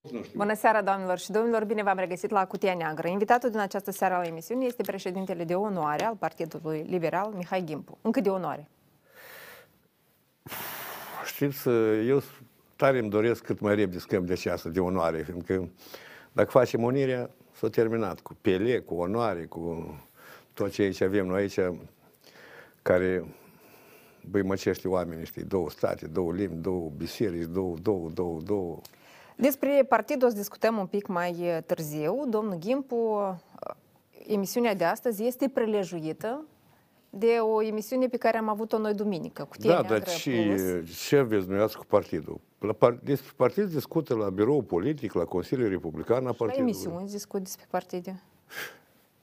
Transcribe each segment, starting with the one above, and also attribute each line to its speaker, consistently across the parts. Speaker 1: nu știu.
Speaker 2: Bună seara, doamnelor și domnilor! Bine v-am regăsit la Cutia Neagră. Invitatul din această seară la emisiune este președintele de onoare al Partidului Liberal, Mihai Gimpu. Încă de onoare.
Speaker 1: Știți, eu tare îmi doresc cât mai repede să cădem de ceasă, de onoare, fiindcă dacă facem unirea, s-a terminat cu pele, cu onoare, cu tot ce aici avem noi aici, care băimăcește oamenii, știi, două state, două limbi, două biserici, două, două, două, două.
Speaker 2: Despre partid o să discutăm un pic mai eh, târziu. Domnul Gimpu, eh, emisiunea de astăzi este prelejuită de o emisiune pe care am avut-o noi duminică, Cutia
Speaker 1: da,
Speaker 2: Neagră
Speaker 1: dar ce,
Speaker 2: Plus.
Speaker 1: ce aveți dumneavoastră cu partidul? La par- despre partid discută la birou politic, la Consiliul Republican a
Speaker 2: La
Speaker 1: partidului.
Speaker 2: emisiuni discut despre partide.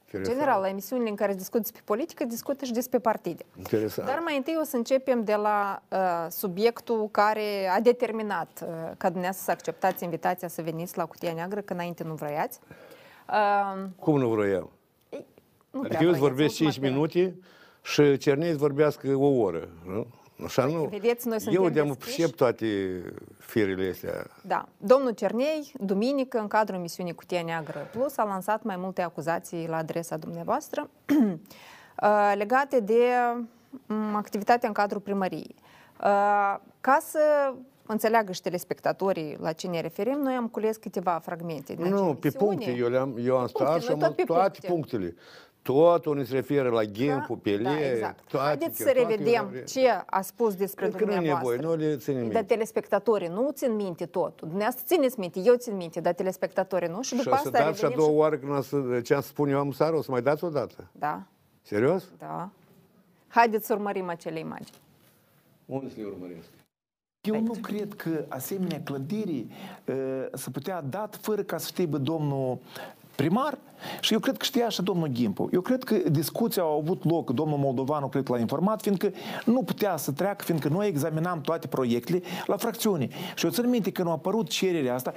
Speaker 1: Interesant.
Speaker 2: General, la emisiunile în care discut despre politică, discută și despre partide.
Speaker 1: Interesant.
Speaker 2: Dar mai întâi o să începem de la uh, subiectul care a determinat uh, ca dumneavoastră să acceptați invitația să veniți la Cutia Neagră, că înainte nu vroiați. Uh,
Speaker 1: Cum nu vroiam?
Speaker 2: ei, nu prea
Speaker 1: Adică eu
Speaker 2: vroiați,
Speaker 1: îți vorbesc
Speaker 2: în ultima
Speaker 1: 5
Speaker 2: perioadă.
Speaker 1: minute și Cernei îți vorbească o oră. Nu? Așa nu.
Speaker 2: vedeți, noi suntem
Speaker 1: eu de-am
Speaker 2: deschiși.
Speaker 1: pricep toate firele astea.
Speaker 2: Da. Domnul Cernei, duminică, în cadrul emisiunii Cutia Neagră Plus, a lansat mai multe acuzații la adresa dumneavoastră uh, legate de um, activitatea în cadrul primăriei. Uh, Ca să înțeleagă și telespectatorii la ce ne referim, noi am cules câteva fragmente din acea
Speaker 1: Nu, pe
Speaker 2: emisiune.
Speaker 1: puncte. Eu, le-am, eu am
Speaker 2: puncte,
Speaker 1: stat și
Speaker 2: noi
Speaker 1: am
Speaker 2: tot
Speaker 1: luat
Speaker 2: pe
Speaker 1: toate
Speaker 2: puncte.
Speaker 1: punctele. Totul ne se referă la Gempu, Pele,
Speaker 2: da, exact.
Speaker 1: toate.
Speaker 2: Haideți să
Speaker 1: chiar toate
Speaker 2: revedem
Speaker 1: ele-
Speaker 2: ce a spus despre
Speaker 1: Cred că nu e nevoie,
Speaker 2: dumneavoastră.
Speaker 1: nu le ținem
Speaker 2: Dar
Speaker 1: minte.
Speaker 2: telespectatorii nu țin minte totul. Dumneavoastră țineți minte, eu țin minte, dar telespectatorii nu. Și
Speaker 1: Și
Speaker 2: după
Speaker 1: o să
Speaker 2: asta
Speaker 1: dați și a
Speaker 2: revenim
Speaker 1: doua
Speaker 2: și...
Speaker 1: oară când o să, ce am să spun eu am sară, o să mai dați o dată.
Speaker 2: Da,
Speaker 1: Serios?
Speaker 2: da. Haideți să urmărim acele imagini.
Speaker 1: Unde să le urmăresc?
Speaker 3: Eu nu cred că asemenea clădiri uh, se putea dat fără ca să știe bă, domnul primar și eu cred că știa și domnul Gimpu. Eu cred că discuția a avut loc, domnul Moldovanu cred că l-a informat, fiindcă nu putea să treacă, fiindcă noi examinam toate proiectele la fracțiune. Și eu țin minte când a apărut cererea asta,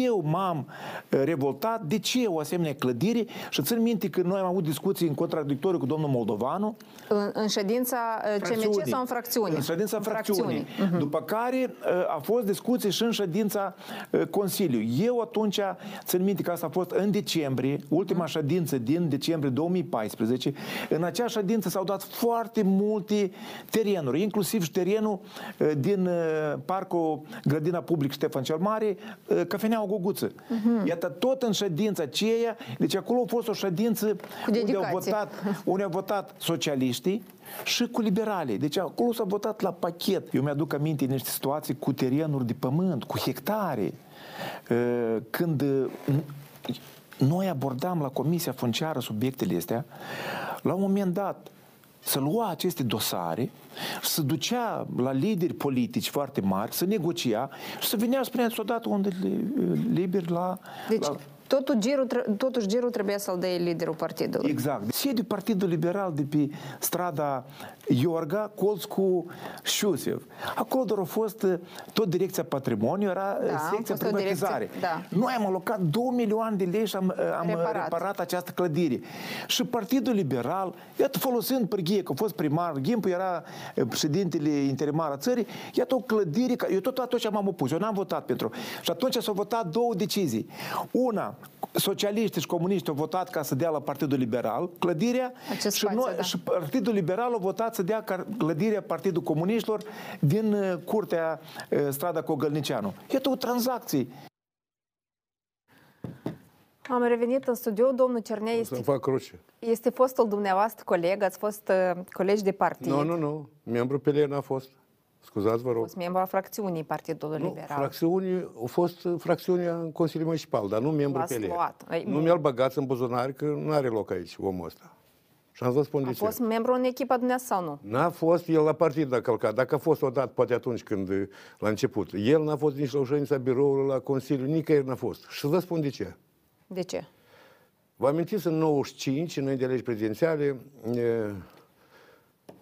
Speaker 3: eu m-am uh, revoltat de ce o asemenea clădire și țin minte că noi am avut discuții în contradictoriu cu domnul Moldovanu
Speaker 2: În, în ședința uh, CMC sau în fracțiune?
Speaker 3: În ședința fracțiunii. După care uh, a fost discuții și în ședința uh, Consiliului. Eu atunci țin minte că asta a fost în decembrie,
Speaker 2: Mm.
Speaker 3: ultima ședință din decembrie 2014. În acea ședință s-au dat foarte multe terenuri, inclusiv și terenul uh, din uh, parcul Grădina Public Ștefan cel Mare, uh, Cafeneaua Guguță.
Speaker 2: Mhm.
Speaker 3: Iată, tot în ședința aceea, deci acolo a fost o ședință unde au
Speaker 2: dedicație.
Speaker 3: votat votat, unii au votat socialiștii și cu liberalii. Deci acolo s-a votat la pachet. Eu mi-aduc aminte de niște situații cu terenuri de pământ, cu hectare, uh, când uh, n- noi abordam la Comisia Funciară subiectele astea, la un moment dat să lua aceste dosare, să ducea la lideri politici foarte mari, să negocia și să vinea și spunea s-o dat unde liber la...
Speaker 2: Deci,
Speaker 1: Da.
Speaker 3: la...
Speaker 2: totul girul, tre- totuși girul trebuia să-l dea liderul partidului.
Speaker 3: Exact. Sediu Partidul Liberal de pe strada Iorga, colț cu Șusev. Acolo doar a fost uh, tot direcția patrimoniu, era
Speaker 2: Da,
Speaker 3: da,
Speaker 2: a
Speaker 3: secția
Speaker 2: fost o direcție,
Speaker 3: privatizare.
Speaker 2: da.
Speaker 3: Noi am alocat 2 milioane de lei și am, uh,
Speaker 2: Reparat.
Speaker 3: am reparat. reparat această clădire. Și Partidul Liberal, iată, folosind pârghie, că a fost primar, Gimpu era uh, președintele interimar a țării, iată o clădire, ca- eu tot atunci m-am opus, eu n-am votat pentru. Și atunci s-au votat două decizii. Una, socialiștii și comuniștii au votat ca să dea la Partidul Liberal clădirea
Speaker 2: Acest
Speaker 3: și,
Speaker 2: spațiu,
Speaker 3: noi-
Speaker 2: da.
Speaker 3: și Partidul Liberal a votat să dea car- clădirea Partidul Comuniștilor din uh, curtea uh, strada Cogălnicianu. Iată o tranzacție.
Speaker 2: Am revenit în studio, domnul Cernei
Speaker 1: O să-mi
Speaker 2: este,
Speaker 1: fac cruce.
Speaker 2: este fostul dumneavoastră coleg, ați fost uh, colegi de partid,
Speaker 1: Nu, nu, nu. Membru Pele n-a fost. Scuzați, vă
Speaker 2: a
Speaker 1: rog.
Speaker 2: fost membru al fracțiunii Partidului
Speaker 1: Nu,
Speaker 2: Liberal.
Speaker 1: fracțiune, a fost uh, fracțiunea în Consiliul Municipal, dar nu membru
Speaker 2: L-ați
Speaker 1: pe ele.
Speaker 2: luat. Ei,
Speaker 1: Nu
Speaker 2: nu.
Speaker 1: mi-l băgați în buzunar că nu are loc aici omul ăsta. Și am să vă spun de
Speaker 2: A
Speaker 1: ce.
Speaker 2: fost membru în echipa dumneavoastră sau nu?
Speaker 1: N-a fost el la partid a călcat. Dacă a fost odată, poate atunci când uh, la început. El n-a fost nici la ședința biroului, la Consiliu, nicăieri n-a fost. Și să vă spun de ce.
Speaker 2: De ce?
Speaker 1: Vă amintiți, în 95, înainte de legi prezidențiale, e,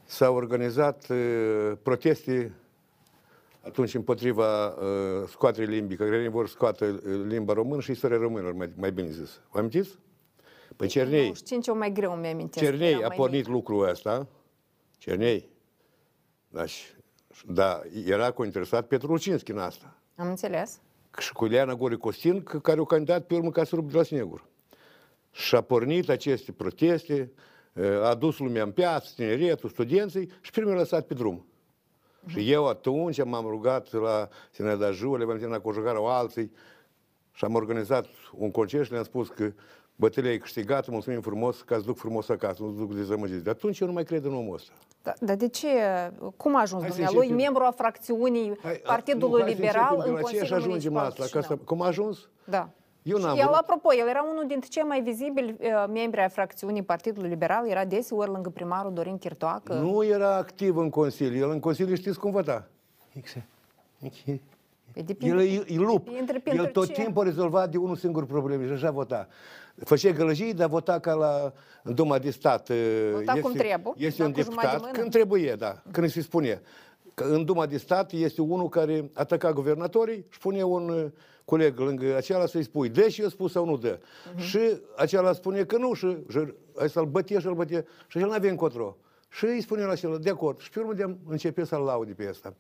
Speaker 1: s-au organizat e, proteste atunci împotriva e, scoaterii limbii, că grănii vor scoate e, limba română și istoria românilor, mai, mai bine zis. Vă amintiți? Păi Cernei,
Speaker 2: 95 eu mai greu mi amintesc.
Speaker 1: Cernei
Speaker 2: eram
Speaker 1: a
Speaker 2: mai
Speaker 1: pornit lucrul ăsta. Cernei. Da, și- da, era cu interesat Petru Lucinski în asta.
Speaker 2: mic. Am înțeles.
Speaker 1: și cu Ileana Gore Costin, c- care au candidat pe urmă ca să rup de la Snegur. Și a pornit aceste proteste, eh, a dus lumea în piață, tineretul, studenții și primul i-a lăsat pe drum.
Speaker 2: Mhm.
Speaker 1: Și eu atunci m-am rugat la Sinada Jule, Valentina Cojogară, alții, și am organizat un concert și le-am spus că bătălia e câștigată, mulțumim frumos, că ați duc frumos acasă, nu duc dezamăgiți. De atunci eu nu mai cred în omul ăsta.
Speaker 2: Da, dar de ce? Cum a ajuns
Speaker 1: Hai să
Speaker 2: dumnealui
Speaker 1: începem.
Speaker 2: membru a fracțiunii
Speaker 1: Hai, a-
Speaker 2: Partidului
Speaker 1: nu, hai să
Speaker 2: Liberal în
Speaker 1: începem de la ce și
Speaker 2: Consiliul
Speaker 1: ajungem
Speaker 2: Municipal
Speaker 1: la asta, ca să,
Speaker 2: Chișinău?
Speaker 1: cum a ajuns?
Speaker 2: Da.
Speaker 1: Eu n-am
Speaker 2: și el,
Speaker 1: vrut.
Speaker 2: apropo, el era unul dintre cei mai vizibili eh, membri ai fracțiunii Partidului Liberal, era deseori lângă primarul Dorin Chirtoacă.
Speaker 1: Nu era activ în Consiliu. El în Consiliu știți cum vota.
Speaker 2: Păi depinde.
Speaker 1: El e, e lup.
Speaker 2: Depinde pentru
Speaker 1: El tot
Speaker 2: ce.
Speaker 1: timpul rezolva de unul singur probleme și așa vota. Făcea gălăjii, dar vota ca la în Duma de Stat. uh,
Speaker 2: Vota cum trebuie,
Speaker 1: Este
Speaker 2: da,
Speaker 1: un
Speaker 2: cu jumătate de
Speaker 1: deputat,
Speaker 2: mână.
Speaker 1: când trebuie, da, când îi se spune. Că în Duma de Stat este unul care ataca guvernatorii și pune un uh, coleg lângă acela să-i spui, dă și eu spus sau nu dă.
Speaker 2: Mhm.
Speaker 1: Și acela spune că nu și, și hai să-l bătie și-l bătie. Și el nu avea încotro. Și îi spune la celălalt, de acord. Și pe urmă de începe să-l laude pe ăsta.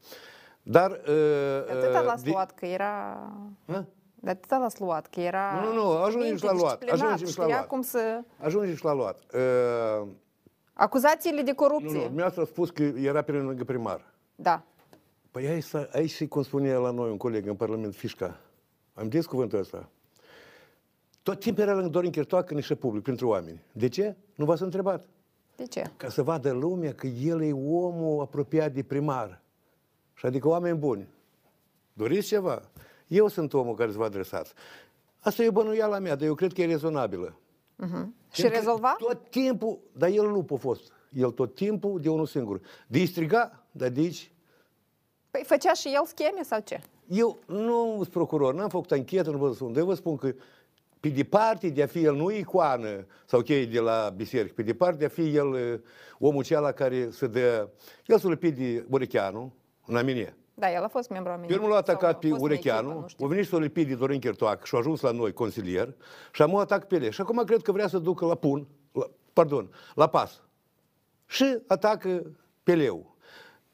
Speaker 1: Dar... Uh,
Speaker 2: Atâta
Speaker 1: uh,
Speaker 2: l-a
Speaker 1: de-
Speaker 2: luat că era...
Speaker 1: Hă?
Speaker 2: De atâta l-a luat că era...
Speaker 1: Nu, nu, nu, ajungem și la luat,
Speaker 2: multidisciplinat,
Speaker 1: ajungem și la
Speaker 2: știa
Speaker 1: luat.
Speaker 2: cum să...
Speaker 1: Ajungem și la luat. Uh,
Speaker 2: Acuzațiile de
Speaker 1: nu,
Speaker 2: corupție.
Speaker 1: nu, dumneavoastră a spus că era pe lângă primar.
Speaker 2: Da.
Speaker 1: Păi aici, s-a- aici și cum spune la noi un coleg în Parlament, fișca. Am zis cuvântul ăsta. Tot timpul era lângă Dorin Chirtoacă niște public, pentru oameni. De ce? Nu v-ați întrebat.
Speaker 2: De ce?
Speaker 1: Ca să vadă lumea că el e omul apropiat de primar. Și adică oameni buni. Doriți ceva? Eu sunt omul care vă adresați. Asta e bănuiala mea, dar eu cred că e rezonabilă.
Speaker 2: Și
Speaker 1: Pentru că
Speaker 2: rezolva?
Speaker 1: Tot timpul, dar el lup a fost. El tot timpul de unul singur. De îi striga, dar de aici...
Speaker 2: Păi făcea și el scheme sau ce?
Speaker 1: Eu nu sunt procuror, n-am făcut anchetă, nu vă spun, dar eu vă spun că pe departe de a fi el nu icoană sau cheie de la biserică, pe departe de a fi el eh, omul ceala care se dă... El s-a lipit de Urecheanu, în Aminie.
Speaker 2: Da, el a fost membru al
Speaker 1: Primul l-a
Speaker 2: sau
Speaker 1: atacat pe
Speaker 2: fost în echipă,
Speaker 1: Urecheanu,
Speaker 2: nu știu.
Speaker 1: a venit și s-a lipit de Dorin Chirtoac și a ajuns la noi consilier și am atac pe ele. Și acum cred că vrea să ducă la pun, la, pardon, la pas. Și atacă Peleu.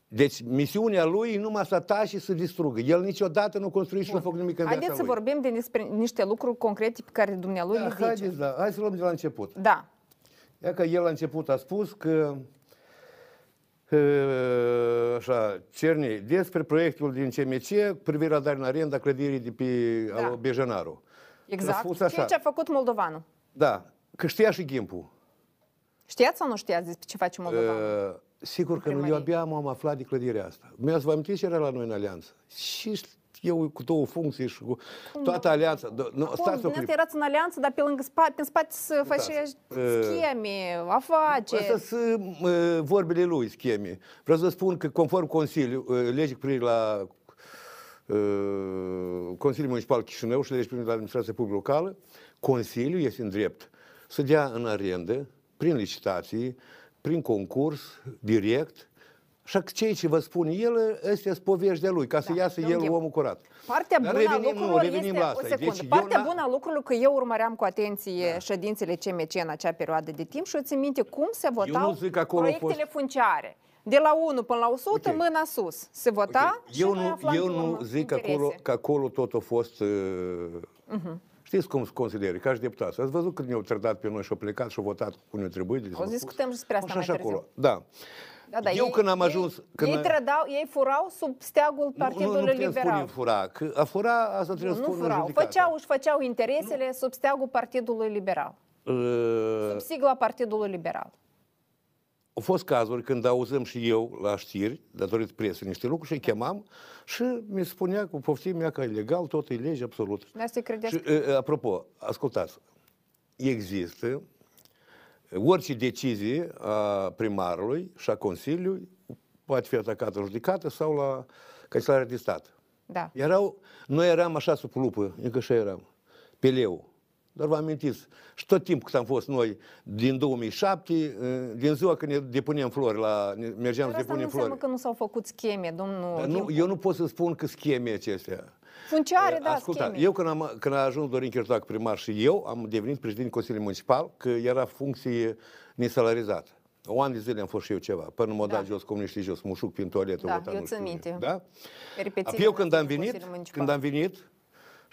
Speaker 1: Deci misiunea lui e numai să atace și să distrugă. El niciodată nu construiește și nu fac nimic în viața
Speaker 2: Haideți să
Speaker 1: lui.
Speaker 2: vorbim de despre niște lucruri concrete pe care dumnealui
Speaker 1: Da,
Speaker 2: le zice.
Speaker 1: haideți, da. Hai să luăm de la început.
Speaker 2: Da.
Speaker 1: Ia că el la început a spus că e, așa, cerni despre proiectul din CMC cu privire la dare în arendă a clădirii de pe
Speaker 2: Da.
Speaker 1: da. Bejanaru. A
Speaker 2: Exact.
Speaker 1: spus
Speaker 2: Și
Speaker 1: așa,
Speaker 2: ce a făcut Moldovanul?
Speaker 1: da, că știa și Gimpu.
Speaker 2: Știați sau nu știați despre ce
Speaker 1: Ă,
Speaker 2: face Moldovanul?
Speaker 1: E, Uh, sigur că nu, eu
Speaker 2: primărie.
Speaker 1: abia m-am aflat de clădirea asta. Mi-a vă amintiți ce era la noi în Alianță? Și eu cu două funcții și cu toată alianța. Do-
Speaker 2: Acum,
Speaker 1: Nu, stați o Da. clipă.
Speaker 2: dumneavoastră erați în alianță, dar pe lângă spate, în spate să face
Speaker 1: Eh,
Speaker 2: scheme, afaceri.
Speaker 1: Asta sunt uh, vorbele lui, scheme. Vreau să spun că conform Consiliu, uh, legii cu privire la uh, Consiliul Municipal Chișinău și legii cu privire la administrația publică locală, Consiliul este în drept să dea în arendă, prin licitații, prin concurs, direct, Așa că cei ce vă spun el, ăstea sunt povești de lui, ca să
Speaker 2: Da,
Speaker 1: iasă
Speaker 2: domn
Speaker 1: el
Speaker 2: Ghebu.
Speaker 1: omul curat.
Speaker 2: Partea
Speaker 1: Dar
Speaker 2: bună a
Speaker 1: revenim, nu,
Speaker 2: lucrurilor
Speaker 1: revenim
Speaker 2: este,
Speaker 1: la Da. asta.
Speaker 2: o secundă,
Speaker 1: Deci eu
Speaker 2: partea
Speaker 1: n-a-
Speaker 2: bună a lucrurilor că eu urmăream cu atenție ședințele CMC în acea perioadă de timp și eu țin minte cum se votau
Speaker 1: nu zic că acolo a
Speaker 2: proiectele funciare. De la 1 până la 100,
Speaker 1: Ok.
Speaker 2: mâna sus. Se vota
Speaker 1: Ok.
Speaker 2: Da? și
Speaker 1: Eu
Speaker 2: noi
Speaker 1: nu,
Speaker 2: aflam
Speaker 1: eu
Speaker 2: în
Speaker 1: nu
Speaker 2: urmă
Speaker 1: zic că
Speaker 2: interese. Mhm.
Speaker 1: acolo, că acolo tot a fost... Uh, Știți cum se consideră, ca și deputați. Ați văzut când ne-au trădat pe noi și au plecat și au votat cu ne trebuie. de
Speaker 2: O
Speaker 1: s-au
Speaker 2: să
Speaker 1: pus?
Speaker 2: discutăm și despre asta
Speaker 1: Așa
Speaker 2: mai
Speaker 1: și acolo,
Speaker 2: târziu.
Speaker 1: da.
Speaker 2: Da, da,
Speaker 1: Eu
Speaker 2: ei,
Speaker 1: când am
Speaker 2: ei-
Speaker 1: ajuns- când
Speaker 2: ei,
Speaker 1: a-
Speaker 2: trădau, ei furau sub steagul
Speaker 1: nu, nu, nu
Speaker 2: Partidului
Speaker 1: putem spune
Speaker 2: Liberal.
Speaker 1: fura, că a fura asta trebuie
Speaker 2: Nu,
Speaker 1: să
Speaker 2: nu
Speaker 1: spună
Speaker 2: furau.
Speaker 1: judecata.
Speaker 2: Făceau, își făceau interesele sub steagul Partidului Liberal.
Speaker 1: Uh,
Speaker 2: Sub sigla Partidului Liberal.
Speaker 1: Au fost cazuri când auzăm și eu la știri, datorită presei, niște lucruri și îi chemam și mi spunea cu poftim mea că e legal, tot e lege absolut.
Speaker 2: De asta credeți
Speaker 1: Și, e, apropo, ascultați, există orice decizie a primarului și a Consiliului poate fi atacată în judecată sau la Cancelarea de Stat.
Speaker 2: Da.
Speaker 1: Erau, noi eram așa sub lupă, încă așa eram, pe leu. Dar vă amintiți, și tot timpul cât am fost noi, din 2007, eh, din ziua când ne depunem flori, la, ne- mergeam
Speaker 2: Dar asta
Speaker 1: să
Speaker 2: nu
Speaker 1: depunem
Speaker 2: înseamnă
Speaker 1: flori.
Speaker 2: că nu s-au făcut scheme,
Speaker 1: Dar
Speaker 2: domnul.
Speaker 1: nu, eu nu pot să spun că scheme acestea.
Speaker 2: Funciare, da,
Speaker 1: Eh, Asculta,
Speaker 2: scheme.
Speaker 1: eu când, am, când a ajuns Dorin Chirtoac primar și eu, am devenit președinte Consiliului Municipal, că era funcție nesalarizată. O an de zile am fost și eu ceva, până m-au
Speaker 2: Da.
Speaker 1: dat jos comuniștii jos, mușuc prin toaletă.
Speaker 2: Da,
Speaker 1: votam,
Speaker 2: eu
Speaker 1: nu știu
Speaker 2: țin
Speaker 1: ce.
Speaker 2: minte.
Speaker 1: Da?
Speaker 2: Peripețiile
Speaker 1: Apoi eu când am
Speaker 2: Consiliului
Speaker 1: venit,
Speaker 2: Municipal.
Speaker 1: când am venit,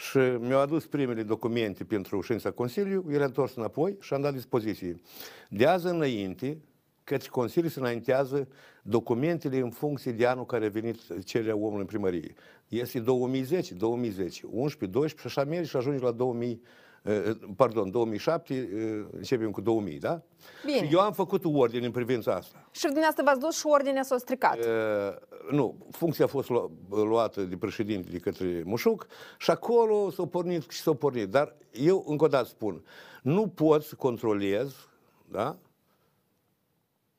Speaker 1: Și mi-au adus primele documente pentru ședința Consiliului, eu le-am întors înapoi și am dat dispoziție. De azi înainte, căci Consiliul se înaintează documentele în funcție de anul care a venit cererea omului în primărie. Este 2010, 2010, 11, 12 și așa merge și ajunge la 2000, eh, pardon, 2007, eh, începem cu 2000, da?
Speaker 2: Bine.
Speaker 1: Și eu am făcut ordine în privința asta.
Speaker 2: Și dumneavoastră v-ați dus și ordinea s-a stricat.
Speaker 1: Eh, nu, funcția a fost lua- luată de președinte de către Mușuc și acolo s-a pornit și s-a pornit. Dar eu încă o dată spun, nu pot să controlez, da?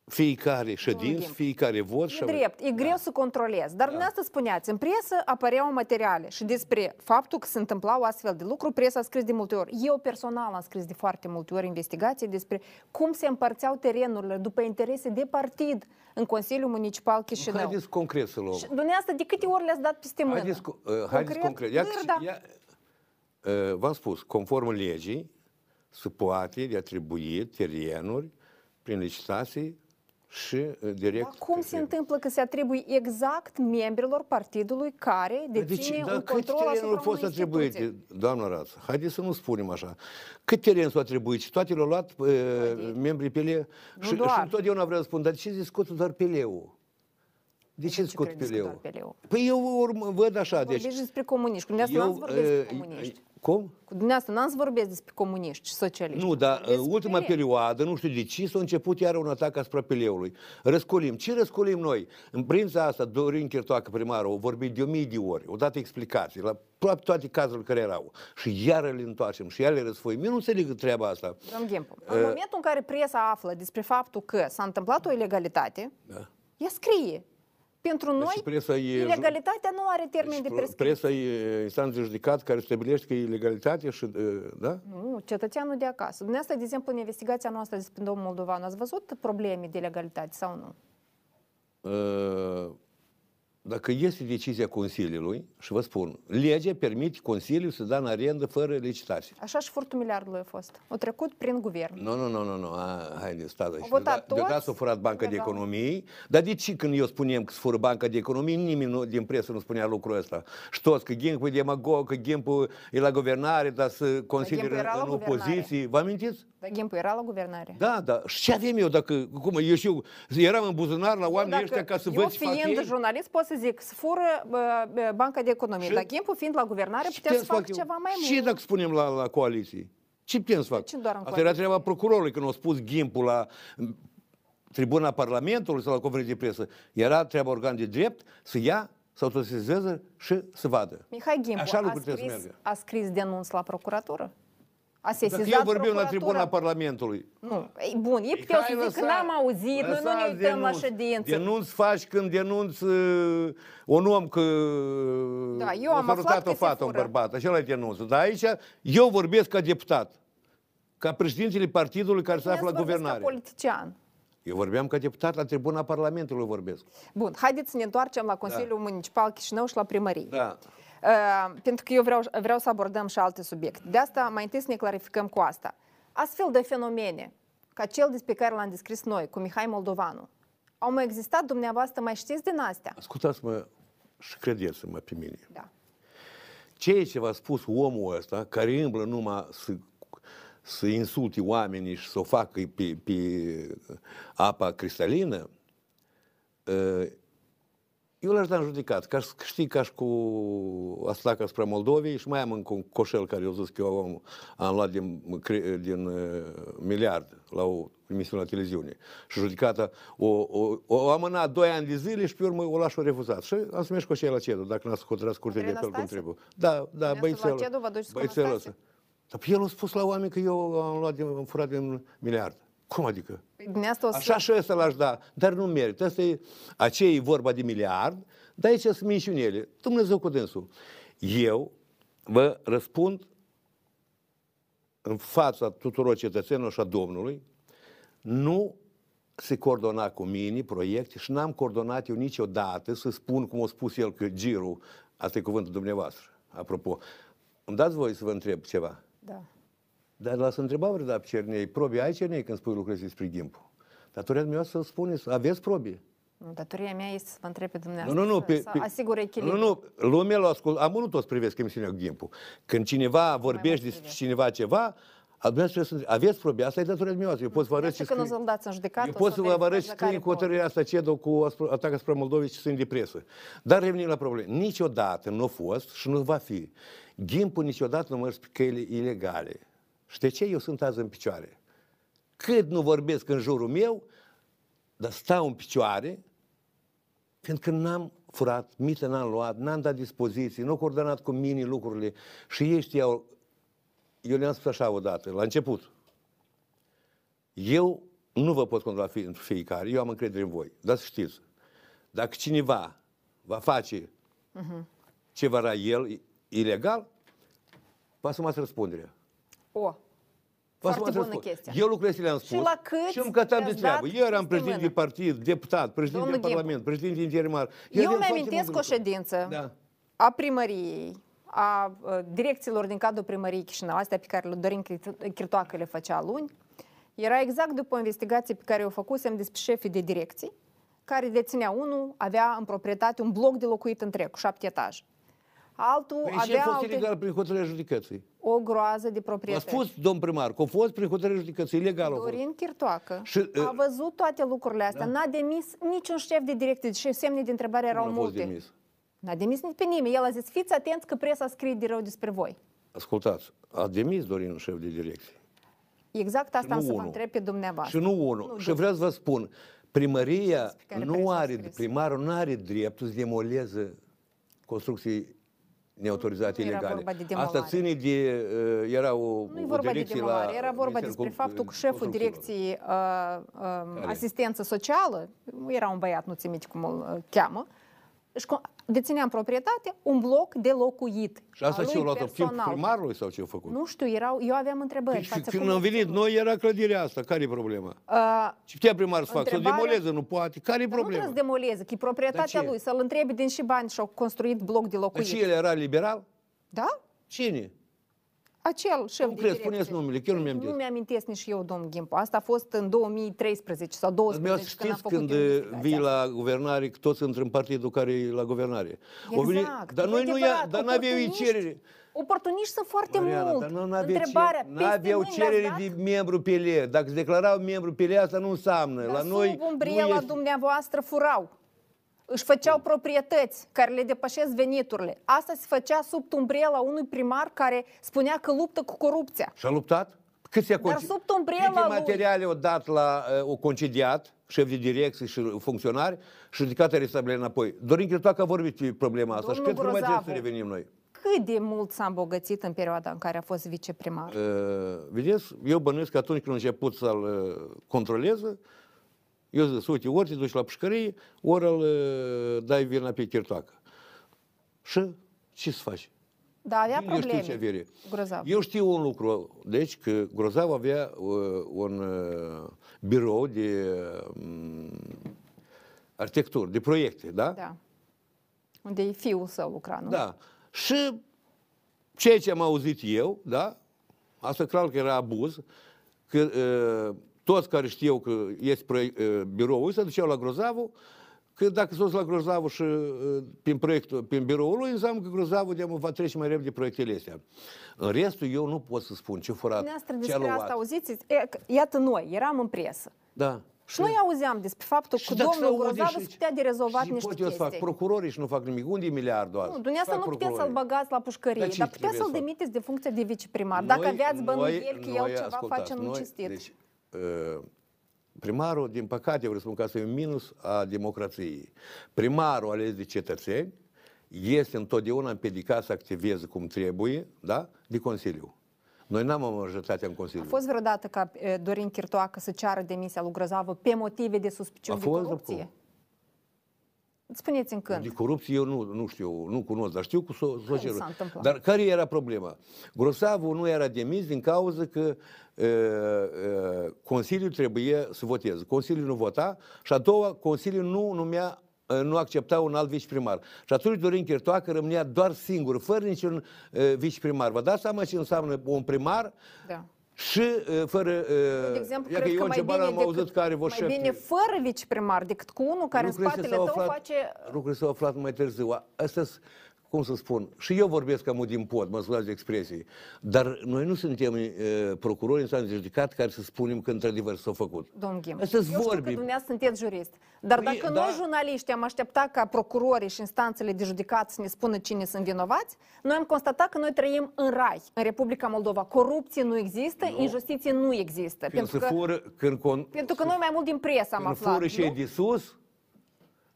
Speaker 1: fiecare ședinț,
Speaker 2: timp.
Speaker 1: fiecare vot. și-
Speaker 2: E drept, e
Speaker 1: Da.
Speaker 2: greu să controlezi. Dar dumneavoastră spuneați, în presă apăreau materiale și despre faptul că se întâmplau astfel de lucruri, presa a scris de multe ori. Eu personal am scris de foarte multe ori investigații despre cum se împărțeau terenurile după interese de partid în Consiliul Municipal Chișinău.
Speaker 1: Haideți concret să luăm.
Speaker 2: Și dumneavoastră, de câte ori le-ați dat peste mână? da.
Speaker 1: Haideți, cu- uh, haideți concret. Ia,
Speaker 2: Dârda.
Speaker 1: ia, uh, v-am spus, conform legii, se poate de atribui terenuri prin licitații și uh, direct...
Speaker 2: Dar cum se
Speaker 1: către-
Speaker 2: întâmplă că se atribuie exact membrilor partidului care deține
Speaker 1: Deci,
Speaker 2: un
Speaker 1: dar cât
Speaker 2: control
Speaker 1: terenul a
Speaker 2: asupra
Speaker 1: fost
Speaker 2: unei
Speaker 1: atribuit,
Speaker 2: instituții?
Speaker 1: doamnă Rață? Haideți să nu spunem așa. Cât teren s-a atribuit și toate le-au luat uh, membrii PLE?
Speaker 2: Nu
Speaker 1: Și, și
Speaker 2: doar.
Speaker 1: întotdeauna vreau să spun, dar de ce discută doar PLE-ul? De ce discut
Speaker 2: credeți că
Speaker 1: PLE-ul?
Speaker 2: doar PLE-ul?
Speaker 1: Păi eu urmă, văd așa, deci...
Speaker 2: Vorbiți despre comuniști. Cu dumneavoastră n-ați vorbit despre
Speaker 1: uh,
Speaker 2: comuniști.
Speaker 1: Cum?
Speaker 2: Cu dumneavoastră n-ați vorbit despre comuniști și socialiști.
Speaker 1: Nu, dar
Speaker 2: Vorbesc
Speaker 1: uh,
Speaker 2: cu
Speaker 1: ultima
Speaker 2: PLE.
Speaker 1: perioadă, nu știu de ce, s-a început iar un atac asupra Peleului. Răscolim. Ce răscolim noi? În prința asta, Dorin Chirtoacă, primarul, a vorbit de o mii de ori, o dată explicații, la aproape toate cazurile care erau. Și iară le întoarcem și iară le răsfoim. Eu nu înțeleg treaba asta.
Speaker 2: Domn Gimpu,
Speaker 1: Uh,
Speaker 2: în momentul în care presa află despre faptul că s-a întâmplat o ilegalitate,
Speaker 1: Da.
Speaker 2: ea scrie. Pentru
Speaker 1: și
Speaker 2: noi,
Speaker 1: presa Deci e-
Speaker 2: ilegalitatea nu are termen
Speaker 1: Deci,
Speaker 2: de
Speaker 1: pro-
Speaker 2: prescripție.
Speaker 1: presa e instanță de judecat care stabilește că e legalitate și, uh, da?
Speaker 2: Nu, cetățeanul de acasă. Dumneavoastră, de exemplu, în investigația noastră despre domnul Moldovan, ați văzut probleme de legalitate sau nu?
Speaker 1: Uh, dacă este decizia Consiliului, și vă spun, legea permite Consiliul să dea în arendă fără licitație.
Speaker 2: Așa și furtul miliardului a fost. O trecut prin guvern.
Speaker 1: Nu, nu, nu, nu, nu, a, haide, stați aici.
Speaker 2: votat
Speaker 1: de, da
Speaker 2: toți?
Speaker 1: s-a furat Banca de
Speaker 2: Legal.
Speaker 1: Economii, dar de ce când eu spuneam că se fură Banca de Economii, nimeni nu, din presă nu spunea lucrul ăsta. Și toți, că Gimpu e demagog, că Gimpu e la guvernare, dar să consideră
Speaker 2: era la
Speaker 1: în, în
Speaker 2: guvernare.
Speaker 1: opoziție. Vă amintiți?
Speaker 2: Dar Gimpu era la guvernare.
Speaker 1: Da, da. Și ce avem eu dacă, cum, eu știu, eram în buzunar la
Speaker 2: Eu,
Speaker 1: oamenii
Speaker 2: dacă-
Speaker 1: ăștia ca să
Speaker 2: eu
Speaker 1: văd ce fac
Speaker 2: fiind
Speaker 1: ei?
Speaker 2: jurnalist pot să zic, să fură bă, bă, banca de economie,
Speaker 1: Și-
Speaker 2: dar Gimpu fiind la guvernare
Speaker 1: Ce
Speaker 2: putea să
Speaker 1: putem
Speaker 2: facă
Speaker 1: eu?
Speaker 2: ceva mai
Speaker 1: Ce
Speaker 2: mult.
Speaker 1: dacă spunem la, la coaliție? Ce putem să fac?
Speaker 2: ce doar în
Speaker 1: Asta era
Speaker 2: coaliție?
Speaker 1: treaba procurorului când a spus Gimpu la m, tribuna Parlamentului sau la conferință de presă. Era treaba organ de drept să ia, să autosizeze și să vadă.
Speaker 2: Mihai Gimpu
Speaker 1: Așa
Speaker 2: a
Speaker 1: lucrurile trebuie să
Speaker 2: scris,
Speaker 1: meargă.
Speaker 2: a scris denunț la procuratură? A
Speaker 1: Dacă
Speaker 2: sesizat
Speaker 1: eu vorbim la
Speaker 2: procuratura?
Speaker 1: tribuna Parlamentului,
Speaker 2: Nu, ei, bun, ei puteau să zic că n-am auzit, noi nu ne uităm la ședință.
Speaker 1: Păi Denunț faci când denunți uh, un om că
Speaker 2: Da, eu am
Speaker 1: s-a
Speaker 2: aflat
Speaker 1: rutat
Speaker 2: că
Speaker 1: o
Speaker 2: se
Speaker 1: fată, un
Speaker 2: fură.
Speaker 1: bărbat, așa e denunțul. Dar aici eu vorbesc ca deputat, ca președintele partidului care se
Speaker 2: Bine,
Speaker 1: află
Speaker 2: ați
Speaker 1: la
Speaker 2: vorbit
Speaker 1: guvernare.
Speaker 2: Ca politician.
Speaker 1: Eu vorbeam ca deputat la tribuna Parlamentului vorbesc.
Speaker 2: Bun, haideți să ne întoarcem la Consiliul da. Municipal Chișinău și la primărie.
Speaker 1: Da.
Speaker 2: Uh, pentru că eu vreau, vreau să abordăm și alte subiecte. De asta mai întâi să ne clarificăm cu asta. Astfel de fenomene, ca cel despre care l-am descris noi, cu Mihai Moldovanu, au mai existat dumneavoastră, mai știți din astea?
Speaker 1: Ascultați-mă și credeți-mă pe mine.
Speaker 2: Da.
Speaker 1: Ceea ce v-a spus omul ăsta, care îmblă numai să, să insulte oamenii și să o facă pe, pe apa cristalină, eh, eu l-aș da în judecat, ca să știi, ca și cu Aslaca spre Moldovei și mai am încă un coșel care eu zis că eu am, am luat din, cre- din eh, miliard la o emisiune la televiziune. Și judecata o, o, o amâna 2 ani de zile și pe urmă o las o refuzat. Și am să merg cu aceea la CEDU, dacă n-ați hotărât curtea de
Speaker 2: Andrei
Speaker 1: apel cum
Speaker 2: Năstase?
Speaker 1: trebuie. Da, da,
Speaker 2: Dumneavoastră
Speaker 1: băițelul.
Speaker 2: la CEDU vă duceți cu
Speaker 1: băițelul
Speaker 2: Năstase?
Speaker 1: ăsta. Dar pe el a spus la oameni că eu am luat din, am furat din miliard. Cum adică?
Speaker 2: Păi Dumneavoastră o să...
Speaker 1: Așa și ăsta l-aș da, dar nu merită. Asta e, aceea e vorba de miliard, dar aici sunt minciunele. Dumnezeu cu dânsul. Eu vă răspund în fața tuturor cetățenilor și a Domnului, nu se coordona cu mine proiecte și n-am coordonat eu niciodată să spun, cum a spus el, că girul, asta e cuvântul dumneavoastră, apropo. Îmi dați voie să vă întreb ceva?
Speaker 2: Da.
Speaker 1: Dar l-ați întrebat vreodată pe Cernei, probe ai Cernei când spui lucrurile despre Gimpu? Datoria dumneavoastră să spuneți, aveți probe?
Speaker 2: Nu, Datoria mea este să vă întreb pe
Speaker 1: Nu,
Speaker 2: dumneavoastră
Speaker 1: nu, nu.
Speaker 2: să, să asigure echilibru.
Speaker 1: Nu, nu. Lumea l-a ascult. Amul nu toți privesc emisiunea cu Gimpu. Când cineva vorbește despre cineva ceva, atunci trebuie să aveți probe. Asta e datoria dumneavoastră. Eu pot să vă arăt
Speaker 2: Deci
Speaker 1: ce
Speaker 2: când o
Speaker 1: scrie.
Speaker 2: să-l dați în judecată,
Speaker 1: Eu
Speaker 2: o
Speaker 1: pot să vă arăt
Speaker 2: verificați
Speaker 1: și
Speaker 2: la
Speaker 1: scrie
Speaker 2: care
Speaker 1: cu hotărârea asta CEDO cu aspro- atac asupra Moldovei și sunt de presă. Dar revenim la probleme. Niciodată nu a fost și nu va fi. Gimpu niciodată nu mers pe căile ilegale. Și de ce eu sunt azi în picioare? Cât nu vorbesc în jurul meu, dar stau în picioare Fiindcă n-am furat, mită n-am luat, n-am dat dispoziții, nu am coordonat cu mine lucrurile. Și ei știau, eu le-am spus așa odată, la început. Eu nu vă pot controla fi- fiecare, eu am încredere în voi, dar să știți. Dacă cineva va face ceva la el, i- ilegal, vă asumați răspunderea.
Speaker 2: O,
Speaker 1: Vă
Speaker 2: Foarte
Speaker 1: asumați
Speaker 2: bună
Speaker 1: răspunderea.
Speaker 2: chestia.
Speaker 1: Eu lucrurile le-am spus.
Speaker 2: la cât
Speaker 1: Și îmi cătam de
Speaker 2: le-ați
Speaker 1: treabă.
Speaker 2: dat
Speaker 1: Eu eram
Speaker 2: peste
Speaker 1: președinte
Speaker 2: mână?
Speaker 1: de partid, deputat, președinte de
Speaker 2: Domnul Ghebu.
Speaker 1: parlament, președinte din Germar.
Speaker 2: Eu mi-amintesc o ședință
Speaker 1: Da.
Speaker 2: a primăriei, a uh, direcțiilor din cadrul primăriei Chișinău, astea pe care le Dorin Chirto- Chirtoacă le făcea luni, era exact după o investigație pe care o făcusem despre șefii de direcții, care deținea unul, avea în proprietate un bloc de locuit întreg, cu șapte etaje. Altul
Speaker 1: Păi și a
Speaker 2: avea
Speaker 1: fost
Speaker 2: alte,
Speaker 1: ilegal prin hotărârea judecății.
Speaker 2: o groază de
Speaker 1: A
Speaker 2: proprietăți.
Speaker 1: spus domn primar că a fost prin hotărârea judecății, ilegal a fost.
Speaker 2: Dorin Chirtoacă
Speaker 1: Și, uh,
Speaker 2: a văzut toate lucrurile astea, n-a demis niciun șef de direcție, deci semne de întrebare erau
Speaker 1: Nu a fost
Speaker 2: multe.
Speaker 1: demis.
Speaker 2: N-a demis nici pe nimeni. El a zis, fiți atenți că presa scrie de rău despre voi.
Speaker 1: Ascultați, a demis Dorin șef de direcție.
Speaker 2: Exact asta
Speaker 1: nu
Speaker 2: am să vă
Speaker 1: unul.
Speaker 2: întreb pe
Speaker 1: Și
Speaker 2: dumneavoastră.
Speaker 1: nu unul. Și vreau să vă spun, primăria
Speaker 2: Pe care
Speaker 1: nu
Speaker 2: presa a
Speaker 1: are,
Speaker 2: scris.
Speaker 1: primarul nu are dreptul să demoleze construcții neautorizate
Speaker 2: Nu era
Speaker 1: ilegale.
Speaker 2: vorba de demolare.
Speaker 1: Asta ține de... uh, era o,
Speaker 2: Nu e
Speaker 1: o
Speaker 2: vorba de
Speaker 1: direcție
Speaker 2: demolare,
Speaker 1: la
Speaker 2: era vorba
Speaker 1: Ministerul
Speaker 2: despre
Speaker 1: Con-
Speaker 2: faptul că șeful
Speaker 1: Construcțiilor.
Speaker 2: direcției uh, uh, asistență socială, era un băiat, nu țin minte cum îl uh, cheamă, își co- deținea în proprietate un bloc de locuit.
Speaker 1: Și asta
Speaker 2: al
Speaker 1: ce a
Speaker 2: lui
Speaker 1: luat timp
Speaker 2: personal.
Speaker 1: primarului sau ce a făcut? Păi
Speaker 2: Nu știu, erau, eu aveam întrebări.
Speaker 1: Și
Speaker 2: față
Speaker 1: când
Speaker 2: cum-
Speaker 1: am venit noi era clădirea asta, care e problema?
Speaker 2: Uh,
Speaker 1: Ce putea primarul să facă? Să o
Speaker 2: Întrebarea-
Speaker 1: demoleze, nu poate. Care e
Speaker 2: Dar nu trebuie
Speaker 1: problema?
Speaker 2: să demoleze, că e proprietatea
Speaker 1: ce?
Speaker 2: lui, să-l întrebi din și bani și-au construit bloc de
Speaker 1: Păi
Speaker 2: locuit.
Speaker 1: și el era liberal?
Speaker 2: Da?
Speaker 1: Cine?
Speaker 2: Acel șef
Speaker 1: Cum
Speaker 2: de
Speaker 1: crezi?
Speaker 2: direcție.
Speaker 1: Spuneți numele, că eu nu mi-am
Speaker 2: Nu
Speaker 1: amintesc.
Speaker 2: mi-amintesc nici eu, domnul Gimpo. Asta a fost în 2013 sau
Speaker 1: Dumneavoastră
Speaker 2: 2012, când am
Speaker 1: știți
Speaker 2: făcut
Speaker 1: când uh,
Speaker 2: investigația.
Speaker 1: vii la guvernare, că toți intră în partidul care e la guvernare. O dar noi nu ia, dar nu aveau ei
Speaker 2: Exact. oportuniști-
Speaker 1: cerere.
Speaker 2: Oportuniști sunt foarte
Speaker 1: Mariana,
Speaker 2: mult.
Speaker 1: dar nu aveau
Speaker 2: Întrebarea,
Speaker 1: cerere,
Speaker 2: peste
Speaker 1: n-aveau
Speaker 2: mâini le-ați
Speaker 1: cerere
Speaker 2: dat?
Speaker 1: de membru PLE. Dacă se declarau membru PLE, asta nu înseamnă.
Speaker 2: Dar
Speaker 1: la noi
Speaker 2: sub
Speaker 1: nu
Speaker 2: umbrela
Speaker 1: este-
Speaker 2: dumneavoastră furau. Își făceau
Speaker 1: Da.
Speaker 2: proprietăți care le depășesc veniturile. Asta se făcea sub umbrela unui primar care spunea că luptă cu corupția.
Speaker 1: Și-a luptat? Cât se
Speaker 2: Dar sub umbrela
Speaker 1: Câte
Speaker 2: lui.
Speaker 1: materiale o dat la uh, o concediat, șef de direcție și funcționari, și ridicate restabile înapoi. Dorin Chirtoacă a vorbit pe problema asta și
Speaker 2: Domnul
Speaker 1: cred că nu mai
Speaker 2: Grozavu.
Speaker 1: trebuie să revenim noi.
Speaker 2: Cât de mult s-a îmbogățit în perioada în care a fost viceprimar?
Speaker 1: Uh, vedeți, eu bănuiesc că atunci când a început să-l uh, controleze, eu zic, uite, ori te duci la pușcărie, ori îl uh, dai vina pe Chirtoacă. Și ce să faci?
Speaker 2: Da, avea
Speaker 1: Bine, eu știu
Speaker 2: probleme.
Speaker 1: ce avere.
Speaker 2: Grozav.
Speaker 1: Eu știu un lucru, deci că Grozav avea uh, un uh, birou de um, arhitectură, de proiecte, da?
Speaker 2: Da. Unde e fiul său lucra, nu?
Speaker 1: Da. Și ceea ce am auzit eu, da, asta clar că era abuz, că uh, toți care știau că este proiect, uh, biroul, se duceau la Grozavu, că dacă sunt la Grozavu și uh, prin, proiectul, prin biroul lui, înseamnă că Grozavu de va trece mai repede proiectele astea. În restul eu nu pot să spun ce a furat,
Speaker 2: Dumneavoastră
Speaker 1: ce a
Speaker 2: despre
Speaker 1: luat.
Speaker 2: asta auziți? E, că- Iată noi, eram în presă.
Speaker 1: Da.
Speaker 2: Și noi auzeam despre faptul că
Speaker 1: dacă se
Speaker 2: domnul
Speaker 1: aude
Speaker 2: Grozav
Speaker 1: și-
Speaker 2: îți putea de rezolvat
Speaker 1: și
Speaker 2: niște
Speaker 1: pot eu
Speaker 2: chestii.
Speaker 1: să fac procurorii și nu fac nimic. Unde e miliardul azi?
Speaker 2: Nu, dumneavoastră
Speaker 1: Fac
Speaker 2: nu puteți să-l
Speaker 1: procurorii.
Speaker 2: băgați la pușcărie,
Speaker 1: Dar
Speaker 2: dar,
Speaker 1: ce
Speaker 2: puteți
Speaker 1: trebuie
Speaker 2: să-l
Speaker 1: să fac?
Speaker 2: demiteți de funcție de viceprimar. Dacă aveați bănuieli că el
Speaker 1: noi,
Speaker 2: ceva
Speaker 1: ascultați,
Speaker 2: face
Speaker 1: noi,
Speaker 2: necinstit.
Speaker 1: Deci, uh, primarul, din păcate, eu răspund că asta e un minus a democrației. Primarul ales de cetățeni este întotdeauna împiedicat să activeze cum trebuie, da? De Consiliu. Noi n-am o majoritate în Consiliu.
Speaker 2: a fost vreodată ca e, Dorin Chirtoacă să ceară demisia lui Grozavă pe motive de suspiciuni
Speaker 1: A
Speaker 2: de
Speaker 1: fost,
Speaker 2: corupție?
Speaker 1: acum.
Speaker 2: Spuneți-mi când.
Speaker 1: De Deci corupție eu nu, nu știu, nu cunosc, dar știu cu so- socerul.
Speaker 2: s-a întâmplat?
Speaker 1: Dar care era problema? Grosavu nu era demis din cauza că e, e, Consiliul trebuie să voteze. Consiliul nu vota și a doua, Consiliul nu numea e, nu accepta un alt viceprimar. Și atunci Dorin Chirtoacă rămânea doar singur, fără niciun e, viceprimar. Vă dați seama ce înseamnă un primar
Speaker 2: Da.
Speaker 1: și uh, fără... uh,
Speaker 2: De exemplu,
Speaker 1: ia
Speaker 2: cred
Speaker 1: Ion
Speaker 2: că mai
Speaker 1: Ceban
Speaker 2: bine,
Speaker 1: am auzit
Speaker 2: decât,
Speaker 1: care vă
Speaker 2: mai bine fără viceprimar decât cu unul care în
Speaker 1: Lucrurile
Speaker 2: spatele
Speaker 1: astea
Speaker 2: tău
Speaker 1: s-au aflat-
Speaker 2: face... uh,
Speaker 1: Lucrurile s-au aflat mai târziu. A- Astea s- cum să spun, și eu vorbesc cam din pod, mă scuzați de expresii, dar noi nu suntem e, procurori în stat judecat care să spunem că într-adevăr s-a făcut.
Speaker 2: Domn Ghim,
Speaker 1: Astea
Speaker 2: eu știu că
Speaker 1: vorbi.
Speaker 2: dumneavoastră sunteți jurist, dar
Speaker 1: Păi,
Speaker 2: dacă
Speaker 1: da.
Speaker 2: noi jurnaliștii am așteptat ca procurorii și instanțele de judecat să ne spună cine sunt vinovați, noi am constatat că noi trăim în rai, în Republica Moldova. Corupție nu există, injustiție nu există.
Speaker 1: Când
Speaker 2: Pentru
Speaker 1: se
Speaker 2: că,
Speaker 1: fură, când, con,
Speaker 2: pentru că noi mai mult din presă am
Speaker 1: când
Speaker 2: aflat.
Speaker 1: fură și
Speaker 2: nu?
Speaker 1: de sus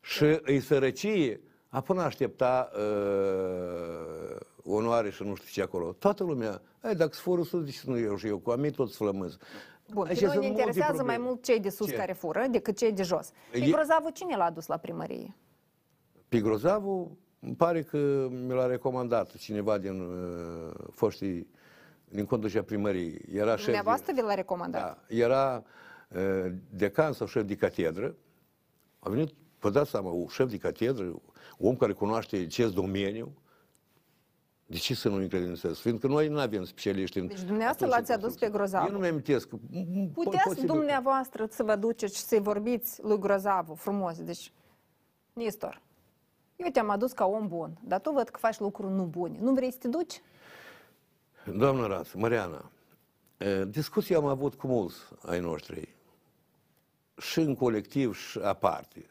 Speaker 1: și îi sărăcie, a până aștepta uh, onoare și nu știu ce acolo. Toată lumea, ei, dacă se fură sus, de ce nu eu și eu? Cu amii toți flămâzi.
Speaker 2: Bun,
Speaker 1: Aici
Speaker 2: pe noi
Speaker 1: sunt
Speaker 2: ne
Speaker 1: multe
Speaker 2: interesează mai
Speaker 1: probleme.
Speaker 2: mult cei de sus
Speaker 1: Ce?
Speaker 2: care fură decât cei de jos. Pe
Speaker 1: E-
Speaker 2: grozavul cine l-a dus la primărie?
Speaker 1: Pe grozavul, îmi pare că mi l-a recomandat cineva din uh, foștii, din conducerea primăriei. Era șef
Speaker 2: Dumneavoastră
Speaker 1: de,
Speaker 2: vi l-a recomandat.
Speaker 1: da, era uh, decan sau șef de catedră. A venit, vă dați seama, un șef de catedră, om care cunoaște acest domeniu, de ce să nu încredințez? Fiindcă noi nu avem specialiști în...
Speaker 2: Deci dumneavoastră
Speaker 1: atunci
Speaker 2: l-ați
Speaker 1: în
Speaker 2: adus pe
Speaker 1: construcție.
Speaker 2: grozavul.
Speaker 1: Eu nu mi-amintesc.
Speaker 2: Puteți
Speaker 1: Posibil.
Speaker 2: dumneavoastră să vă duceți și să-i vorbiți lui Grozavu frumos. Deci, Nistor, eu te-am adus ca om bun, dar tu văd că faci lucruri nu bune. Nu vrei să te duci?
Speaker 1: Doamnă Ras, Mariana, eh, discuții am avut cu mulți ai noștri, și în colectiv și aparte.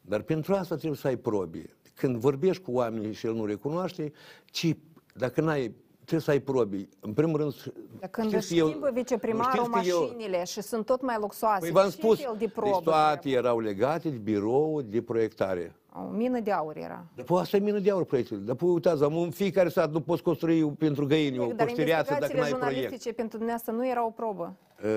Speaker 1: Dar pentru asta trebuie să ai probe. Când vorbești cu oamenii și el nu recunoaște, ci dacă n-ai, trebuie să ai probe. În primul rând,
Speaker 2: Dar când
Speaker 1: știți
Speaker 2: își
Speaker 1: că eu-
Speaker 2: schimbă viceprimarul
Speaker 1: știți că eu-
Speaker 2: mașinile și sunt tot mai luxoase,
Speaker 1: Păi v-am
Speaker 2: ce
Speaker 1: spus,
Speaker 2: fel de probă
Speaker 1: deci toate erau legate de birou de proiectare.
Speaker 2: trebuie? O mină de aur era.
Speaker 1: Dar păi asta e mină de aur proiectul. Dar păi uitați, am în fiecare sat nu poți construi pentru găini o
Speaker 2: Păi, Dar
Speaker 1: coșteriață dacă
Speaker 2: investigațiile
Speaker 1: n-ai proiect.
Speaker 2: jurnalistice pentru dumneavoastră nu era o probă.
Speaker 1: Eh,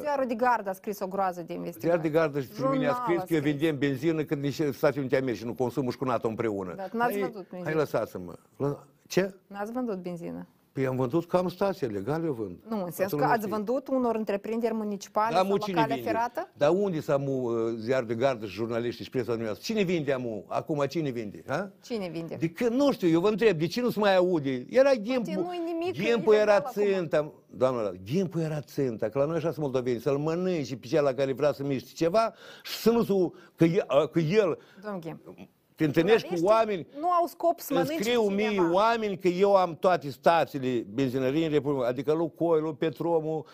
Speaker 2: Ziarul de gardă a scris o groază de
Speaker 1: Chiar de
Speaker 2: investigații.
Speaker 1: gardă și pe mine a
Speaker 2: Jurnal
Speaker 1: scris
Speaker 2: a
Speaker 1: că eu
Speaker 2: scris.
Speaker 1: vendem benzină când niște Statele Unite Americii nu consumă și cu NATO împreună.
Speaker 2: Dar n-ați
Speaker 1: Hai-
Speaker 2: Da, vândut benzină.
Speaker 1: Hai lăsați-mă. Lă- Ce?
Speaker 2: N-ați vândut benzină?
Speaker 1: Păi am vândut cam stație, legal eu vând.
Speaker 2: Nu, în
Speaker 1: Toată
Speaker 2: sens că
Speaker 1: lumea
Speaker 2: ați
Speaker 1: știe.
Speaker 2: vândut unor întreprinderi municipale
Speaker 1: Dar
Speaker 2: sau
Speaker 1: amu
Speaker 2: la
Speaker 1: cine
Speaker 2: calea
Speaker 1: Da, vinde?
Speaker 2: ferată?
Speaker 1: Dar unde să amu uh, ziar de gardă și jurnaliști și presa dumneavoastră? Cine vinde amu? Acum cine vinde? Ha?
Speaker 2: Cine vinde?
Speaker 1: De când, nu știu, eu vă întreb, de ce nu se mai aude? Era Gimpu,
Speaker 2: nu-i nimic
Speaker 1: Gimpu era
Speaker 2: ilegal acum.
Speaker 1: ținta, doamna, Gimpu era ținta, că la noi așa sunt moldoveni, să-l mănânci pe cel la care vrea să miști ceva și să nu se- că, e- a, că el,
Speaker 2: Domn Ghim.
Speaker 1: te întâlnești cu oameni,
Speaker 2: Nu au scop să
Speaker 1: îmi
Speaker 2: mănânce
Speaker 1: scriu mii
Speaker 2: cineva.
Speaker 1: oameni că eu am toate stațiile benzinării în Republica, adică lui Coi, lui Petromu,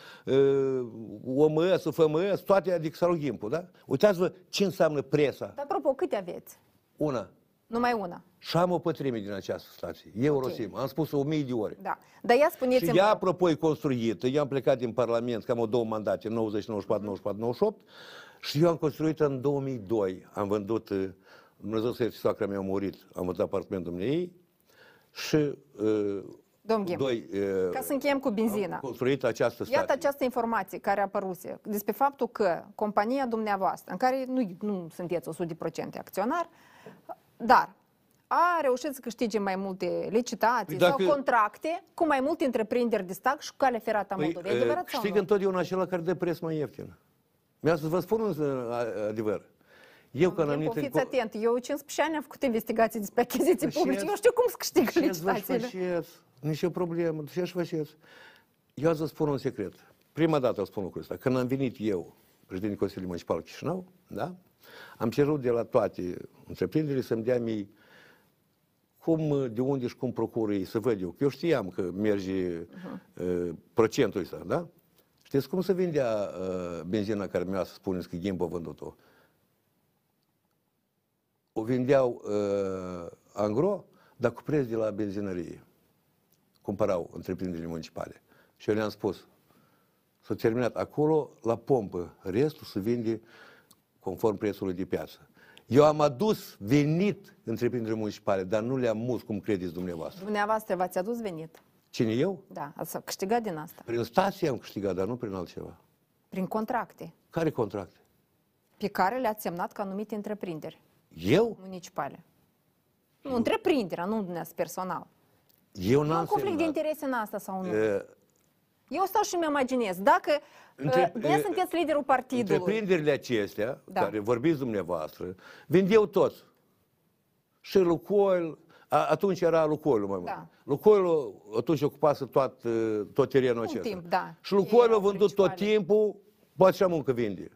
Speaker 1: uh, OMS, FMS, toate, adică sau lui Gimpu, da? Uitați-vă ce înseamnă presa,
Speaker 2: Dar, apropo, câte aveți?
Speaker 1: una.
Speaker 2: Numai una.
Speaker 1: Și am o pătrime din această stație, Eurosim, am spus-o o mii de ori.
Speaker 2: Da. Dar ia
Speaker 1: Și
Speaker 2: spuneți-mi,
Speaker 1: ea,
Speaker 2: vă rog,
Speaker 1: apropo, e construită. Eu am plecat din Parlament, că am o două mandate, 90,
Speaker 2: Mhm.
Speaker 1: 94, 94, 98. Și eu am construit în 2002. Am vândut, eh, Dumnezeu să ierte soacra mea a murit, am vândut apartamentul ei și uh,
Speaker 2: domn Ghim,
Speaker 1: doi, eh,
Speaker 2: ca să încheiem cu benzina.
Speaker 1: am construit această stație.
Speaker 2: Iată această informație care apăruse despre faptul că compania dumneavoastră, în care nu, nu sunteți 100% acționar, dar a reușit să câștige mai multe licitații
Speaker 1: Păi dacă-
Speaker 2: sau contracte cu mai multe întreprinderi de stat și cu calea ferată a Moldovei. E
Speaker 1: eh,
Speaker 2: adevărat sau
Speaker 1: știi că
Speaker 2: nu?
Speaker 1: întotdeauna acela care dă preț mai ieftin. Mi-a să vă spun un eh, a- adevăr. Eu când am
Speaker 2: Timp,
Speaker 1: venit
Speaker 2: fiți atent, eu 15 ani am făcut investigații despre achiziții
Speaker 1: Păi și
Speaker 2: publice,
Speaker 1: e-
Speaker 2: eu știu cum să câștig
Speaker 1: Ce să vă
Speaker 2: licitațiile.
Speaker 1: faceți? Nicio problemă. Ce să faceți? Eu să spun un secret. Prima dată îți spun lucrul ăsta. Când am venit eu, președintele Consiliului Municipal Chișinău, da? am cerut de la toate întreprinderile să-mi dea mie cum, de unde și cum procură ei, să văd eu. Că eu știam că merge uh, procentul ăsta, da? Știți cum se vindea uh, benzina care mi-a să spuneți că Gimbo a vândut-o? o vindeau uh, angro, dar cu preț de la benzinărie. Cumpărau întreprinderile municipale. Și eu le-am spus, s-a terminat acolo, la pompă, restul se vinde conform prețului de piață. Eu am adus venit întreprinderile municipale, dar nu le-am mus, cum credeți dumneavoastră.
Speaker 2: Dumneavoastră v-ați adus venit.
Speaker 1: Cine eu?
Speaker 2: Da, ați câștigat din asta.
Speaker 1: Prin stație am câștigat, dar nu prin altceva.
Speaker 2: Prin contracte
Speaker 1: Care contracte?
Speaker 2: pe care le-ați semnat ca anumite întreprinderi
Speaker 1: Eu?
Speaker 2: municipale. Nu, întreprinderea, nu dumneavoastră personal.
Speaker 1: Eu
Speaker 2: Nu
Speaker 1: n-am
Speaker 2: un conflict de
Speaker 1: semnat.
Speaker 2: interese în asta sau nu?
Speaker 1: Uh,
Speaker 2: Eu stau și îmi imaginez. Dacă
Speaker 1: Între-
Speaker 2: Între... de
Speaker 1: e-
Speaker 2: sunteți liderul partidului,
Speaker 1: Întreprinderile acestea,
Speaker 2: Da.
Speaker 1: care vorbiți dumneavoastră, vindeau toți. Și Lucoil, A, atunci era Lucoilu, mai mult.
Speaker 2: Da.
Speaker 1: Lucoilu atunci ocupase tot, uh, tot terenul acesta.
Speaker 2: timp, da.
Speaker 1: Și Lucoilu a
Speaker 2: Erau
Speaker 1: vândut tot
Speaker 2: principalii.
Speaker 1: timpul, poate și amul că vinde.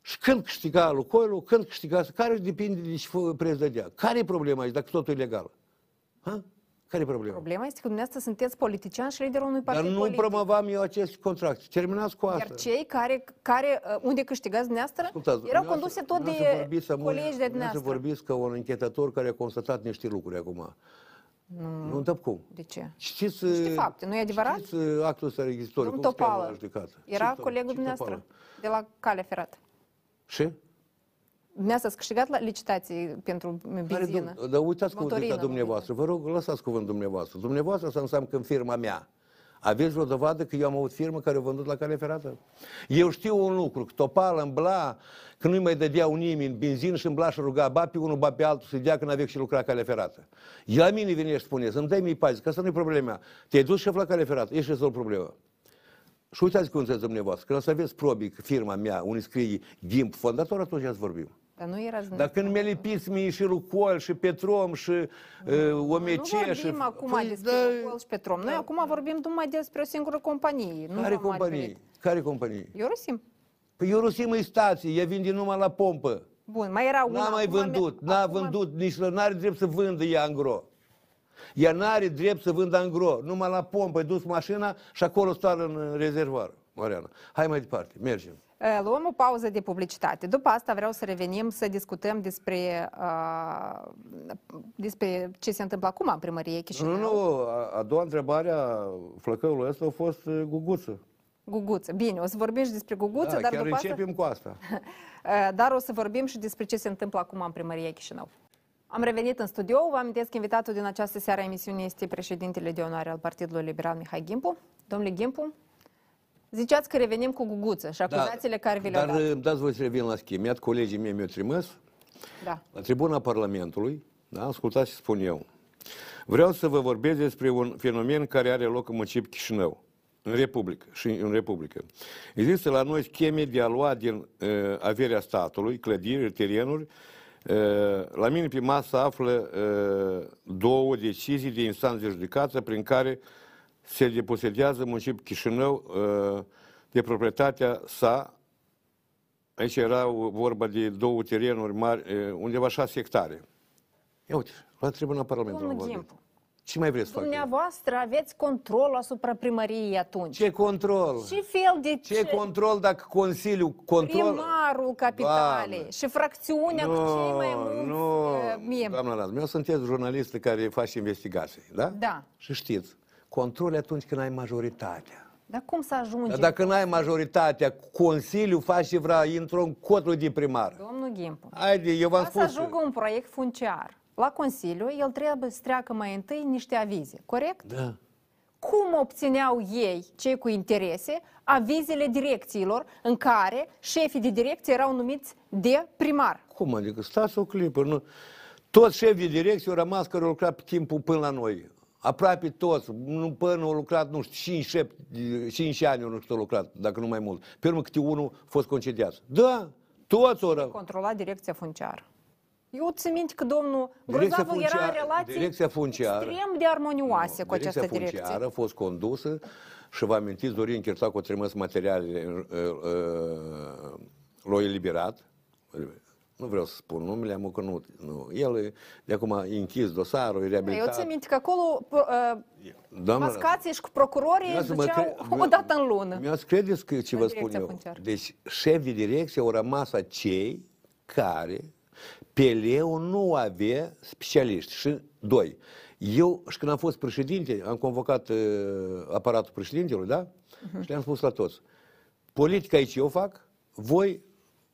Speaker 1: Și când câștiga Lucoilu, când câștiga asta, care depinde de ce fă- preț dădea. Care e problema aici, dacă totul e legal? Ha? Care e problema?
Speaker 2: Problema este că dumneavoastră sunteți politician și liderul unui
Speaker 1: Dar
Speaker 2: partid
Speaker 1: nu
Speaker 2: politic.
Speaker 1: promovam eu aceste contracte. Terminați cu asta.
Speaker 2: Iar cei care, care uh, unde câștigați dumneavoastră,
Speaker 1: Ascultați,
Speaker 2: erau
Speaker 1: vreau
Speaker 2: conduse
Speaker 1: să-
Speaker 2: tot
Speaker 1: vreau
Speaker 2: de
Speaker 1: să vorbiți, să mă-
Speaker 2: colegi de
Speaker 1: vreau să
Speaker 2: dumneavoastră.
Speaker 1: vorbiți ca un închetător care a constatat niște lucruri acum. Nu, nu dar cum?
Speaker 2: De ce?
Speaker 1: Știți, uh,
Speaker 2: Niște fapte, nu e adevărat?
Speaker 1: Știți uh, actul ăsta registror,
Speaker 2: Domnul
Speaker 1: cum se cheamă la
Speaker 2: Topală
Speaker 1: judecată?
Speaker 2: era
Speaker 1: Ce-
Speaker 2: colegul
Speaker 1: ce
Speaker 2: dumneavoastră
Speaker 1: Topală?
Speaker 2: de la Calea Ferată.
Speaker 1: Și?
Speaker 2: Dumneavoastră ați câștigat la licitații pentru
Speaker 1: Care
Speaker 2: benzină.
Speaker 1: dum- Dar uitați cuvântul
Speaker 2: Motorină,
Speaker 1: ăsta
Speaker 2: mă
Speaker 1: dumneavoastră. Vă rog, lăsați cuvântul dumneavoastră. Dumneavoastră asta înseamnă că în firma mea. Aveți vreo dovadă că eu am avut firmă care a vândut la cale ferată? Eu știu un lucru, că topal în bla, că nu-i mai dădeau nimeni benzin și în bla și ruga ba pe unul, ba pe altul să dea că n-avea și lucra cale ferată. El la mine vine și spune, să-mi dai mie pazi, că asta nu-i problema mea. Te-ai dus șef la cale ferată, ești rezolv problema. Și uitați cum sunteți dumneavoastră, când o să aveți probii că firma mea, unii scrie GIMP fondator, atunci ați vorbim.
Speaker 2: Dar nu era
Speaker 1: Dar când mi-a lipit mie și Lucol, și Petrom, și uh, OMC,
Speaker 2: nu
Speaker 1: și...
Speaker 2: vorbim acum
Speaker 1: Păi, Da.
Speaker 2: despre Lukoil și Petrom. Noi acum vorbim numai despre o singură companie. Nu
Speaker 1: Care
Speaker 2: v-am
Speaker 1: companii?
Speaker 2: advenit.
Speaker 1: Care companii?
Speaker 2: Eurosim.
Speaker 1: Păi eu rusim e stație, ea vinde numai la pompă.
Speaker 2: Bun, mai era una.
Speaker 1: N-a mai
Speaker 2: acum mi-
Speaker 1: vândut, n-a
Speaker 2: acum-
Speaker 1: vândut, nici la- n-are drept să vândă ea angro. Ea n-are drept să vândă angro, numai la pompă, ai dus mașina și acolo stă în în rezervoar. Mariana, hai mai departe, mergem.
Speaker 2: Uh, Luăm o pauză de publicitate. După asta vreau să revenim să discutăm despre, uh, despre ce se întâmplă acum în primărie Chișinău.
Speaker 1: Nu, nu, a, a doua întrebare a flăcăului ăsta a fost uh, guguță.
Speaker 2: Guguță. Bine, o să vorbim și despre Guguță,
Speaker 1: da,
Speaker 2: dar
Speaker 1: chiar
Speaker 2: după asta...
Speaker 1: începem cu asta.
Speaker 2: Uh, Dar o să vorbim și despre ce se întâmplă acum în primărie Chișinău. Am revenit în studio. Vă amintesc că invitatul din această seară a emisiunii este președintele de onoare al Partidului Liberal Mihai Gimpu. Domnule Gimpu, ziceați că revenim cu Guguță și acuzațiile care vi le-au
Speaker 1: Da. Dar
Speaker 2: dat.
Speaker 1: îmi dați voi să revin la schimb. Iată, colegii mei mi-au trimis
Speaker 2: Da.
Speaker 1: la tribuna Parlamentului, da, ascultați ce spun eu. Vreau să vă vorbesc despre un fenomen care are loc în municipiul Chișinău, în Republică. Și în Republică. Există la noi scheme de a lua din uh, averea statului, clădiri, terenuri. Uh, la mine pe masă află uh, două decizii de instanță judecată prin care se deposedează municipiul Chișinău uh, de proprietatea sa Aici era o- vorba de două terenuri mari, e, undeva șase hectare. Ia uite, la tribuna Parlamentului.
Speaker 2: Domnul
Speaker 1: am vorbit.
Speaker 2: Gimpu,
Speaker 1: Ce mai vreți să fac? eu?
Speaker 2: dumneavoastră aveți control asupra primăriei atunci.
Speaker 1: Ce control?
Speaker 2: Ce fel de
Speaker 1: Ce, control dacă Consiliul control?
Speaker 2: primarul capitalei
Speaker 1: Doamne.
Speaker 2: și fracțiunea cu cei mai mulți
Speaker 1: nu,
Speaker 2: uh, membri.
Speaker 1: doamna Radu, eu sunteți jurnalistă care face investigații, da?
Speaker 2: Da.
Speaker 1: Și știți, control e atunci când ai majoritatea.
Speaker 2: Dar cum să ajungem?
Speaker 1: Dar dacă n-ai majoritatea, Consiliul face vrea, intră în cotul de primar.
Speaker 2: Domnul Gimpu,
Speaker 1: Haide, eu v-am
Speaker 2: ca să
Speaker 1: spus.
Speaker 2: ajungă un proiect funciar la Consiliu, el trebuie să treacă mai întâi niște avize, corect?
Speaker 1: Da.
Speaker 2: Cum obțineau ei, cei cu interese, avizele direcțiilor în care șefii de direcție erau numiți de primar?
Speaker 1: Cum adică? Stați o clipă. Nu? Toți șefii de direcție au rămas care au lucrat pe timpul până la noi. Aproape toți, nu, până au lucrat, nu știu, 5, 7, 5 ani, eu nu știu, au lucrat, dacă nu mai mult. Pe urmă câte unul a fost concediat. Da, toți au rămas.
Speaker 2: Controla direcția funciară. Eu țin minte că domnul
Speaker 1: Direcția
Speaker 2: Grozavu era în
Speaker 1: funciară-
Speaker 2: relații
Speaker 1: direcția funciară-
Speaker 2: extrem de armonioase cu această direcție.
Speaker 1: Deci, funciară a fost condusă și vă amintiți, Dorin Chirtacu a trimis materialele uh, uh, lui eliberat. Nu vreau să spun numele, am că nu, nu. El e- de acum e închis dosarul, e
Speaker 2: Eu
Speaker 1: reabilitat. Da,
Speaker 2: țin minte că acolo uh,
Speaker 1: Doamna,
Speaker 2: mascații și cu procurorii
Speaker 1: dumneavoastră mă
Speaker 2: duceau
Speaker 1: cre-
Speaker 2: o dată în lună.
Speaker 1: Dumneavoastră credeți că ce
Speaker 2: În
Speaker 1: vă spun
Speaker 2: direcția
Speaker 1: eu?
Speaker 2: funciară.
Speaker 1: Deci șef de direcție au rămas acei care Peleu nu avea specialiști. Și doi, eu și când am fost președinte, am convocat uh, aparatul președintelui, da?
Speaker 2: Mhm.
Speaker 1: Și le-am spus la toți, politica aici eu fac, voi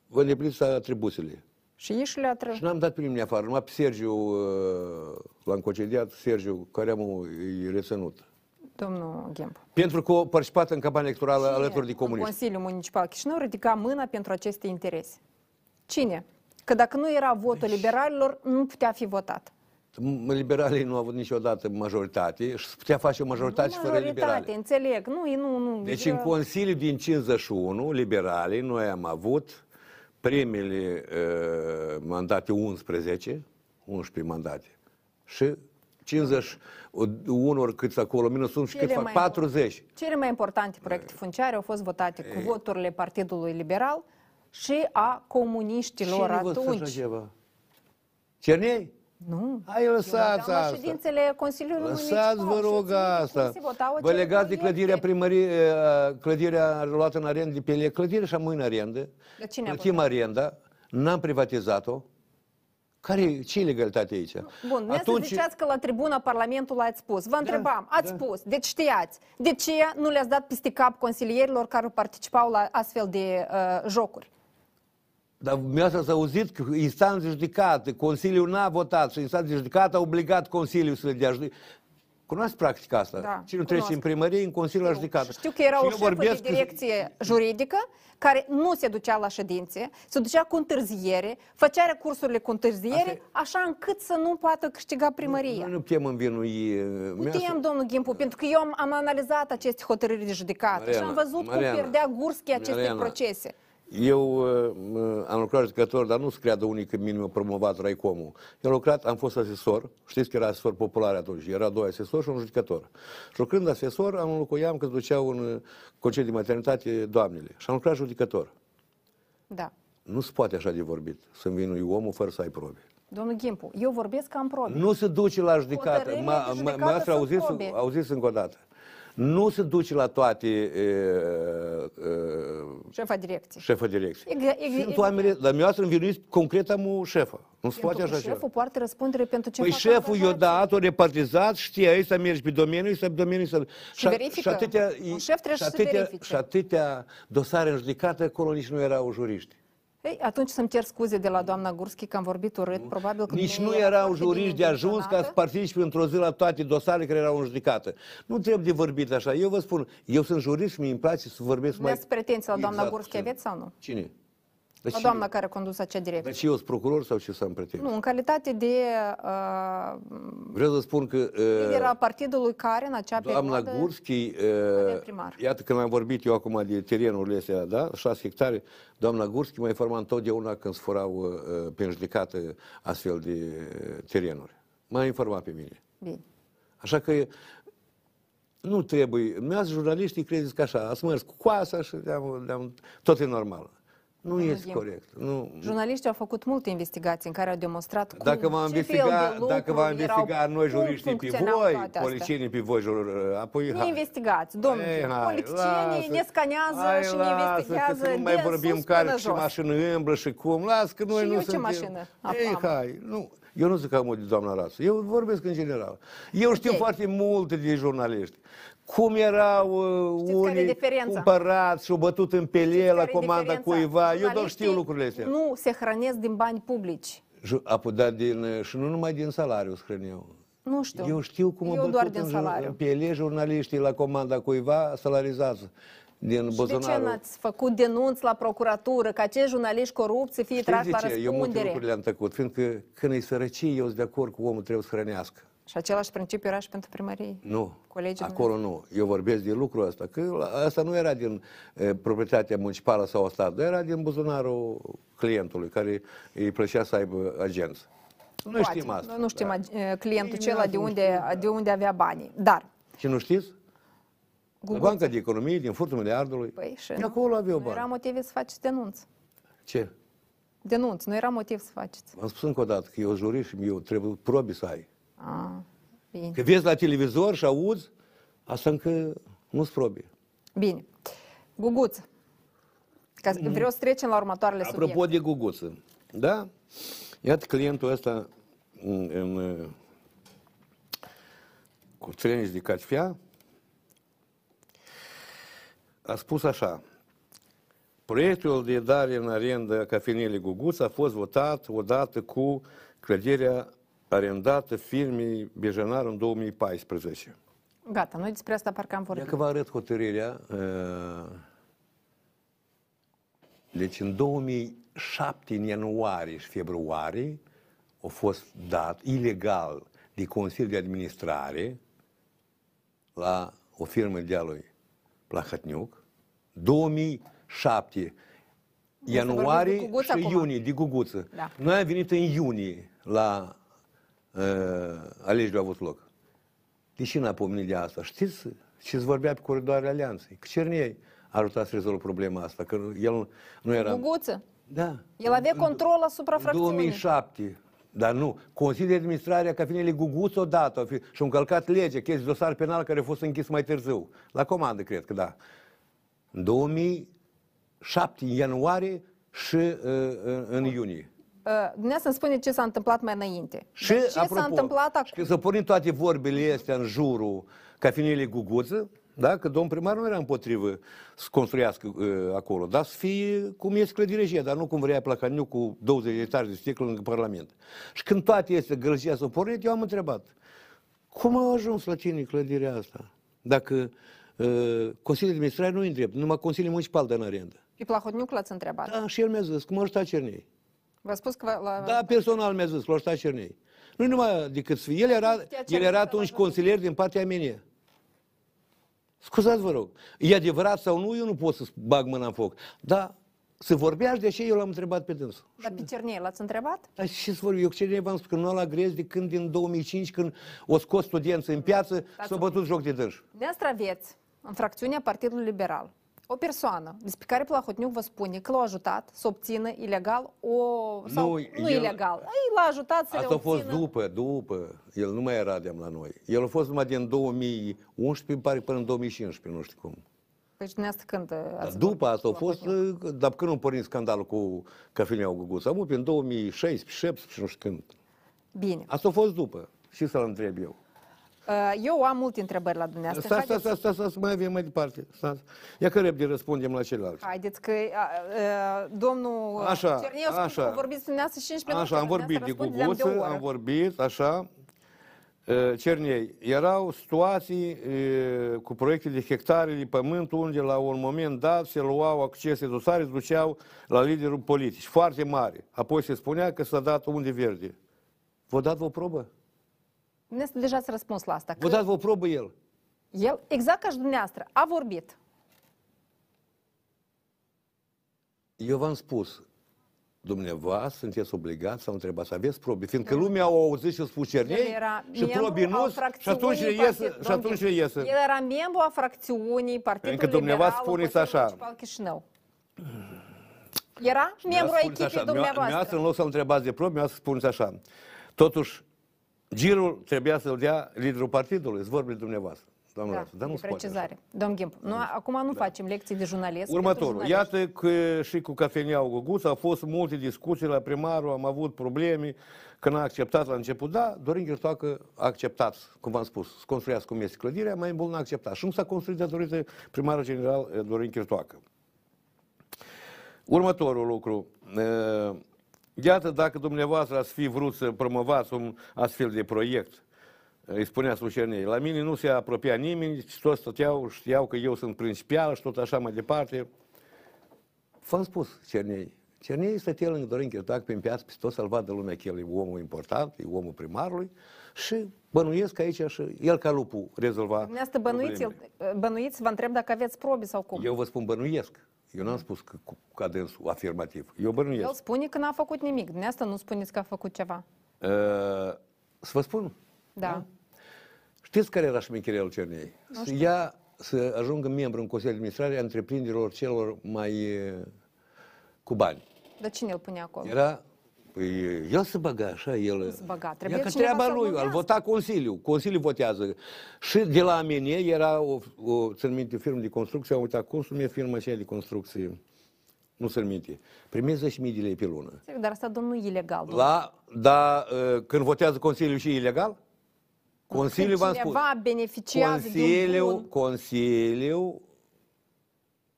Speaker 1: vă îndepliniți atribuțiile.
Speaker 2: Și ei și le-a tră-
Speaker 1: Și n-am dat pe nimeni afară, numai pe Sergiu uh, l-am concediat, Sergiu, care am i reținut.
Speaker 2: Domnul Ghembu.
Speaker 1: Pentru că a participat în campania electorală Da, alături
Speaker 2: Cine
Speaker 1: de
Speaker 2: în
Speaker 1: comuniști.
Speaker 2: Consiliul Municipal Chișinău ridica mâna pentru aceste interese. Cine? Că dacă nu era votul
Speaker 1: Deci-
Speaker 2: liberalilor, nu putea fi votat.
Speaker 1: M- Liberalii nu au avut niciodată majoritate și se putea face o majoritate, și fără liberali.
Speaker 2: înțeleg. Nu, e- nu, nu.
Speaker 1: Deci
Speaker 2: e-
Speaker 1: în Consiliu din 51, liberalii, noi am avut primele uh, mandate 11, 11 mandate. și 50 unor câți acolo, minus 1 și
Speaker 2: Cele
Speaker 1: cât fac,
Speaker 2: mai-
Speaker 1: 40.
Speaker 2: Cele mai importante proiecte funciare au fost votate cu voturile Partidului Liberal și a comuniștilor
Speaker 1: Cine vă
Speaker 2: atunci.
Speaker 1: Sărajeva? Cernei?
Speaker 2: Nu.
Speaker 1: Hai, lăsați
Speaker 2: Da, La
Speaker 1: asta.
Speaker 2: ședințele Consiliului
Speaker 1: Lăsați, vă
Speaker 2: Municipal și
Speaker 1: rog,
Speaker 2: ținute
Speaker 1: asta.
Speaker 2: discuții, votau
Speaker 1: Vă
Speaker 2: acele
Speaker 1: legați de
Speaker 2: proiecte.
Speaker 1: clădirea primării, eh, clădirea luată în arendă de pe ele. Clădirea și am în arendă.
Speaker 2: Dar cine a
Speaker 1: Plătim arenda, n-am privatizat-o. Care, ce legalitate e aici?
Speaker 2: Bun, dumneavoastră Atunci... ziceați că la tribuna Parlamentului ați spus.
Speaker 1: Da,
Speaker 2: Vă întrebam, ați spus, deci știați, de ce nu le-ați dat peste cap consilierilor care participau la astfel de uh, jocuri?
Speaker 1: Dar dumneavoastră ați auzit că instanțe judecate, Consiliul n-a votat și instanțe judecate a obligat Consiliul să le dea jude- Cunoați practica asta?
Speaker 2: Da,
Speaker 1: Cine
Speaker 2: cunosc.
Speaker 1: trece în primărie, în Consiliul la judecată.
Speaker 2: Știu că era
Speaker 1: Și
Speaker 2: o
Speaker 1: eu
Speaker 2: șefă de
Speaker 1: vorbesc-
Speaker 2: direcție juridică care nu se ducea la ședințe, se ducea cu întârziere, făcea recursurile cu
Speaker 1: Asta
Speaker 2: întârziere,
Speaker 1: e-
Speaker 2: așa încât să nu poată câștiga primăria.
Speaker 1: Noi nu putem învinui... eh, dumneavoastră.
Speaker 2: Putem, domnul Gimpu, pentru că eu am, am analizat aceste hotărâri de judecată și am
Speaker 1: Mariana,
Speaker 2: văzut
Speaker 1: Mariana,
Speaker 2: cum pierdea Gurski aceste
Speaker 1: Mariana,
Speaker 2: procese.
Speaker 1: Eu uh, am lucrat jucător, dar nu se creadă unii că mine m-a promovat Raicomul. Eu am lucrat, am fost asesor, știți că era asesor popular atunci, era doi asesori și un judecător. Și lucrând asesor, am înlocuiam că duceau în uh, concediu de maternitate doamnele. Și am lucrat judecător.
Speaker 2: Da.
Speaker 1: Nu se poate așa de vorbit, să învinui omul fără să ai probe.
Speaker 2: Domnul Gimpu, eu vorbesc ca am probe.
Speaker 1: Nu se duce la judecată.
Speaker 2: Hotărârile
Speaker 1: Ma-
Speaker 2: de
Speaker 1: ma-
Speaker 2: judecată
Speaker 1: Maestru,
Speaker 2: sunt
Speaker 1: auziți,
Speaker 2: probe.
Speaker 1: auziți încă o dată. Nu se duce la toate uh, e, e,
Speaker 2: Șefa direcției.
Speaker 1: șefă direcției.
Speaker 2: Ex- ex-
Speaker 1: Sunt
Speaker 2: ex-
Speaker 1: oameni, dar mi-ați învinuit concret amul șefă. Nu se poate
Speaker 2: Pentru că
Speaker 1: așa ceva.
Speaker 2: Șeful poartă răspundere pentru ce
Speaker 1: Păi
Speaker 2: fac
Speaker 1: șeful i-a
Speaker 2: angajații.
Speaker 1: dat, o repartizat, știe aici să mergi pe domeniu, să pe domeniu, să...
Speaker 2: verifică. Un șef trebuie
Speaker 1: și
Speaker 2: să
Speaker 1: atâtea,
Speaker 2: verifice.
Speaker 1: și atâtea dosare în judecată, acolo nici nu erau juriști.
Speaker 2: Ei, atunci să-mi cer scuze de la doamna Gurski că am vorbit urât, probabil că
Speaker 1: Nici da. nu
Speaker 2: dumneavoastră
Speaker 1: erau
Speaker 2: foarte
Speaker 1: juriști
Speaker 2: bine
Speaker 1: de ajuns ca să
Speaker 2: intenționată.
Speaker 1: participe într-o zi la toate dosarele care erau în judecată. Nu trebuie de vorbit așa. Eu vă spun, eu sunt jurist și mi îmi place să vorbesc mai...
Speaker 2: Aveți pretenții la doamna
Speaker 1: exact
Speaker 2: Gurski,
Speaker 1: ce-
Speaker 2: aveți sau nu?
Speaker 1: Cine?
Speaker 2: La doamna care a condus acea direcție.
Speaker 1: Deci eu sunt procuror sau ce să am pretenții?
Speaker 2: Nu, în calitate de uh,
Speaker 1: Vreau să spun că... uh,
Speaker 2: lider al partidului care în acea
Speaker 1: Doamna
Speaker 2: perioadă...
Speaker 1: Gurski,
Speaker 2: avea
Speaker 1: uh,
Speaker 2: primar.
Speaker 1: iată când am vorbit eu acum de terenurile astea, da? 6 hectare, doamna Gurski mă informa întotdeauna când sfărau uh, pe judecată astfel de uh, terenuri. M-a informat pe mine.
Speaker 2: Bine.
Speaker 1: Așa că nu trebuie. Dumneavoastră, jurnaliștii, credeți că așa, ați mers cu coasa și le-am, le-am, tot e normal. Nu este
Speaker 2: Gimp.
Speaker 1: corect. Nu,
Speaker 2: Jurnaliștii au făcut multe investigații în care au demonstrat cum,
Speaker 1: dacă v-am
Speaker 2: ce fel de
Speaker 1: investiga,
Speaker 2: lucruri
Speaker 1: dacă v-am
Speaker 2: erau,
Speaker 1: investiga noi
Speaker 2: cum
Speaker 1: juriștii pe
Speaker 2: funcționau
Speaker 1: voi,
Speaker 2: toate astea.
Speaker 1: polițienii pe voi, jur- apoi...
Speaker 2: Nu
Speaker 1: hai.
Speaker 2: investigați, domnule.
Speaker 1: Ei, hai,
Speaker 2: Politicienii
Speaker 1: lasă.
Speaker 2: ne scanează
Speaker 1: Hai,
Speaker 2: și ne
Speaker 1: lasă,
Speaker 2: investigează
Speaker 1: că să nu mai
Speaker 2: de
Speaker 1: vorbim
Speaker 2: sus
Speaker 1: care
Speaker 2: până
Speaker 1: ce
Speaker 2: jos.
Speaker 1: mașină îmblă și cum. Las că noi
Speaker 2: Și
Speaker 1: nu
Speaker 2: eu ce
Speaker 1: suntem.
Speaker 2: mașină
Speaker 1: Ei,
Speaker 2: am?
Speaker 1: hai, nu. Eu nu zic că am de doamna Rasu. Eu vorbesc în general. Eu știu
Speaker 2: Ok.
Speaker 1: foarte multe de jurnaliști. Cum erau uh,
Speaker 2: Știți care e
Speaker 1: unii
Speaker 2: diferența?
Speaker 1: cumpărați și au bătut în pelie la
Speaker 2: Care e
Speaker 1: comanda
Speaker 2: diferența?
Speaker 1: cuiva. Eu doar
Speaker 2: Jurnaliștii
Speaker 1: știu lucrurile astea.
Speaker 2: Nu se hrănesc din bani publici.
Speaker 1: Ju- Apo, dar din, uh, și nu numai din salariu scrâneau.
Speaker 2: Nu știu.
Speaker 1: Eu știu cum
Speaker 2: Eu
Speaker 1: au
Speaker 2: doar
Speaker 1: bătut
Speaker 2: din
Speaker 1: în, jur- în
Speaker 2: salariu.
Speaker 1: piele jurnaliștii la comanda cuiva salarizați din
Speaker 2: Și de ce
Speaker 1: buzunarul.
Speaker 2: n-ați făcut denunț la procuratură ca acești jurnaliști corupți să fie trași
Speaker 1: Știți de
Speaker 2: la
Speaker 1: ce? Eu multe lucruri
Speaker 2: răspundere?
Speaker 1: le-am tăcut, fiindcă când e sărăcie, eu sunt de acord cu omul trebuie să hrănească.
Speaker 2: Și același principiu era și pentru primărie.
Speaker 1: Nu,
Speaker 2: Colegii
Speaker 1: acolo nu. Eu vorbesc de lucrul ăsta, că la- asta nu era din e, proprietatea municipală sau a stat, dar era din buzunarul clientului, care îi plăcea să aibă agenți. Nu
Speaker 2: Poate.
Speaker 1: știm asta.
Speaker 2: Noi nu știm
Speaker 1: da.
Speaker 2: ag- eh, clientul
Speaker 1: Ei,
Speaker 2: cel
Speaker 1: mirează,
Speaker 2: de
Speaker 1: nu
Speaker 2: unde, de unde avea banii. Dar
Speaker 1: Și nu știți? La
Speaker 2: Google
Speaker 1: Banca de Economie, din furtul miliardului.
Speaker 2: Păi și
Speaker 1: de acolo aveau
Speaker 2: nu
Speaker 1: bani.
Speaker 2: era motive să faceți denunț.
Speaker 1: Ce?
Speaker 2: Denunț, nu era motiv să faceți.
Speaker 1: V-am spus încă o dată că eu jurist și eu trebuie probe să ai.
Speaker 2: A, bine.
Speaker 1: Că vezi la televizor și auzi, asta încă nu-ți probe.
Speaker 2: bine. Guguț, ca, vreau să trecem la următoarele
Speaker 1: Apropo
Speaker 2: subiecte.
Speaker 1: de guguță, da? Iată clientul ăsta în, în, uh, cu trenci de cacfea a spus așa. Proiectul de dare în arendă a cafenelei Guguț a fost votat odată cu clădirea arendată firmei Bejanar în 2014.
Speaker 2: Gata, noi despre asta parcă am vorbit.
Speaker 1: Dacă vă arăt hotărârea, uh, deci în 2007, în ianuarie și februarie, a fost dat ilegal de Consiliul de Administrare la o firmă de-a lui Plahatniuc, 2007,
Speaker 2: vorbim de
Speaker 1: ianuarie
Speaker 2: Guguț
Speaker 1: și
Speaker 2: acum.
Speaker 1: iunie, de Guguță.
Speaker 2: Da.
Speaker 1: Noi am venit în iunie la uh, alegerile au avut loc. Deși n-a pomenit de asta. Știți ce vorbea pe coridoarele Alianței? Că Cerniei a ajutat să rezolvă problema asta, că el nu era...
Speaker 2: Guguță.
Speaker 1: Da.
Speaker 2: El avea control asupra fracțiunii.
Speaker 1: 2007. Dar nu. Consiliul de administrare a Cafinelei Guguț odată au fi- și-au încălcat legea, chestii dosar penal care a fost închis mai târziu. La comandă, cred că da. În 2007, în ianuarie și uh, în, în iunie.
Speaker 2: Uh, Dumneavoastră îmi spune ce s-a întâmplat mai înainte.
Speaker 1: Și,
Speaker 2: Dar ce
Speaker 1: apropo,
Speaker 2: s-a întâmplat acum?
Speaker 1: Și să pornim toate vorbele astea în jurul cafinelei Guguță, da? că domnul primar nu era împotrivă să construiască uh, acolo, dar să fie cum este clădireșia, dar nu cum vrea Placaniu cu 20 de etaje de sticlă lângă Parlament. Și când toate este gălăgia s-au pornit, eu am întrebat, cum au ajuns la tine clădirea asta? Dacă uh, Consiliul de Administrare nu e drept, numai Consiliul Municipal dă în arendă.
Speaker 2: Pe Plahotniuc l-ați întrebat.
Speaker 1: Da, și el mi-a zis, cum a ajutat Cernei.
Speaker 2: V-a spus că vă- la...
Speaker 1: Da, personal mi-a zis, Cloștar Cernei. Nu numai decât să fie. El era,
Speaker 2: Știa ce
Speaker 1: el era
Speaker 2: era
Speaker 1: atunci
Speaker 2: la
Speaker 1: consilier din partea mine. Scuzați, vă rog. E adevărat sau nu, eu nu pot să bag mâna în foc. Dar să vorbea și de ce eu l-am întrebat pe dânsul.
Speaker 2: Dar pe Cernie l-ați întrebat?
Speaker 1: Dar și să vorbim, eu cu cine v-am spus că nu la grez de când din 2005, când o scos studență în
Speaker 2: Da,
Speaker 1: piață, s-a bătut joc de dâns.
Speaker 2: Dumneavoastră aveți în fracțiunea Partidului Liberal o persoană despre care Plahotniuc vă spune că l-a ajutat să obțină ilegal o... Sau, nu,
Speaker 1: el-
Speaker 2: ilegal. Ei, l-a ajutat să
Speaker 1: Asta
Speaker 2: le
Speaker 1: a fost
Speaker 2: obțină...
Speaker 1: după, după. El nu mai era de la noi. El a fost numai din 2011, îmi pare, până în 2015, nu știu cum.
Speaker 2: Deci dumneavoastră când uh,
Speaker 1: Dar
Speaker 2: ați
Speaker 1: după
Speaker 2: vorbit
Speaker 1: asta a
Speaker 2: cu
Speaker 1: fost,
Speaker 2: Plahotniuc?
Speaker 1: uh, dar când am pornit scandalul cu Cafeneaua Guguța, mult prin 2016, 17, nu știu când.
Speaker 2: Bine.
Speaker 1: Asta a fost după. Și să-l întreb eu.
Speaker 2: Uh, Eu am multe întrebări la
Speaker 1: Stai,
Speaker 2: dumneavoastră.
Speaker 1: stai, stai,
Speaker 2: Haideți-
Speaker 1: stai, stai, stai, să mai avem mai departe. Stai. Ia că repede răspundem la celălalt.
Speaker 2: Haideți deci că a, a, domnul
Speaker 1: Așa,
Speaker 2: Cerniescu
Speaker 1: așa.
Speaker 2: a vorbit dumneavoastră 15 minute.
Speaker 1: Așa, am vorbit de
Speaker 2: dumneavoastră răspundeți de
Speaker 1: Guguță,
Speaker 2: o
Speaker 1: am
Speaker 2: oră.
Speaker 1: vorbit, așa. Uh, Cernei, erau situații uh, cu proiecte de hectare de pământ unde la un moment dat se luau aceste dosare, se duceau la liderul politici, foarte mare. Apoi se spunea că s-a dat unde verde. V-a dat o probă?
Speaker 2: Dumneavoastră deja ați răspuns la asta.
Speaker 1: V-a
Speaker 2: Că
Speaker 1: dat o probă el.
Speaker 2: el, exact ca și dumneavoastră, a vorbit.
Speaker 1: Eu v-am spus, dumneavoastră sunteți obligați să întrebați, aveți probe, fiindcă
Speaker 2: Da.
Speaker 1: lumea au auzit și au spus
Speaker 2: El
Speaker 1: Cernei
Speaker 2: era
Speaker 1: și
Speaker 2: membru
Speaker 1: probe
Speaker 2: al
Speaker 1: nu, și atunci le
Speaker 2: fracțiunii
Speaker 1: iese,
Speaker 2: partid-
Speaker 1: și atunci le
Speaker 2: Domnul,
Speaker 1: iese.
Speaker 2: El era membru a fracțiunii Partidului
Speaker 1: Încă dumneavoastră
Speaker 2: Liberal în
Speaker 1: spuneți așa.
Speaker 2: Consiliul Municipal Chișinău. Era membru a
Speaker 1: Mi-a spus
Speaker 2: echipei
Speaker 1: așa, Dumneavoastră,
Speaker 2: dumneavoastră.
Speaker 1: în loc să întrebați de probe, mi-a spuneți așa. Totuși, girul trebuia să-l dea liderul partidului, zvorbile dumneavoastră. Doamna da, dar nu
Speaker 2: de
Speaker 1: se poate așa. Da.
Speaker 2: precizare. Domn Gimpu, nu, acum nu facem lecții de jurnalist.
Speaker 1: Următorul.
Speaker 2: pentru jurnaliști.
Speaker 1: Iată că și cu Cafeneaua Guguț au fost multe discuții la primarul, am avut probleme, că n-a acceptat la început. Da, Dorin Ghirtoacă a acceptat, cum v-am spus, să construiască cum este clădirea, mai mult n-a acceptat. Și nu s-a construit datorită primarul general eh, Dorin Ghirtoacă. Următorul lucru. Eh, Iată, dacă dumneavoastră ați fi vrut să promovați un astfel de proiect, îi spunea slușenei, la mine nu se apropia nimeni, ci toți stăteau, știau că eu sunt principial și tot așa mai departe. V-am spus, Cernei. Cernei stătea lângă Dorin Chirtac prin piață, pe tot să-l vadă lumea că el e omul important, e omul primarului și bănuiesc că aici și el ca lupul rezolva
Speaker 2: Dumneavoastră bănuiți,
Speaker 1: problemele.
Speaker 2: el- bănuiți, vă întreb dacă aveți probe sau cum.
Speaker 1: Eu vă spun bănuiesc. Eu n-am spus că, cu cadensul afirmativ. Eu bănuiesc.
Speaker 2: El spune că n-a făcut nimic. Dumneavoastră nu spuneți că a făcut ceva.
Speaker 1: Uh, să vă spun.
Speaker 2: Da.
Speaker 1: Știți care era șmecheria lui Cernei? Să ia, să ajungă membru în Consiliul de Administrare a întreprinderilor celor mai uh, cu bani.
Speaker 2: Dar cine îl pune acolo?
Speaker 1: Era Păi, el se băga așa, el...
Speaker 2: se băga.
Speaker 1: Ea
Speaker 2: Trebuie
Speaker 1: că
Speaker 2: cineva
Speaker 1: treaba
Speaker 2: să-l
Speaker 1: lui, al
Speaker 2: numească.
Speaker 1: vota Consiliul. Consiliul votează. Și de la mine era o, o țin minte, firmă de construcție, am uitat cum se numește firma aceea de construcție. Nu se minte. Primezi 10.000 de lei pe lună.
Speaker 2: Dar asta, domnul, nu e ilegal. domnul.
Speaker 1: La, da, uh, când votează Consiliul și e ilegal? Consiliul
Speaker 2: Când
Speaker 1: v-am spus.
Speaker 2: Cineva beneficiază de un
Speaker 1: Consiliul,
Speaker 2: bun.
Speaker 1: Consiliul,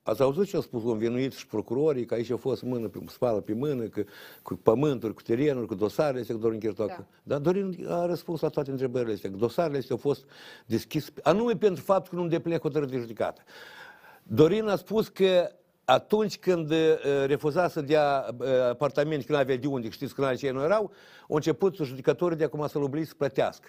Speaker 1: ați auzit ce au spus învinuiți și procurorii, că aici au fost mână, pe, spală pe mână, că, cu pământuri, cu terenuri, cu dosarele astea, că Dorin Chirtoacă. Dar Dorin a răspuns la toate întrebările astea, că dosarele astea au fost deschise, anume pentru faptul că nu îndeplinesc hotărâri de judecată. Dorin a spus că atunci când uh, refuza să dea uh, apartament, când avea de unde, că știți când la cei nu erau, au început judecătorii de acum să-l oblige să plătească.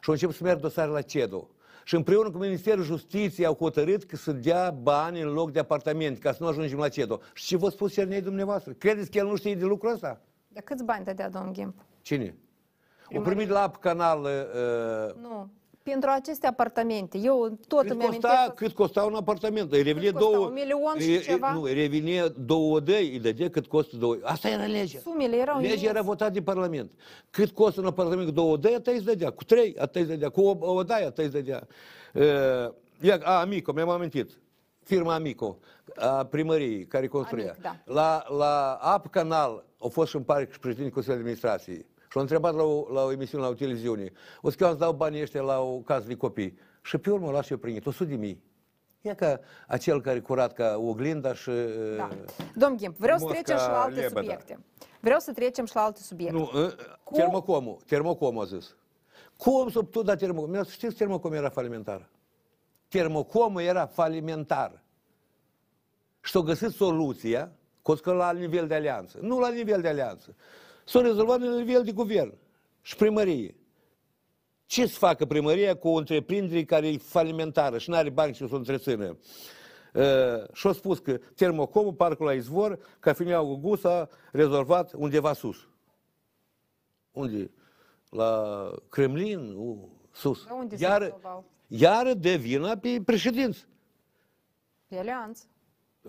Speaker 1: Și au început să meargă dosare la CEDO. Și împreună cu Ministerul Justiției au hotărât că să dea bani în loc de apartament, ca să nu ajungem la CEDO. Și ce v-a spus Cernei dumneavoastră? Credeți că el nu știe de lucrul ăsta?
Speaker 2: Dar câți bani dădea domnul Gimp?
Speaker 1: Cine? O primit la canal uh,
Speaker 2: Nu. Pentru aceste apartamente, eu tot
Speaker 1: Cât
Speaker 2: îmi amintesc...
Speaker 1: costa, cât costa un apartament? Îi revine
Speaker 2: costa?
Speaker 1: două...
Speaker 2: Un milion și
Speaker 1: e- e-
Speaker 2: ceva?
Speaker 1: Nu, îi revine două odăi, îi dădea cât costă două... Asta era legea.
Speaker 2: Sumele erau
Speaker 1: Legea
Speaker 2: imense.
Speaker 1: era votată de Parlament. Cât costă un apartament cu două odăi, atât îți dădea. Cu trei, atât îți dădea. Cu o o odaie, atât îți dădea. E, Ia, a, Amico, mi-am amintit. Firma Amico, a primăriei care construia.
Speaker 2: Amic, da.
Speaker 1: La, la AP Canal au fost și un parc și președinte Consiliului Administrației. Și l-au întrebat la o, la o emisiune, la o televiziune. O să eu îți dau banii ăștia la o casă de copii. Și pe urmă l-a și eu primit, 100 de mii. E ca acel care curat ca oglinda și... uh,
Speaker 2: Da. Domn Ghimp, vreau să
Speaker 1: Mosca
Speaker 2: trecem și la alte
Speaker 1: lebedă.
Speaker 2: subiecte. Vreau să trecem și la alte subiecte.
Speaker 1: Nu, ă,
Speaker 2: Cu-
Speaker 1: termocomul, termocomul a zis. Cum s-a putut da termocomul? Mi-a zis, știți, termocomul era falimentar. Termocomul era falimentar. Și s-a găsit soluția, cos că la nivel de alianță. Nu la nivel de alianță. S-a rezolvat la nivel de guvern și primărie. Ce să facă primăria cu o întreprindere care e falimentară și nu are bani și să o întrețină? Uh, și au spus că termocomul, parcul la izvor, cafeneaua Gugus a rezolvat undeva sus. Unde? La Kremlin, u, sus.
Speaker 2: Pe unde se
Speaker 1: Iar,
Speaker 2: rezolvau?
Speaker 1: iar de vina pe președinți.
Speaker 2: Pe Alianț.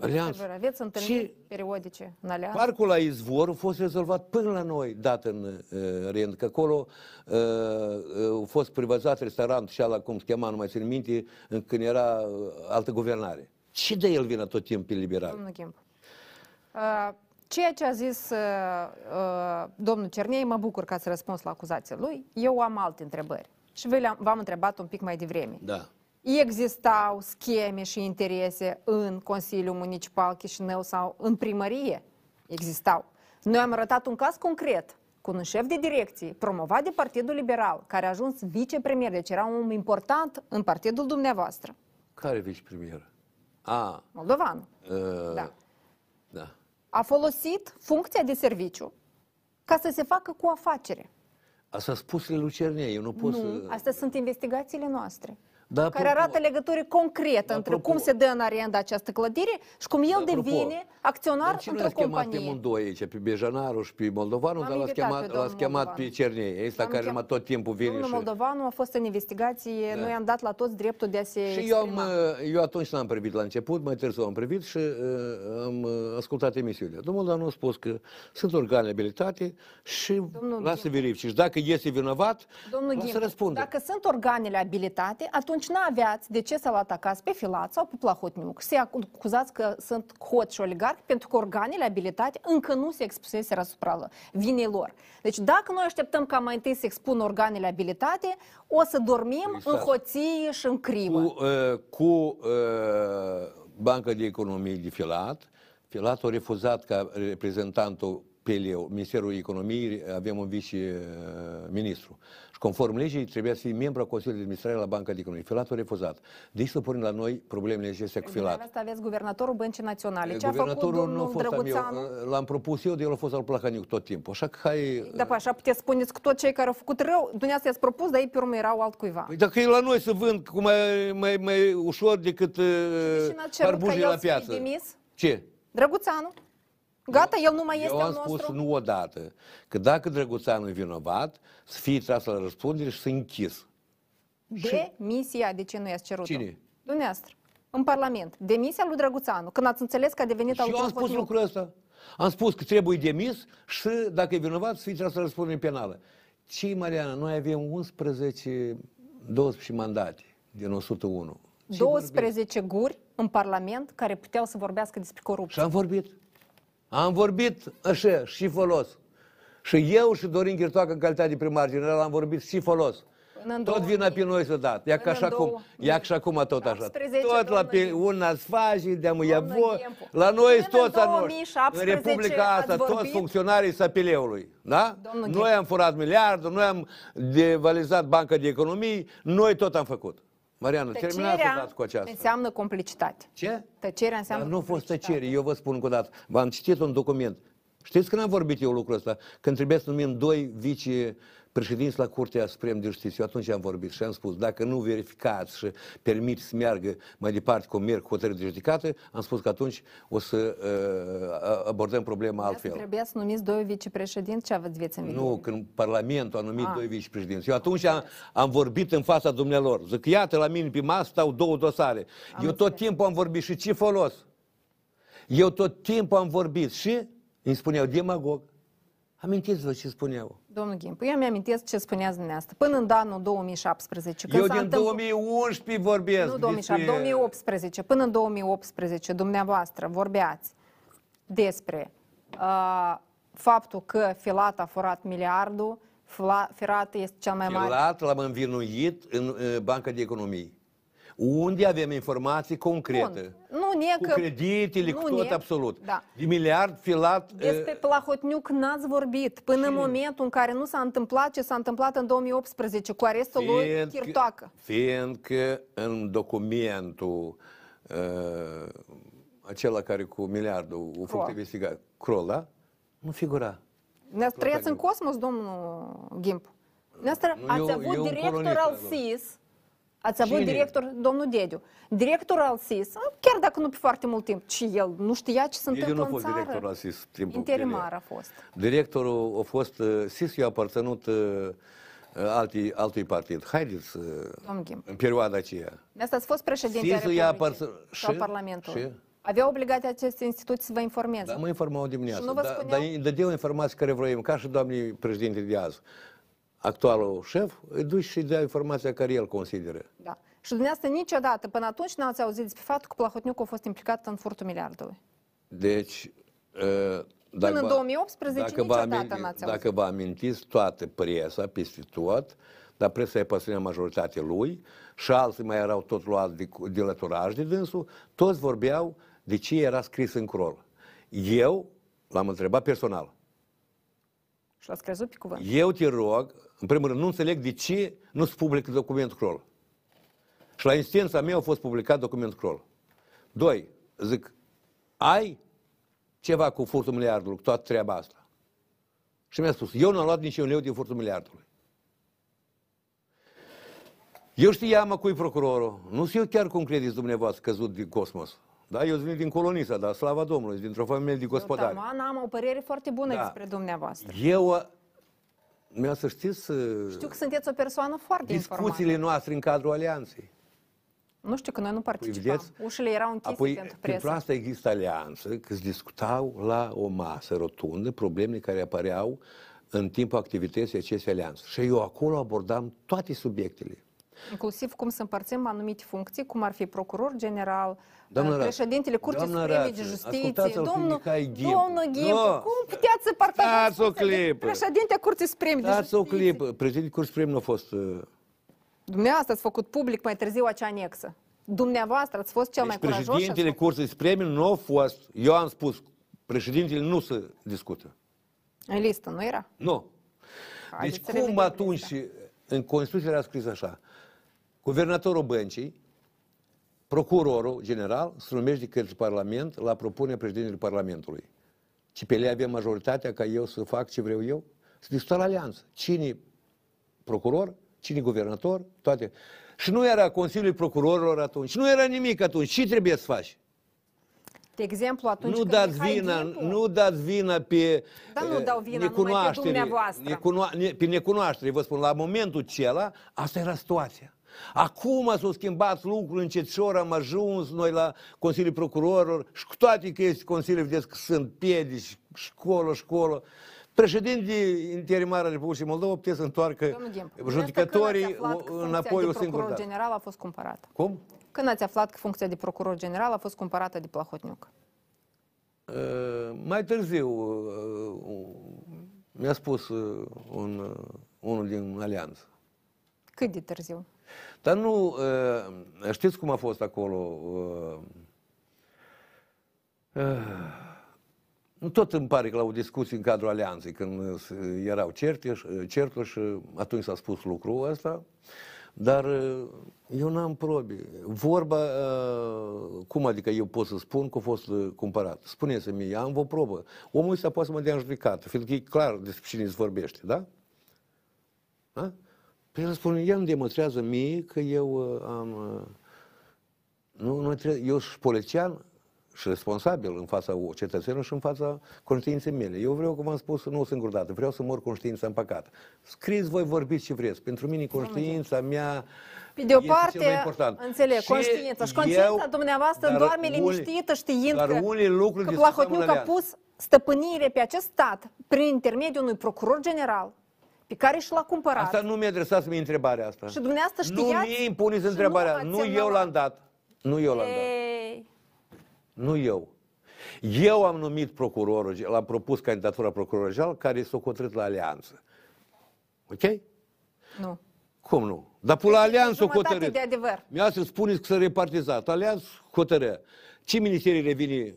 Speaker 1: Alianță.
Speaker 2: Adevărat, Aveți întâlniri
Speaker 1: Și-
Speaker 2: periodice în Alianț?
Speaker 1: Parcul la izvor a fost rezolvat până la noi, dat în uh, rând, că acolo uh, uh, a fost privatizat restaurant și ala, cum se chema, nu mai țin minte, în- când era uh, altă guvernare. Și de el vină tot timpul liberal.
Speaker 2: Domnul Ghimp. Uh, Ceea ce a zis uh, uh, domnul Cernei, mă bucur că ați răspuns la acuzația lui. Eu am alte întrebări și vi le-am- v-am întrebat un pic mai devreme.
Speaker 1: Da.
Speaker 2: Existau scheme și interese în Consiliul Municipal Chișinău sau în primărie? Existau. Noi am arătat un caz concret cu un șef de direcție promovat de Partidul Liberal, care a ajuns vicepremier, deci era un om important în partidul dumneavoastră,
Speaker 1: Care vicepremier? A,
Speaker 2: moldovan.
Speaker 1: uh,
Speaker 2: Da.
Speaker 1: da.
Speaker 2: A folosit funcția de serviciu ca să se facă cu afacere.
Speaker 1: Asta spusele lui Cernei, eu nu pot
Speaker 2: Nu,
Speaker 1: să...
Speaker 2: astea sunt investigațiile noastre.
Speaker 1: Da,
Speaker 2: care
Speaker 1: apropo-
Speaker 2: arată legături concrete între
Speaker 1: apropo-
Speaker 2: cum se dă în arendă această clădire și cum el
Speaker 1: Apropo,
Speaker 2: devine acționar
Speaker 1: dar ce
Speaker 2: într-o
Speaker 1: l-ați chemat pe
Speaker 2: companie.
Speaker 1: amândoi aici, pe Bejanaru și pe Moldovanu,
Speaker 2: L-am
Speaker 1: dar l-ați
Speaker 2: invitat pe
Speaker 1: chemat,
Speaker 2: domnul
Speaker 1: l-ați chemat
Speaker 2: Moldovanu.
Speaker 1: pe Cernei, ăsta
Speaker 2: L-am
Speaker 1: care
Speaker 2: chem-
Speaker 1: numai tot timpul vine
Speaker 2: Domnul
Speaker 1: și... Da.
Speaker 2: Moldovanu a fost în investigație, noi am dat la toți dreptul de a se
Speaker 1: Și eu, am,
Speaker 2: exprima.
Speaker 1: uh, eu atunci n-am privit la început, mai târziu am privit și uh, am uh, ascultat emisiunea. Domnul Dan a spus că sunt organe abilitate și
Speaker 2: Domnul
Speaker 1: lasă verifici. Și dacă este vinovat,
Speaker 2: Domnul
Speaker 1: lasă
Speaker 2: Ghimpu,
Speaker 1: răspunde.
Speaker 2: dacă sunt organele abilitate, atunci nu aveați de ce să-l atacați pe Filat sau pe Plahotniuc, să-i acuzați că sunt hot și oligarh, pentru că organele abilitate încă nu se expuseseră asupra lor- vinei lor. Deci dacă noi așteptăm ca mai întâi să expună organele abilitate, o să dormim
Speaker 1: Exact.
Speaker 2: în hoție și în crimă.
Speaker 1: Cu, uh, cu uh, Banca de Economie de Filat, Filat a refuzat ca reprezentantul PLEU, Ministerul Economiei, avem un vice-ministru. Și conform legii, trebuia să fie membru al Consiliului de Administrare la Banca de Economie. Filat a refuzat. Deci să punem la noi problemele acestea cu Filat.
Speaker 2: Asta aveți guvernatorul Băncii Naționale. Ce a făcut
Speaker 1: Guvernatorul nu a
Speaker 2: domnul
Speaker 1: fost Ă, al meu. Uh,
Speaker 2: Drăguțanu?
Speaker 1: L-am propus eu, de el a fost al Plahaniuc tot timpul. Așa că hai... uh,
Speaker 2: Da, păi așa puteți spuneți că tot cei care au făcut rău, dumneavoastră i-ați propus, dar ei pe urmă erau altcuiva.
Speaker 1: Păi dacă e la noi să vând cu mai, mai, mai ușor decât
Speaker 2: Și n-a cerut ca
Speaker 1: barbujii
Speaker 2: el
Speaker 1: la
Speaker 2: să fie
Speaker 1: piață.
Speaker 2: demis?
Speaker 1: Ce?
Speaker 2: Drăguțanu, gata, el nu mai este
Speaker 1: Eu
Speaker 2: al
Speaker 1: am
Speaker 2: nostru.
Speaker 1: spus nu odată că dacă Drăguțanu e vinovat, să fie tras la răspundere și să închis.
Speaker 2: De misia, de ce nu i-ați cerut-o?
Speaker 1: Cine?
Speaker 2: Dumneavoastră, în Parlament. Demisia lui Drăguțanu, când ați înțeles că a devenit
Speaker 1: Și eu am
Speaker 2: autor
Speaker 1: spus
Speaker 2: hotărât.
Speaker 1: lucrul ăsta. Am spus că trebuie demis și dacă e vinovat să fie tras la răspundere penală. Cei, Mariana, noi avem 11, 12 mandate din 101. Ce
Speaker 2: 12 guri în Parlament care puteau să vorbească despre
Speaker 1: Și
Speaker 2: corupție.
Speaker 1: am vorbit. Am vorbit așa și folos. Și eu și Dorin Ghirtoacă, în calitate de primar general, am vorbit și folos.
Speaker 2: Până în
Speaker 1: tot
Speaker 2: 2000.
Speaker 1: vina pe noi să dat. Ia
Speaker 2: Până
Speaker 1: ca și
Speaker 2: în
Speaker 1: acum,
Speaker 2: 2000.
Speaker 1: ia ca și acum tot așa.
Speaker 2: 18,
Speaker 1: Tot la
Speaker 2: domnule.
Speaker 1: pe una îți face, de am ia
Speaker 2: Doamnă
Speaker 1: voi.
Speaker 2: Ghiempu,
Speaker 1: La noi
Speaker 2: până
Speaker 1: toți
Speaker 2: în
Speaker 1: a noștri. În
Speaker 2: 2017
Speaker 1: Republica asta,
Speaker 2: ați
Speaker 1: toți
Speaker 2: vorbit?
Speaker 1: funcționarii Sapileului. Da?
Speaker 2: Domnul Ghiempu.
Speaker 1: Noi am furat miliardul, noi am devalizat Banca de Economii, noi tot am făcut. Mariana, terminați să
Speaker 2: Tăcerea
Speaker 1: dați cu aceasta.
Speaker 2: înseamnă complicitate.
Speaker 1: Ce?
Speaker 2: Tăcerea
Speaker 1: Dar
Speaker 2: înseamnă
Speaker 1: nu a fost
Speaker 2: complicitate.
Speaker 1: tăcere, eu vă spun încă o dată. V-am citit un document. Știți că n-am vorbit eu lucrul ăsta? Când trebuie să numim doi vice președinți la Curtea Supremă de Justiție. Eu atunci am vorbit și am spus, dacă nu verificați și permiteți să meargă mai departe cum merg hotărâri de judecată, am spus că atunci o să uh, abordăm problema altfel.
Speaker 2: Trebuia să numiți doi vicepreședinți ce aveți veți în vedere?
Speaker 1: Nu, când Parlamentul a numit
Speaker 2: Ah.
Speaker 1: doi vicepreședinți. Eu atunci am, am vorbit în fața dumnealor. Zic, iată, la mine pe masă stau două dosare. Eu tot timpul am vorbit și ce folos? Eu tot timpul am vorbit și îmi spuneau demagog. Amintiți-vă ce spuneau.
Speaker 2: Domnul Gimpu, eu mi-amintesc ce spuneați dumneavoastră. Până în anul 2017, când
Speaker 1: Eu
Speaker 2: s-a
Speaker 1: din
Speaker 2: întâmplat-
Speaker 1: 2011 vorbesc.
Speaker 2: Nu 2007,
Speaker 1: despre-
Speaker 2: 2018. Până în 2018, dumneavoastră vorbeați despre uh, faptul că Filat a furat miliardul, Fla, Firat este cel mai mare.
Speaker 1: Chelat, l-am învinuit în uh, Banca de Economii. Unde avem informații concrete.
Speaker 2: Bun. Nu ne
Speaker 1: Cu
Speaker 2: că...
Speaker 1: creditele, cu
Speaker 2: nu
Speaker 1: tot
Speaker 2: ne-
Speaker 1: absolut.
Speaker 2: Da.
Speaker 1: De miliard filat...
Speaker 2: Despre
Speaker 1: uh,
Speaker 2: Plahotniuc n-ați vorbit până în momentul în care nu s-a întâmplat ce s-a întâmplat în 2018 cu arestul lui
Speaker 1: Fiindcă-
Speaker 2: Chirtoacă.
Speaker 1: Fiindcă în documentul uh, acela care cu miliardul a
Speaker 2: Croa.
Speaker 1: făcut investigat, Crola, da? nu figura.
Speaker 2: Ne trăiați în
Speaker 1: Plahotniuc.
Speaker 2: cosmos, domnul Gimpu. Noastră
Speaker 1: Nu,
Speaker 2: ați
Speaker 1: eu-
Speaker 2: avut
Speaker 1: eu în
Speaker 2: director
Speaker 1: colonistă,
Speaker 2: al
Speaker 1: da.
Speaker 2: SIS, ați avut
Speaker 1: Cine?
Speaker 2: director, domnul Dediu, director al SIS, chiar dacă nu pe foarte mult timp, ci el nu știa ce se
Speaker 1: Deci Eu nu
Speaker 2: întâmplă în
Speaker 1: am fost
Speaker 2: țară.
Speaker 1: director la SIS. timpul
Speaker 2: Interimar a fost.
Speaker 1: Directorul a fost uh, SIS, i-a aparținut uh, altii, altui partid. Haideți, uh,
Speaker 2: Domnul Ghim.
Speaker 1: în perioada aceea.
Speaker 2: De asta ați fost președinte
Speaker 1: SIS-ul i-a
Speaker 2: al Republicii
Speaker 1: aparț-
Speaker 2: sau
Speaker 1: și?
Speaker 2: Parlamentul.
Speaker 1: Și?
Speaker 2: Avea obligația aceste instituții să vă informeze.
Speaker 1: Dar Da, mă informau dimineața. Da,
Speaker 2: Și nu vă
Speaker 1: Dar-
Speaker 2: spuneau-
Speaker 1: Dar îi dădeau informații care vroiam, ca și doamnei președinte de azi. Actualul șef, îi duci și îi dai informația care el consideră.
Speaker 2: Da. Și dumneavoastră niciodată până atunci n-ați auzit despre faptul că Plahotniuc a fost implicat în furtul miliardului.
Speaker 1: Deci, uh,
Speaker 2: Până în 2018
Speaker 1: dacă vă,
Speaker 2: niciodată
Speaker 1: aminti,
Speaker 2: n-ați auzit.
Speaker 1: dacă vă amintiți, toată presa, peste tot, dar presa e păstrânea majoritatea lui și alții mai erau tot luați de, cu- de lăturaj de dânsul, toți vorbeau de ce era scris în crol. Eu l-am întrebat personal.
Speaker 2: Și l-ați crezut pe cuvânt.
Speaker 1: Eu te rog, în primul rând, nu înțeleg de ce nu se publică documentul Crol. Și la instanța mea a fost publicat documentul Crol. Doi, zic, ai ceva cu furtul miliardului, cu toată treaba asta. Și mi-a spus, eu nu am luat niciun leu din furtul miliardului. Eu știam a cui procurorul. Nu știu chiar cum credeți dumneavoastră căzut din cosmos. Da, eu sunt venit din colonisa, dar slava Domnului, sunt dintr-o familie de gospodari.
Speaker 2: Eu, Taman, am o părere foarte bună
Speaker 1: Da.
Speaker 2: despre dumneavoastră.
Speaker 1: Eu, mi-a să știți... uh,
Speaker 2: Știu că sunteți o persoană foarte informată.
Speaker 1: discuțiile noastre în cadrul alianței.
Speaker 2: Nu știu că noi nu participam.
Speaker 1: Păi, vedeți?
Speaker 2: Ușile erau închise
Speaker 1: Apoi,
Speaker 2: pentru presă.
Speaker 1: pentru asta există alianță, că se discutau la o masă rotundă problemele care apăreau în timpul activității acestei alianțe. Și eu acolo abordam toate subiectele.
Speaker 2: Inclusiv cum să împărțim anumite funcții, cum ar fi procuror general, uh,
Speaker 1: Doamnă Rață,
Speaker 2: președintele Curții
Speaker 1: doamnă
Speaker 2: Supreme de
Speaker 1: Rață,
Speaker 2: Justiție,
Speaker 1: ascultați-l pe
Speaker 2: domnul,
Speaker 1: Mihai Gimpu.
Speaker 2: domnul Gimpu,
Speaker 1: Nu.
Speaker 2: cum puteți să partajați
Speaker 1: Stați o
Speaker 2: funcția de
Speaker 1: clipă.
Speaker 2: președinte Curții Supreme de
Speaker 1: Dați o
Speaker 2: Justiție?
Speaker 1: clipă. Președintele Curs Prim nu a fost... uh,
Speaker 2: Dumneavoastră ați făcut public mai târziu acea anexă. Dumneavoastră ați fost cel
Speaker 1: Deci
Speaker 2: mai curajos. și ați
Speaker 1: președintele
Speaker 2: făcut-
Speaker 1: Cursului Suprem nu a fost... Eu am spus, președintele nu se discută.
Speaker 2: În listă, nu era?
Speaker 1: Nu.
Speaker 2: Haideți
Speaker 1: Deci
Speaker 2: să revedem
Speaker 1: cum atunci, în Constituție era scris așa, guvernatorul băncii, procurorul general, se numește de către Parlament la propunerea președintelui Parlamentului. Și pe ele avem majoritatea ca eu să fac ce vreau eu? Să discută la alianță. Cine procuror, cine guvernator, toate. Și nu era Consiliul Procurorilor atunci, nu era nimic atunci. Ce trebuie să faci?
Speaker 2: De exemplu, atunci
Speaker 1: nu
Speaker 2: când
Speaker 1: dați
Speaker 2: Mihai
Speaker 1: vina,
Speaker 2: Gimpu-
Speaker 1: nu dați vina pe
Speaker 2: Dar nu
Speaker 1: eh,
Speaker 2: dau vina numai pe
Speaker 1: necunoaștere,
Speaker 2: dumneavoastră.
Speaker 1: necunoa- ne- pe necunoaștere, vă spun, la momentul acela, asta era situația. Acum s-au schimbat lucrurile încet și ori am ajuns noi la Consiliul Procurorilor și cu toate că este Consiliul, vedeți că sunt piedici și colo, și colo. Președintele interimar al Republicii Moldova puteți să întoarcă
Speaker 2: Domnul Gimpu,
Speaker 1: judecătorii
Speaker 2: dumneavoastră când ați aflat că funcția
Speaker 1: o- înapoi
Speaker 2: de
Speaker 1: o singură
Speaker 2: procuror
Speaker 1: dată.
Speaker 2: general a fost cumpărată.
Speaker 1: Cum?
Speaker 2: Când ați aflat că funcția de procuror general a fost cumpărată de Plahotniuc?
Speaker 1: Uh, mai târziu uh, uh, mi-a spus uh, un, uh, unul din alianță.
Speaker 2: Cât de târziu?
Speaker 1: Dar nu, uh, știți cum a fost acolo? uh, uh, Nu ă, tot îmi pare că la o discuție în cadrul alianței, când uh, s- erau certuri, certuri și atunci s-a spus lucrul ăsta, dar uh, eu n-am probe. Vorba, uh, cum adică eu pot să spun că a fost uh, cumpărat? Spuneți-mi, am o probă. Omul ăsta poate să mă dea în judecată, fiindcă e clar despre cine se vorbește, da? Da? Păi el spune, el îmi demonstrează mie că eu uh, am... uh, Nu, nu trebuie, eu sunt polițian și responsabil în fața cetățenilor și în fața conștiinței mele. Eu vreau, cum am spus, nu o singură dată, vreau să mor conștiința în păcat. Scriți voi, vorbiți ce vreți. Pentru mine conștiința mea
Speaker 2: Pe de o
Speaker 1: Păi, este cel mai
Speaker 2: parte,
Speaker 1: important.
Speaker 2: înțeleg,
Speaker 1: Și
Speaker 2: conștiința. Și conștiința
Speaker 1: eu-
Speaker 2: dumneavoastră
Speaker 1: dar
Speaker 2: doarme
Speaker 1: unii-
Speaker 2: liniștită știind
Speaker 1: dar
Speaker 2: că,
Speaker 1: unii lucruri
Speaker 2: că
Speaker 1: discutăm
Speaker 2: Plahotniuc a
Speaker 1: înainte.
Speaker 2: pus stăpânire pe acest stat prin intermediul unui procuror general pe care și l-a cumpărat.
Speaker 1: Asta nu mi-a adresat mie întrebarea asta.
Speaker 2: Și dumneavoastră
Speaker 1: Nu
Speaker 2: știați
Speaker 1: mi impuneți
Speaker 2: și nu
Speaker 1: întrebarea.
Speaker 2: ați
Speaker 1: Nu eu
Speaker 2: semnalat.
Speaker 1: l-am dat. Nu eu l-am dat.
Speaker 2: Ei,
Speaker 1: Nu eu. Eu am numit procurorul, ge- l-am propus candidatura procurorului general care s-a hotărât la alianță. Ok?
Speaker 2: nu.
Speaker 1: Cum nu? Dar până la
Speaker 2: Deci,
Speaker 1: alianță o
Speaker 2: jumătate
Speaker 1: hotărât.
Speaker 2: de adevăr.
Speaker 1: Mi-a să spuneți că s-a repartizat. Alianță hotărâ. Ce ministerii revine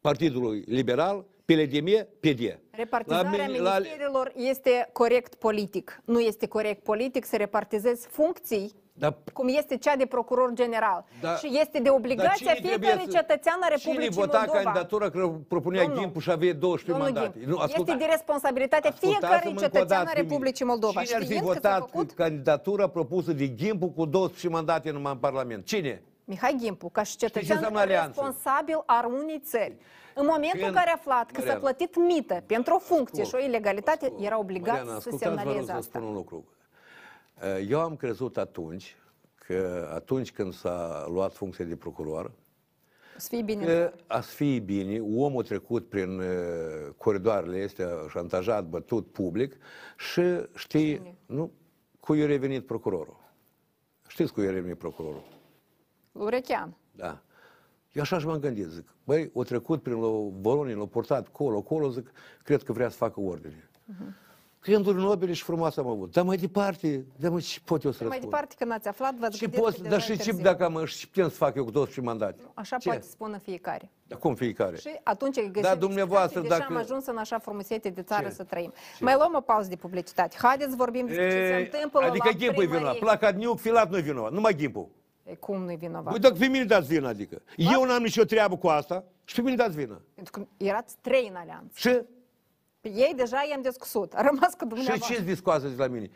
Speaker 1: Partidului Liberal? PLDM, PD.
Speaker 2: Repartizarea
Speaker 1: La mini- la-
Speaker 2: ministerilor este corect politic. Nu este corect politic să repartizezi funcții
Speaker 1: Dar
Speaker 2: cum este cea de procuror general.
Speaker 1: Da.
Speaker 2: și este de obligația
Speaker 1: Dar cine
Speaker 2: fiecare
Speaker 1: trebuie să-
Speaker 2: cetățean a Republicii
Speaker 1: Cine vota
Speaker 2: Moldova.
Speaker 1: candidatura că propunea
Speaker 2: Domnul-
Speaker 1: Gimpu și avea 12
Speaker 2: Domnul
Speaker 1: mandate?
Speaker 2: Gimp, este de responsabilitatea
Speaker 1: Ascultați-mă
Speaker 2: fiecare
Speaker 1: încă o
Speaker 2: cetățean
Speaker 1: dată
Speaker 2: a
Speaker 1: pe mine.
Speaker 2: Republicii Moldova.
Speaker 1: Cine ar fi
Speaker 2: Știind că s-a
Speaker 1: votat
Speaker 2: făcut
Speaker 1: candidatura propusă de Gimpu cu 12 mandate numai în Parlament? Cine?
Speaker 2: Mihai Gimpu, ca și cetățean
Speaker 1: înseamnă alianță?
Speaker 2: responsabil al unei țări. În momentul
Speaker 1: Când-
Speaker 2: în care a aflat că s-a
Speaker 1: Mariana.
Speaker 2: plătit mită pentru o funcție
Speaker 1: Ascult,
Speaker 2: și o ilegalitate, era obligat
Speaker 1: Mariana,
Speaker 2: să
Speaker 1: ascultați, vă rog,
Speaker 2: semnaleze
Speaker 1: să vă
Speaker 2: asta.
Speaker 1: spun un lucru. Eh, Eu am crezut atunci că atunci când s-a luat funcția de procuror,
Speaker 2: Să fii bine.
Speaker 1: Că ați fi bine, omul trecut prin uh, coridoarele este șantajat, bătut public și știi, nu, cu i-a revenit procurorul. Știți cu i-a revenit procurorul,
Speaker 2: Urechean.
Speaker 1: da. Eu așa și m-am gândit, zic, băi, o trecut prin lo- Voronin, l-a portat colo, colo, zic, cred că vrea să facă ordine.
Speaker 2: Mhm.
Speaker 1: Gânduri nobile și frumoase am avut. Dar mai departe, dar mă, ce pot eu să
Speaker 2: Mai
Speaker 1: răspund?
Speaker 2: departe, când ați aflat, v-ați
Speaker 1: și
Speaker 2: gândit
Speaker 1: pot,
Speaker 2: că deja
Speaker 1: dar și ce
Speaker 2: întârziu.
Speaker 1: dacă am, și putem să fac eu cu 12 mandate?
Speaker 2: Așa
Speaker 1: ce?
Speaker 2: poate spune fiecare.
Speaker 1: Dar cum fiecare?
Speaker 2: Și atunci ai găsit
Speaker 1: Da,
Speaker 2: explicații,
Speaker 1: dumneavoastră,
Speaker 2: deja
Speaker 1: dacă-
Speaker 2: am ajuns în așa frumusețe de țară
Speaker 1: Ce?
Speaker 2: să trăim. Mai luăm o pauză de publicitate. Haideți vorbim despre ce se
Speaker 1: E,
Speaker 2: întâmplă
Speaker 1: adică
Speaker 2: la
Speaker 1: Gimpu e vinovat.
Speaker 2: primărie.
Speaker 1: Placadniuc, Filat nu e vinovat. Numai Gimpu.
Speaker 2: E, Cum nu-i vinovat?
Speaker 1: Băi, dacă pe mine dați vină, adică. Eu n-am nicio treabă cu asta și pe mine dați vină.
Speaker 2: Pentru că erați trei în alianță.
Speaker 1: Și?
Speaker 2: Pe ei deja i-am discusut. A rămas cu
Speaker 1: Și
Speaker 2: dumneavoastră.
Speaker 1: ce discoasă de la mine?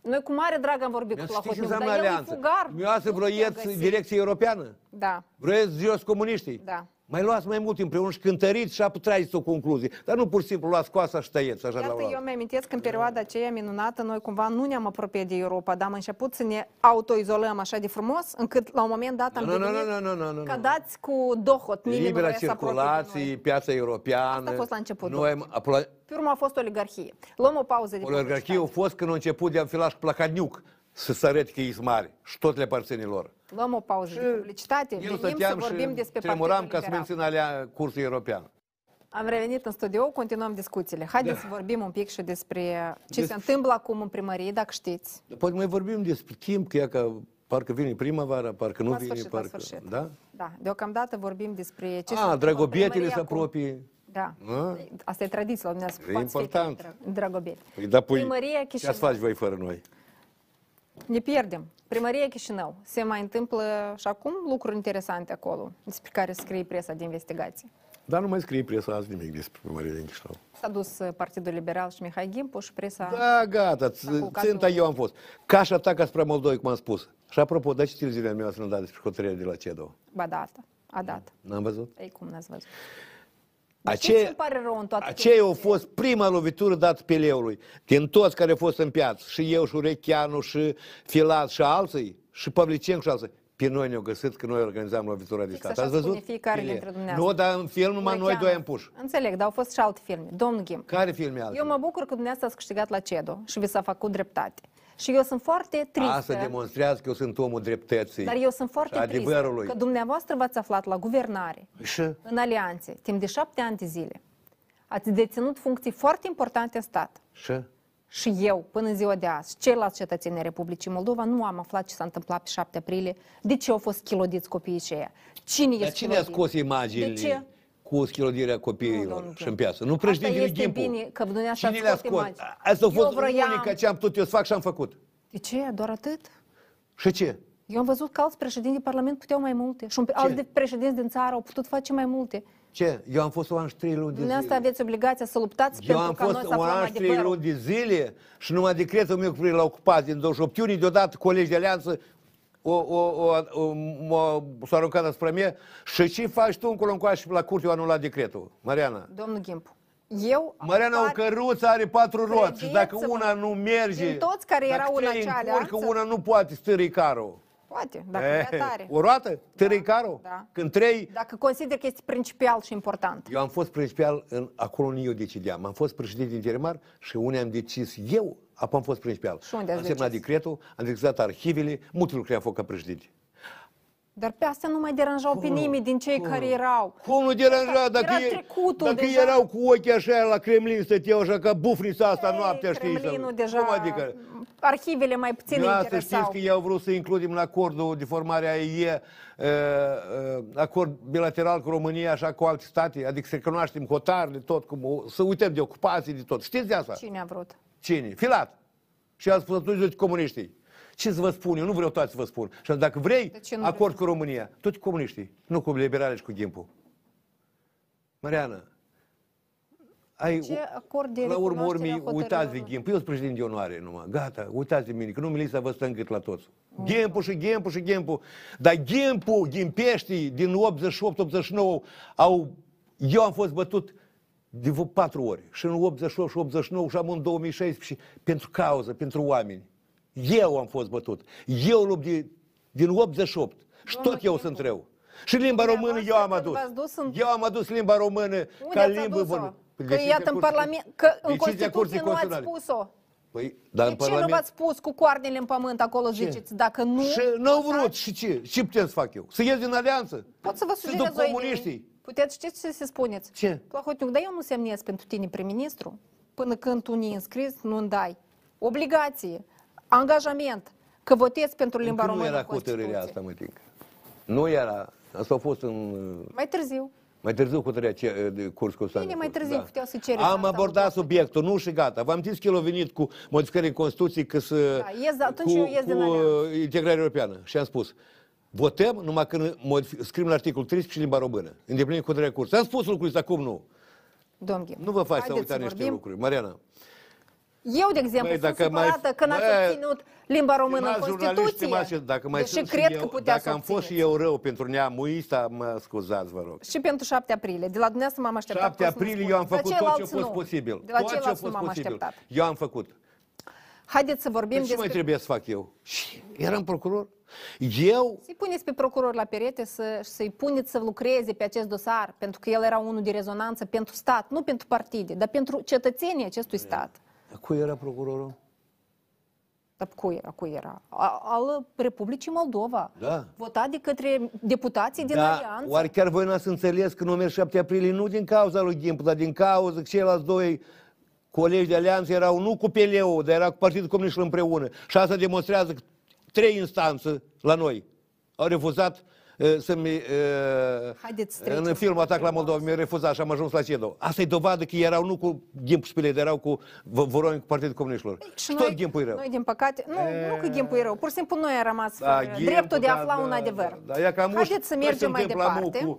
Speaker 2: Noi cu mare drag am vorbit cu
Speaker 1: Știți ce
Speaker 2: Plahotniuc,
Speaker 1: înseamnă
Speaker 2: dar el e
Speaker 1: alianță?
Speaker 2: fugar.
Speaker 1: Mi-oasă
Speaker 2: Nu putem
Speaker 1: vroieți
Speaker 2: găsi.
Speaker 1: direcție europeană?
Speaker 2: Da,
Speaker 1: Vreți jos comuniștii?
Speaker 2: Da.
Speaker 1: Mai luați mai mult împreună și cântăriți și atrageți o concluzie. Dar nu pur și simplu luați coasa și tăieți așa la
Speaker 2: Iată, eu
Speaker 1: oaltă.
Speaker 2: îmi amintesc că în perioada aceea minunată noi cumva nu ne-am apropiat de Europa, dar am început să ne autoizolăm așa de frumos, încât la un moment dat am
Speaker 1: Nu, nu, nu,
Speaker 2: devenit
Speaker 1: nu, nu, nu, nu, nu.
Speaker 2: ca dați cu dohot, nimeni nu
Speaker 1: Libera
Speaker 2: vrea să se apropie de noi.
Speaker 1: circulație, piața europeană.
Speaker 2: Asta a fost la început,
Speaker 1: Noi am apro-
Speaker 2: Pe urmă a fost oligarhie. Luăm o pauză de
Speaker 1: Oligarhia a
Speaker 2: publicitate.
Speaker 1: fost când a început de amfilaș cu placaniuc să se arăt că ei mari și tot le aparține lor.
Speaker 2: Luăm o pauză de publicitate.
Speaker 1: Eu
Speaker 2: Venim să
Speaker 1: stăteam
Speaker 2: vorbim
Speaker 1: și
Speaker 2: despre
Speaker 1: tremuram
Speaker 2: Partidul
Speaker 1: ca să
Speaker 2: Liberal.
Speaker 1: mențin alea cursul european.
Speaker 2: Am revenit în studio, continuăm discuțiile. Haideți să vorbim un pic și despre ce se
Speaker 1: Da. Despre-
Speaker 2: întâmplă acum în primărie, dacă știți.
Speaker 1: Poate mai Păi vorbim despre timp, că ea că parcă vine primăvara, parcă nu
Speaker 2: La
Speaker 1: vine,
Speaker 2: sfârșit, la
Speaker 1: parcă...
Speaker 2: sfârșit.
Speaker 1: Da?
Speaker 2: Da, deocamdată vorbim despre ce se întâmplă
Speaker 1: A,
Speaker 2: în
Speaker 1: dragobietele
Speaker 2: primărie
Speaker 1: se
Speaker 2: acum.
Speaker 1: apropie.
Speaker 2: Da.
Speaker 1: A?
Speaker 2: Asta e tradiția la dumneavoastră.
Speaker 1: E
Speaker 2: poate să fie
Speaker 1: important.
Speaker 2: drag- Dragobet.
Speaker 1: Păi, da, pui,
Speaker 2: Primăria
Speaker 1: ce ați
Speaker 2: Chișinău.
Speaker 1: faci voi fără noi?
Speaker 2: Ne pierdem. Primăria Chișinău. Se mai întâmplă și acum lucruri interesante acolo, despre care scrie presa de investigații.
Speaker 1: Dar nu mai scrie presa azi nimic despre primăria din Chișinău.
Speaker 2: S-a dus uh, Partidul Liberal și Mihai Gimpu și presa...
Speaker 1: Da, gata, ț-
Speaker 2: Acum, ca
Speaker 1: ținta
Speaker 2: să-
Speaker 1: eu am fost. Ca și atac asupra Moldovei, cum am spus. Și apropo, da, citiți zilele mele să nu dați despre hotărârea de la CEDO.
Speaker 2: Ba da, asta. A dat.
Speaker 1: N-am văzut?
Speaker 2: Ei, cum n-ați văzut? Dar știți ce
Speaker 1: Aceea,
Speaker 2: îmi pare rău în toată
Speaker 1: aceea a
Speaker 2: chestia?
Speaker 1: fost prima lovitură dată Peleului. Din toți care au fost în piață, și eu, și Urecheanu, și Filat, și alții, și Pavlicencu și alții, pe noi ne-au găsit că noi organizam lovitura de
Speaker 2: Fix
Speaker 1: stat.
Speaker 2: Exact, așa
Speaker 1: Ați văzut?
Speaker 2: spune fiecare
Speaker 1: Pilie.
Speaker 2: dintre dumneavoastră.
Speaker 1: Nu, dar în film numai noi
Speaker 2: Urecheanu.
Speaker 1: doi am puși.
Speaker 2: Înțeleg, dar au fost și alte filme. Domnul Gimpu,
Speaker 1: Care filme alții?
Speaker 2: eu mă bucur că dumneavoastră ați câștigat la CEDO și vi s-a făcut dreptate. Și eu sunt foarte tristă.
Speaker 1: Asta demonstrează că eu sunt omul dreptății.
Speaker 2: Dar eu sunt
Speaker 1: și
Speaker 2: foarte tristă
Speaker 1: adevărului.
Speaker 2: că dumneavoastră v-ați aflat la guvernare,
Speaker 1: Și
Speaker 2: în alianțe, timp de șapte ani de zile. Ați deținut funcții foarte importante în stat.
Speaker 1: și
Speaker 2: Și eu, până în ziua de azi, ceilalți cetățeni ai Republicii Moldova, nu am aflat ce s-a întâmplat pe 7 aprilie, de ce au fost chilodiți copiii aceia, cine
Speaker 1: Dar
Speaker 2: este
Speaker 1: cine a scos
Speaker 2: De ce?
Speaker 1: imaginile cu schilodirea
Speaker 2: Nu,
Speaker 1: copiilor
Speaker 2: domnul
Speaker 1: și în
Speaker 2: Gimpu.
Speaker 1: piață? Nu
Speaker 2: Asta
Speaker 1: președintele
Speaker 2: este
Speaker 1: Gimpu.
Speaker 2: bine că dumneavoastră
Speaker 1: Cine
Speaker 2: ați
Speaker 1: le-a
Speaker 2: scos
Speaker 1: scos?
Speaker 2: imagini.
Speaker 1: Asta a
Speaker 2: Eu
Speaker 1: fost
Speaker 2: vroiam.
Speaker 1: unica ce am putut eu să fac și am făcut.
Speaker 2: De ce? Doar atât?
Speaker 1: Și ce?
Speaker 2: Eu am văzut că alți președinți de Parlament puteau mai multe și un- alți de- președinți din țară au putut face mai multe.
Speaker 1: Ce? Eu am fost un an și trei luni de zile.
Speaker 2: Dumneavoastră aveți obligația să luptați
Speaker 1: Eu
Speaker 2: pentru
Speaker 1: am
Speaker 2: ca noi
Speaker 1: fost
Speaker 2: să
Speaker 1: un
Speaker 2: aflăm
Speaker 1: an și trei
Speaker 2: adevărul.
Speaker 1: luni de zile și numai decretul meu cu privire la ocupație în 28 iunie, deodată colegi de alianță o, o, o, o, m-au- s-au aruncat asupra mea și ce faci tu încolo încoace la curte, eu anulat decretul, Mariana.
Speaker 2: Domnul Gimpu, eu...
Speaker 1: Mariana, o
Speaker 2: apar-
Speaker 1: căruță are patru roți și dacă
Speaker 2: Credeți-mă,
Speaker 1: una nu merge,
Speaker 2: din toți care
Speaker 1: dacă
Speaker 2: erau în
Speaker 1: trei
Speaker 2: acea
Speaker 1: încurcă,
Speaker 2: alianță-
Speaker 1: una nu poate stâri carul.
Speaker 2: Poate, dacă
Speaker 1: Eh,
Speaker 2: vrea tare.
Speaker 1: O roată? Târâi carul?
Speaker 2: da.
Speaker 1: Când trei,
Speaker 2: Dacă consider că este principial și important.
Speaker 1: Eu am fost principal în, acolo unde eu decideam. Am fost președinte interimar și unde am decis eu, apoi am fost principal.
Speaker 2: Și unde ați
Speaker 1: am semnat
Speaker 2: decis?
Speaker 1: decretul, am decisat arhivele, multe lucruri am făcut ca președinte.
Speaker 2: Dar pe asta nu mai deranjau pe nimeni din cei care erau.
Speaker 1: Cum nu deranja
Speaker 2: Era
Speaker 1: dacă, e-
Speaker 2: trecutul
Speaker 1: dacă
Speaker 2: deja.
Speaker 1: erau cu ochii așa la Kremlin, stăteau așa ca bufnița asta
Speaker 2: Ei,
Speaker 1: noaptea, știi? să-
Speaker 2: Kremlinul deja...
Speaker 1: Cum adică?
Speaker 2: Arhivele mai puțin
Speaker 1: Eu asta știți
Speaker 2: interesau.
Speaker 1: că eu vreau să includem în acordul de formare a IE uh, uh, acord bilateral cu România, așa cu alte state, adică să cunoaștem hotarele, tot, cum, o- să uităm de ocupații, de tot. Știți de asta?
Speaker 2: Cine a vrut?
Speaker 1: Cine? Filat. Și a spus atunci toți comuniștii. Ce să vă spun eu? Nu vreau toate să vă spun. Și am zis, dacă vrei,
Speaker 2: De ce nu
Speaker 1: acord cu România. Toți comuniștii. Nu cu liberale și cu Gimpu. Mariana, ai,
Speaker 2: Ce acord de
Speaker 1: la urmă
Speaker 2: recunoaștere a
Speaker 1: urmii, uitați de
Speaker 2: hotărârilor?
Speaker 1: Gimpu. Eu sunt președinte de onoare numai. Gata, uitați de mine, că nu milița vă stă în gât la toți. Gimpu și Gimpu și Gimpu. Dar Gimpu, Gimpeștii din 88-89 au... Eu am fost bătut de vreo patru ori. Și în 88 și 89 și am în 2016 și pentru cauză, pentru oameni. Eu am fost bătut. Eu lupt de, din 88. Și tot eu sunt rău. Și limba română eu am adus.
Speaker 2: Dumneavoastră, când v-ați dus în-
Speaker 1: Eu am adus limba română
Speaker 2: Unde
Speaker 1: ca
Speaker 2: ați
Speaker 1: limbă
Speaker 2: adus-o?
Speaker 1: vorbim.
Speaker 2: Că iată în Parlament, că în Constituție nu ați spus-o.
Speaker 1: Păi, dar
Speaker 2: de
Speaker 1: în
Speaker 2: ce nu
Speaker 1: Parlament...
Speaker 2: v-ați spus cu coarnele în pământ acolo, ziceți, dacă nu...
Speaker 1: Și nu au vrut. Și ce? Ce putem să fac eu? Să ies din alianță?
Speaker 2: Pot să vă
Speaker 1: Să duc
Speaker 2: sugerez o idee.
Speaker 1: comuniștii?
Speaker 2: Puteți știți ce să spuneți?
Speaker 1: Ce?
Speaker 2: Plahotniuc, dar eu nu semnez pentru tine prim-ministru până când tu nu înscris, nu-mi dai. Obligație, angajament, că votezi pentru limba
Speaker 1: Încă nu
Speaker 2: română
Speaker 1: era
Speaker 2: în Constituție.
Speaker 1: hotărârea asta, mă tinc. Nu era. Asta a fost în
Speaker 2: Mai târziu.
Speaker 1: Mai târziu cu tărea ce, de curs cu Sandu.
Speaker 2: Bine, mai târziu puteau să cereți
Speaker 1: Am
Speaker 2: asta,
Speaker 1: abordat
Speaker 2: nu?
Speaker 1: subiectul, nu și gata. V-am zis că el a venit cu modificări în Constituție că să,
Speaker 2: Da, ies, dar atunci
Speaker 1: cu,
Speaker 2: eu ies din
Speaker 1: cu
Speaker 2: alianță.
Speaker 1: uh, integrarea europeană. Și am spus, votăm numai când modific, scriem la articolul 13 și limba română. Îndeplinim cu tărea curs. Am spus lucrul ăsta, acum nu.
Speaker 2: Domnule,
Speaker 1: Nu vă faci să
Speaker 2: haideți
Speaker 1: uitați niște
Speaker 2: vorbim.
Speaker 1: lucruri. Mariana,
Speaker 2: Eu, de exemplu, Băi,
Speaker 1: Băi,
Speaker 2: sunt
Speaker 1: dacă mai-
Speaker 2: supărată când ați
Speaker 1: Băi,
Speaker 2: obținut limba română în
Speaker 1: Stimați jurnaliști,
Speaker 2: Constituție,
Speaker 1: stimați- dacă mai
Speaker 2: deși
Speaker 1: sunt și
Speaker 2: cred
Speaker 1: eu,
Speaker 2: că putea
Speaker 1: dacă
Speaker 2: să
Speaker 1: am fost
Speaker 2: obțineți.
Speaker 1: și eu rău pentru neamul ăsta, mă scuzați, vă rog.
Speaker 2: Și pentru 7 aprilie. De la dumneavoastră m-am așteptat.
Speaker 1: 7
Speaker 2: pot să vă
Speaker 1: aprilie
Speaker 2: spun.
Speaker 1: eu am
Speaker 2: De la
Speaker 1: făcut tot ce a
Speaker 2: ceilalți
Speaker 1: fost
Speaker 2: nu.
Speaker 1: posibil.
Speaker 2: De la
Speaker 1: Tot ce a
Speaker 2: ceilalți nu
Speaker 1: fost
Speaker 2: m-am
Speaker 1: posibil.
Speaker 2: așteptat.
Speaker 1: Eu am făcut.
Speaker 2: Haideți să vorbim
Speaker 1: Deci ce mai
Speaker 2: despre...
Speaker 1: trebuie să fac eu? Și eram procuror? Eu?
Speaker 2: Să-i puneți pe procuror la perete să, să-i puneți să lucreze pe acest dosar, pentru că el era unul de rezonanță pentru stat, nu pentru partide, dar pentru cetățenii acestui stat.
Speaker 1: Dar Cui era procurorul?
Speaker 2: Dar cui, a cui era? A, al Republicii Moldova.
Speaker 1: Da.
Speaker 2: Votat de către deputații din Alianță.
Speaker 1: oare chiar voi n-ați înțeles că numele 7 aprilie nu din cauza lui Gimpu, dar din cauza că ceilalți doi colegi de alianță erau nu cu PLO, dar era cu Partidul Comunist împreună. Și asta demonstrează că trei instanțe la noi au refuzat uh, să-mi... uh,
Speaker 2: Haideți să trecem
Speaker 1: în filmul Atac la Moldova mi-a refuzat și am ajuns la CEDO. Asta e dovadă că erau nu cu Gimpu și PLO, dar erau cu V- Voron, cu Partidul Comuniștilor. Și tot Gimpu e rău.
Speaker 2: Păi, Noi, din păcate, nu, nu că Gimpu e rău, pur și simplu noi am rămas
Speaker 1: Da,
Speaker 2: fără
Speaker 1: Gimpu,
Speaker 2: dreptul de a
Speaker 1: da,
Speaker 2: afla
Speaker 1: da,
Speaker 2: un adevăr.
Speaker 1: Da, da, ia cam
Speaker 2: Haideți să mergem mai departe.
Speaker 1: Cu,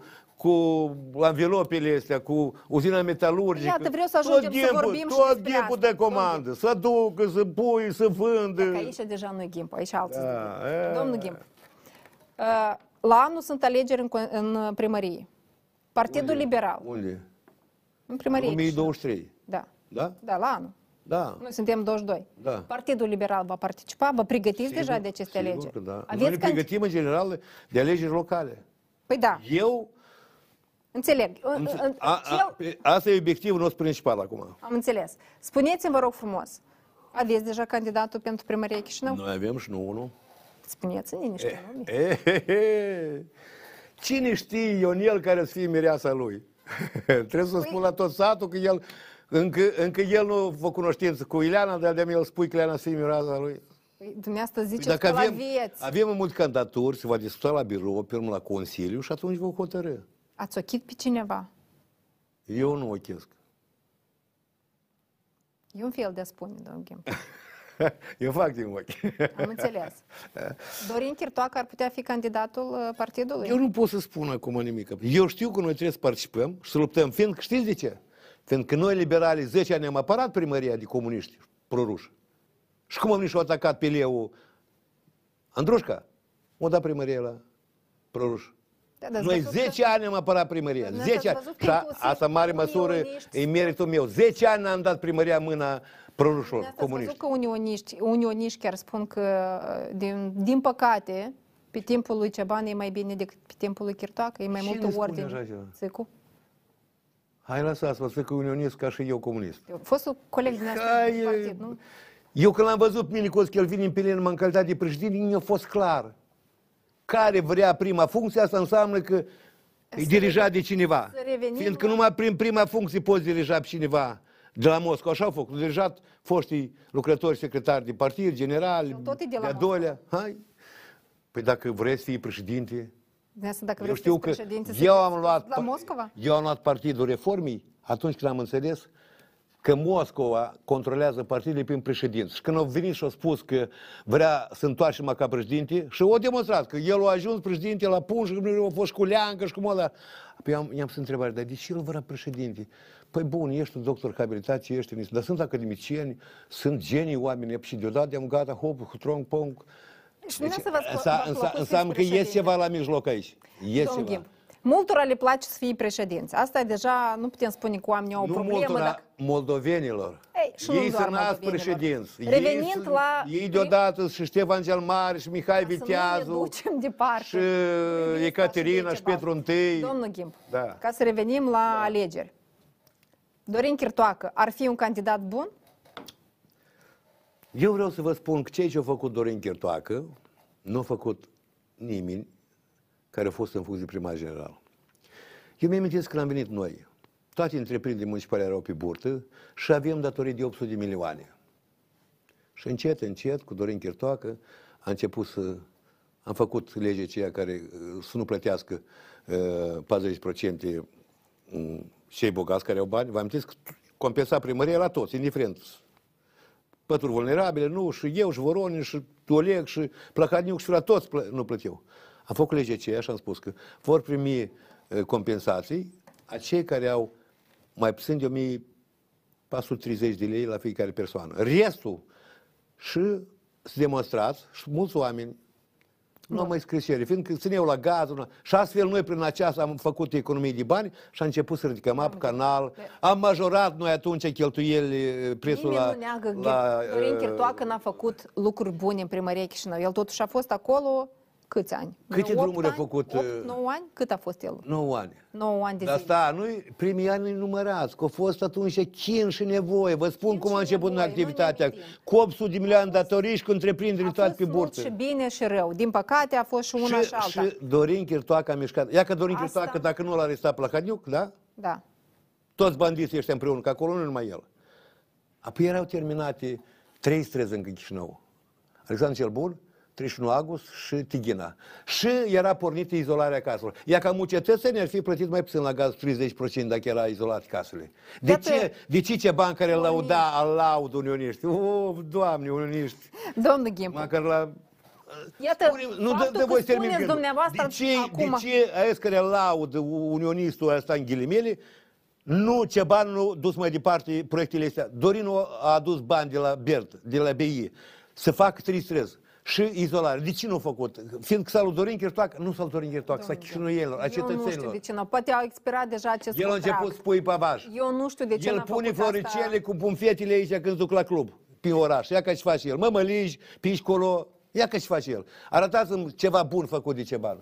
Speaker 1: cu anvelopele astea, cu uzina metalurgică.
Speaker 2: Iată, vreau să ajungem să vorbim și
Speaker 1: Tot
Speaker 2: despre
Speaker 1: timpul
Speaker 2: asta.
Speaker 1: de comandă. Să ducă, să pui, să vândă.
Speaker 2: Dacă aici deja nu e Gimp, aici alții.
Speaker 1: Da,
Speaker 2: Da,
Speaker 1: e.
Speaker 2: Domnul Gimp, uh, la anul sunt alegeri în, co- în uh, primărie. Partidul Liberal.
Speaker 1: Unde?
Speaker 2: În primărie.
Speaker 1: 2023.
Speaker 2: Da.
Speaker 1: Da?
Speaker 2: Da, la anul.
Speaker 1: Da.
Speaker 2: Noi suntem 22.
Speaker 1: Da.
Speaker 2: Partidul Liberal va participa, vă pregătiți deja de aceste
Speaker 1: Sigur
Speaker 2: alegeri.
Speaker 1: Că da. Noi ne
Speaker 2: Aveți can...
Speaker 1: pregătim în general de alegeri locale.
Speaker 2: Păi da,
Speaker 1: Eu,
Speaker 2: înțeleg. În- în-
Speaker 1: a,
Speaker 2: eu-
Speaker 1: a, asta e obiectivul nostru principal acum.
Speaker 2: Am înțeles. Spuneți-mi, vă rog frumos, aveți deja candidatul pentru primăria Chișinău?
Speaker 1: Noi avem și nu Eh. unul.
Speaker 2: Spuneți-ne niște nume.
Speaker 1: Ehehe. Cine știe Ionel care să fie mireasa lui? Trebuie
Speaker 2: Păi-
Speaker 1: să spun la tot satul că el, încă, încă el nu vă cunoștință cu Ileana, dar de-a el spui că Ileana să fie mireasa lui.
Speaker 2: Păi, Dumneavoastră ziceți
Speaker 1: Dacă
Speaker 2: că avem...
Speaker 1: avem,
Speaker 2: la vieți.
Speaker 1: avem mai multe candidaturi, se va discuta la birou, pe urmă la Consiliu și atunci vom hotărâ.
Speaker 2: Ați ochit pe cineva?
Speaker 1: Eu nu ochesc.
Speaker 2: E un fel de a spune, domnul Gimp.
Speaker 1: Eu fac din ochi.
Speaker 2: Am înțeles. Dorin Chirtoacă ar putea fi candidatul uh, partidului?
Speaker 1: Eu nu pot să spun acum nimic. Eu știu că noi trebuie să participăm și să luptăm, fiindcă știți de ce? Fiindcă noi, liberalii, 10 ani am apărat primăria de comuniști proruși. Și cum am nici atacat pe Leu Andrușca? O da primăria la proruși.
Speaker 2: Da, dar ați
Speaker 1: Noi
Speaker 2: văzut că-
Speaker 1: 10 ani am apărat primăria.
Speaker 2: Dar
Speaker 1: 10 ani.
Speaker 2: ați văzut că
Speaker 1: Și a-
Speaker 2: inclusiv
Speaker 1: asta în mare măsură
Speaker 2: unioniști-
Speaker 1: e meritul meu. 10 ani am dat primăria în mâna prorușilor
Speaker 2: Dumneavoastră ați
Speaker 1: comuniști.
Speaker 2: văzut că unioniști, unioniști chiar spun că, uh, din, din păcate, pe timpul lui Ceban e mai bine decât pe timpul lui Chirtoacă, e mai
Speaker 1: Cine
Speaker 2: multă
Speaker 1: spune
Speaker 2: ordine.
Speaker 1: așa ceva?
Speaker 2: Țicu?
Speaker 1: Hai, lăsați-mă, să fiu unionist ca și eu comunist.
Speaker 2: Fostul coleg din asta
Speaker 1: Hai,
Speaker 2: din partid, nu?
Speaker 1: Eu când l-am văzut pe Nicos Chelvin în plen în calitate de președinte, mi-a fost clar. Care vrea prima funcție, asta înseamnă că e dirijat de cineva.
Speaker 2: să revenim
Speaker 1: Fiindcă
Speaker 2: la-
Speaker 1: numai prin prima funcție poți dirija pe cineva de la Moscova. Așa au făcut. Au dirijat foștii lucrători, secretari de partid, generali,
Speaker 2: Sunt tot de la
Speaker 1: de-a
Speaker 2: Moscova.
Speaker 1: doilea. Hai. Păi dacă vreți să fii președinte,
Speaker 2: Dumneavoastră, dacă
Speaker 1: eu
Speaker 2: vreți să
Speaker 1: știu
Speaker 2: fiți
Speaker 1: că
Speaker 2: președinte, să
Speaker 1: eu
Speaker 2: fiți
Speaker 1: am luat
Speaker 2: La Moscova?
Speaker 1: Eu am luat Partidul Reformii atunci când am înțeles că Moscova controlează partidele prin președinți. Și când au venit și au spus că vrea să întoarcem ca președinte, și au demonstrat că el a ajuns președinte la pun și că nu a fost cu leancă și cum ăla. Păi am, i-am să întrebare, dar de ce el vrea președinte? Păi bun, ești un doctor habilitat, ce ești, un ist- dar sunt academicieni, sunt genii oameni, și deodată am gata, hop, hutrong, pong.
Speaker 2: Și
Speaker 1: Deci,
Speaker 2: dumneavoastră v-ați-
Speaker 1: însa-
Speaker 2: v-ați
Speaker 1: însa-
Speaker 2: plăcut
Speaker 1: înseamnă
Speaker 2: fiți
Speaker 1: că iese
Speaker 2: președinte.
Speaker 1: ceva la mijloc aici. Iese
Speaker 2: Domnul
Speaker 1: ceva.
Speaker 2: Ghimp, multora le place să fie președinți. Asta e deja, nu putem spune că oamenii au o
Speaker 1: nu
Speaker 2: problemă.
Speaker 1: multora
Speaker 2: dacă...
Speaker 1: moldovenilor.
Speaker 2: Ei, și nu
Speaker 1: ei
Speaker 2: doar
Speaker 1: se nasc
Speaker 2: moldovenilor.
Speaker 1: președinți. ei,
Speaker 2: Revenind
Speaker 1: sunt-
Speaker 2: la-
Speaker 1: ei deodată și Ștefan cel Mare și Mihai
Speaker 2: Ca să nu ne
Speaker 1: Viteazu
Speaker 2: ducem departe.
Speaker 1: și uh,
Speaker 2: Revenind la
Speaker 1: Ecaterina și
Speaker 2: Ștefan.
Speaker 1: Petru I.
Speaker 2: Domnul Ghimp,
Speaker 1: Da.
Speaker 2: ca să revenim la alegeri. Dorin Chirtoacă ar fi un candidat bun?
Speaker 1: Eu vreau să vă spun că ceea ce a făcut Dorin Chirtoacă nu a făcut nimeni care a fost în funcție de primar general. Eu mi-am amintesc când am venit noi. Toate întreprinderile municipale erau pe burtă și aveam datorii de 800 de milioane. Și încet, încet, cu Dorin Chirtoacă, a început să... Am făcut legea aceea care uh, să nu plătească uh, 40% um, cei bogați care au bani. Vă amintiți că compensa primăria la toți, indiferent pături vulnerabile, nu, și eu, și Voronin, și Oleg, și Plăcadniuc, și la toți plă- nu plăteau. Am făcut legea aceea și am spus că vor primi eh, compensații acei care au mai puțin de 1430 de lei la fiecare persoană. Restul și s-a demonstrat și mulți oameni nu am mai scris și ele, fiindcă țineau la gazul. la- Și astfel noi prin aceasta am făcut economii de bani și am început să ridicăm apă, canal. Am majorat noi atunci cheltuieli, eh, prețul
Speaker 2: Nimeni
Speaker 1: la...
Speaker 2: nu neagă
Speaker 1: la,
Speaker 2: la, Dorin
Speaker 1: eh,
Speaker 2: Chirtoacă n-a făcut lucruri bune în primărie Chișinău. El totuși a fost acolo câți ani?
Speaker 1: Câte
Speaker 2: Vreo opt
Speaker 1: drumuri a
Speaker 2: ani?
Speaker 1: făcut,
Speaker 2: Opt,
Speaker 1: uh,
Speaker 2: 9 ani? Cât a fost el?
Speaker 1: 9 ani.
Speaker 2: 9 ani de
Speaker 1: Dar
Speaker 2: zile.
Speaker 1: asta, nu primii ani numărați, că a fost atunci chin și nevoie. Vă spun
Speaker 2: Chin
Speaker 1: cum
Speaker 2: și
Speaker 1: a început în
Speaker 2: nevoie, nu ne
Speaker 1: activitatea.
Speaker 2: mintim.
Speaker 1: Cu 800 de milioane datorii și cu întreprinderi
Speaker 2: a
Speaker 1: toate
Speaker 2: fost
Speaker 1: pe
Speaker 2: mult
Speaker 1: burtă.
Speaker 2: și bine și rău. Din păcate a fost și una și, alta.
Speaker 1: și Dorin Chirtoacă a mișcat. Ia că Dorin
Speaker 2: Asta-
Speaker 1: Chirtoacă, dacă nu l-a arestat Placaniuc, da?
Speaker 2: Da.
Speaker 1: Toți bandiții ăștia împreună, că acolo nu numai el. Apoi erau terminate trei străzi în Chișinău. Alexandru cel Bun, 31 August și Tighina. Și era pornită izolarea caselor. Ia ca mucetățenii ar fi plătit mai puțin la gaz 30% dacă era izolat casele. De
Speaker 2: Iată-
Speaker 1: ce, de ce ce bani care lauda, al laud unioniști? O, doamne, unioniști!
Speaker 2: Domnul Ghimp,
Speaker 1: Măcar la
Speaker 2: iată
Speaker 1: Spune- nu dă,
Speaker 2: faptul
Speaker 1: dă
Speaker 2: că
Speaker 1: voi să termin
Speaker 2: spuneți
Speaker 1: gândul.
Speaker 2: dumneavoastră
Speaker 1: de ce,
Speaker 2: acum...
Speaker 1: De ce aia care laudă unionistul ăsta în ghilimele, nu ce bani nu dus mai departe proiectele astea. Dorinu a adus bani de la BERT, de la BI, să facă trei străzi și izolare. De ce nu a făcut? Fiindcă s-a lui Dorin Chirtoac, nu s-a lui Dorin Chirtoac, s-a chișinuielor, a
Speaker 2: Eu nu știu
Speaker 1: cetățenilor.
Speaker 2: de ce nu. Poate au expirat deja acest
Speaker 1: El a
Speaker 2: contract.
Speaker 1: început să pui pavaj.
Speaker 2: Eu nu știu de ce
Speaker 1: El
Speaker 2: n-a
Speaker 1: pune
Speaker 2: făcut asta.
Speaker 1: floricele cu pumfetele aici când se duc la club, prin oraș. Ia că și face el. Mă, măliși, piși colo. Ia că și face el. Arătați-mi ceva bun făcut de ceva.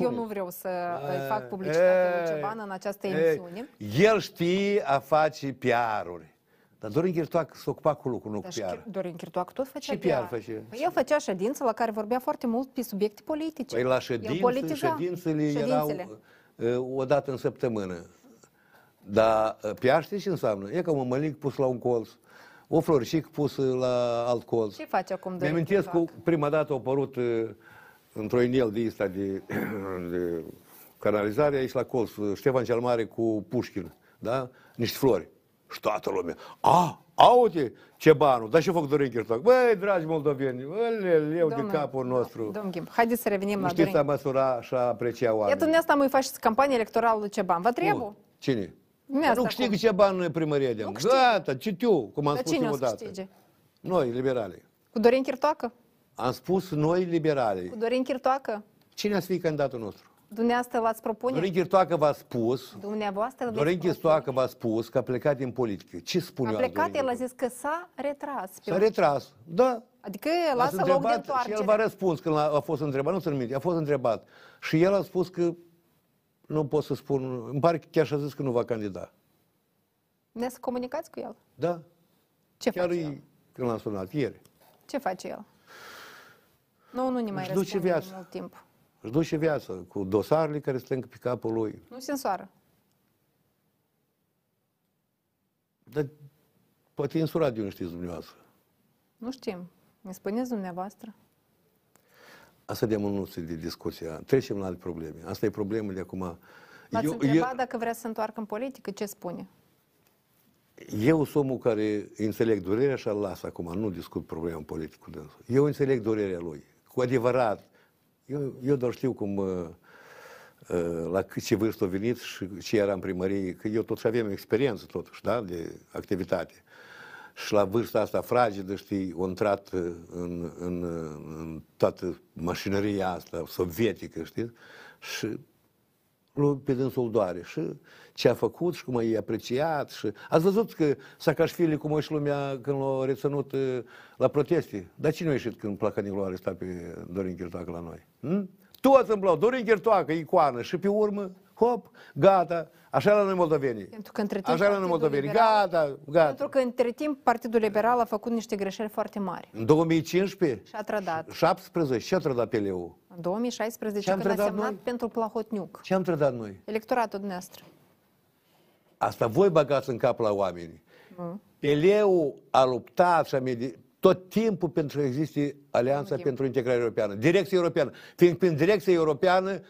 Speaker 2: Eu nu vreau să
Speaker 1: Ă,
Speaker 2: îi fac publicitate lui
Speaker 1: Ei,
Speaker 2: Ceban în această
Speaker 1: ei,
Speaker 2: emisiune.
Speaker 1: El știe a face PR-uri. Dar Dorin Ghirtoac s-a ocupat cu lucru, nu cu
Speaker 2: Dar și
Speaker 1: PR.
Speaker 2: Chir- Dorin Chirtoacă tot făcea
Speaker 1: Ce PR făcea?
Speaker 2: Păi el făcea ședință la care vorbea foarte mult pe subiecte politice.
Speaker 1: Păi la
Speaker 2: el
Speaker 1: ședințe,
Speaker 2: politiza
Speaker 1: ședințele,
Speaker 2: ședințele.
Speaker 1: erau uh, o dată în săptămână. Dar uh, PR știi ce înseamnă? E ca un mălic pus la un colț, o florșic pusă la alt colț.
Speaker 2: Ce face acum
Speaker 1: Mi
Speaker 2: Dorin
Speaker 1: amintesc că
Speaker 2: Chirtoacă?
Speaker 1: prima dată a apărut uh, într-o inel de ăsta de, uh, de canalizare aici la colț, uh, Ștefan cel Mare cu Pușkin, da? Niște flori. Și toată lumea, a, Aude ce banul, dar și făcut Dorin Chirtoc. Băi, dragi moldoveni, îl eu de
Speaker 2: Domnul-
Speaker 1: capul nostru.
Speaker 2: Domnul Ghimp, haideți să revenim
Speaker 1: Nu
Speaker 2: la
Speaker 1: știți să
Speaker 2: Dorin.
Speaker 1: măsura și a aprecia
Speaker 2: Iar
Speaker 1: oamenii.
Speaker 2: dumneavoastră mai faceți campanie electorală lui Ceban. Vă trebuie?
Speaker 1: Cine?
Speaker 2: Dumneavoastră acum.
Speaker 1: Nu câștigă ce bani primăria de
Speaker 2: câștigă.
Speaker 1: Gata, citiu, cum am
Speaker 2: Dar
Speaker 1: spus
Speaker 2: cine
Speaker 1: eu
Speaker 2: o să
Speaker 1: odată.
Speaker 2: câștige?
Speaker 1: Noi, liberale.
Speaker 2: Cu Dorin Chirtoacă?
Speaker 1: Am spus noi, liberale.
Speaker 2: Cu Dorin Chirtoacă?
Speaker 1: Cine a fi candidatul nostru?
Speaker 2: Dumneavoastră l-ați propune?
Speaker 1: Dorin Chirtoacă v-a spus,
Speaker 2: Dumneavoastră veți
Speaker 1: Dorin
Speaker 2: propune.
Speaker 1: Chirtoacă v-a spus că a plecat din politică. Ce spune
Speaker 2: A
Speaker 1: azi
Speaker 2: plecat,
Speaker 1: Dorin
Speaker 2: el a
Speaker 1: Chirtoacă?
Speaker 2: zis că s-a retras.
Speaker 1: S-a retras. Da,
Speaker 2: Adică
Speaker 1: L-ați
Speaker 2: lasă loc de
Speaker 1: și el v-a
Speaker 2: întoarcere.
Speaker 1: răspuns când a a fost întrebat, nu țin minte, a fost întrebat. Și el a spus că nu pot să spun, îmi pare că chiar și-a zis că nu va candida.
Speaker 2: Ne să comunicați cu el.
Speaker 1: Da?
Speaker 2: Ce
Speaker 1: chiar
Speaker 2: face el?
Speaker 1: îi, când l-am sunat ieri.
Speaker 2: Ce face el? Nu, nu ne mai
Speaker 1: Își duce
Speaker 2: răspunde de
Speaker 1: viața.
Speaker 2: mult timp.
Speaker 1: Își duce viața cu dosarele care stâng pe capul lui.
Speaker 2: Nu se însoară.
Speaker 1: Dar poate e însurat de unde știți dumneavoastră.
Speaker 2: Nu știm. Ne spuneți dumneavoastră.
Speaker 1: Asta de mânuță de discuția. Trecem la alte probleme. Asta e problemă de acum.
Speaker 2: L-ați
Speaker 1: Eu-
Speaker 2: întrebat dacă vrea să se întoarcă în politică, ce spune?
Speaker 1: Eu sunt omul care înțeleg durerea și îl las acum, nu discut problema politică cu dânsul. Eu înțeleg durerea lui, cu adevărat. Eu, eu doar știu cum, uh, uh, la cât ce vârstă a venit și ce era în primărie, că eu totuși aveam experiență totuși, da, de activitate. Și la vârsta asta fragedă, știi, o intrat uh, în, în, uh, în toată mașinăria asta sovietică, știți, și lui pe dânsul îl doare și ce a făcut și cum i-a apreciat și... Ați văzut că Sacașvili cum a ieșit lumea când l-a reținut eh, la proteste? Dar cine a ieșit când Placanilul a arestat pe Dorin Chirtoacă la noi? Hm? Toți îmblau, Dorin Chirtoacă, icoană și pe urmă, hop, gata, așa la noi moldovenii.
Speaker 2: Pentru că între timp
Speaker 1: Așa la noi
Speaker 2: Partidul
Speaker 1: moldovenii,
Speaker 2: Liberal-
Speaker 1: gata, gata.
Speaker 2: Pentru că între timp Partidul Liberal a făcut niște greșeli foarte mari
Speaker 1: În 2015,
Speaker 2: și a trădat.
Speaker 1: 17, ce a trădat PLU?
Speaker 2: În 2016,
Speaker 1: Ce-am
Speaker 2: când a
Speaker 1: trădat
Speaker 2: semnat
Speaker 1: noi?
Speaker 2: pentru Plahotniuc.
Speaker 1: Ce am trădat noi?
Speaker 2: Electoratul dumneavoastră.
Speaker 1: Asta voi băgați în cap la oameni. Peleu a luptat și a medi- tot timpul pentru că existe Alianța pentru Integrare Europeană, Direcția Europeană. Fiind prin Direcția Europeană,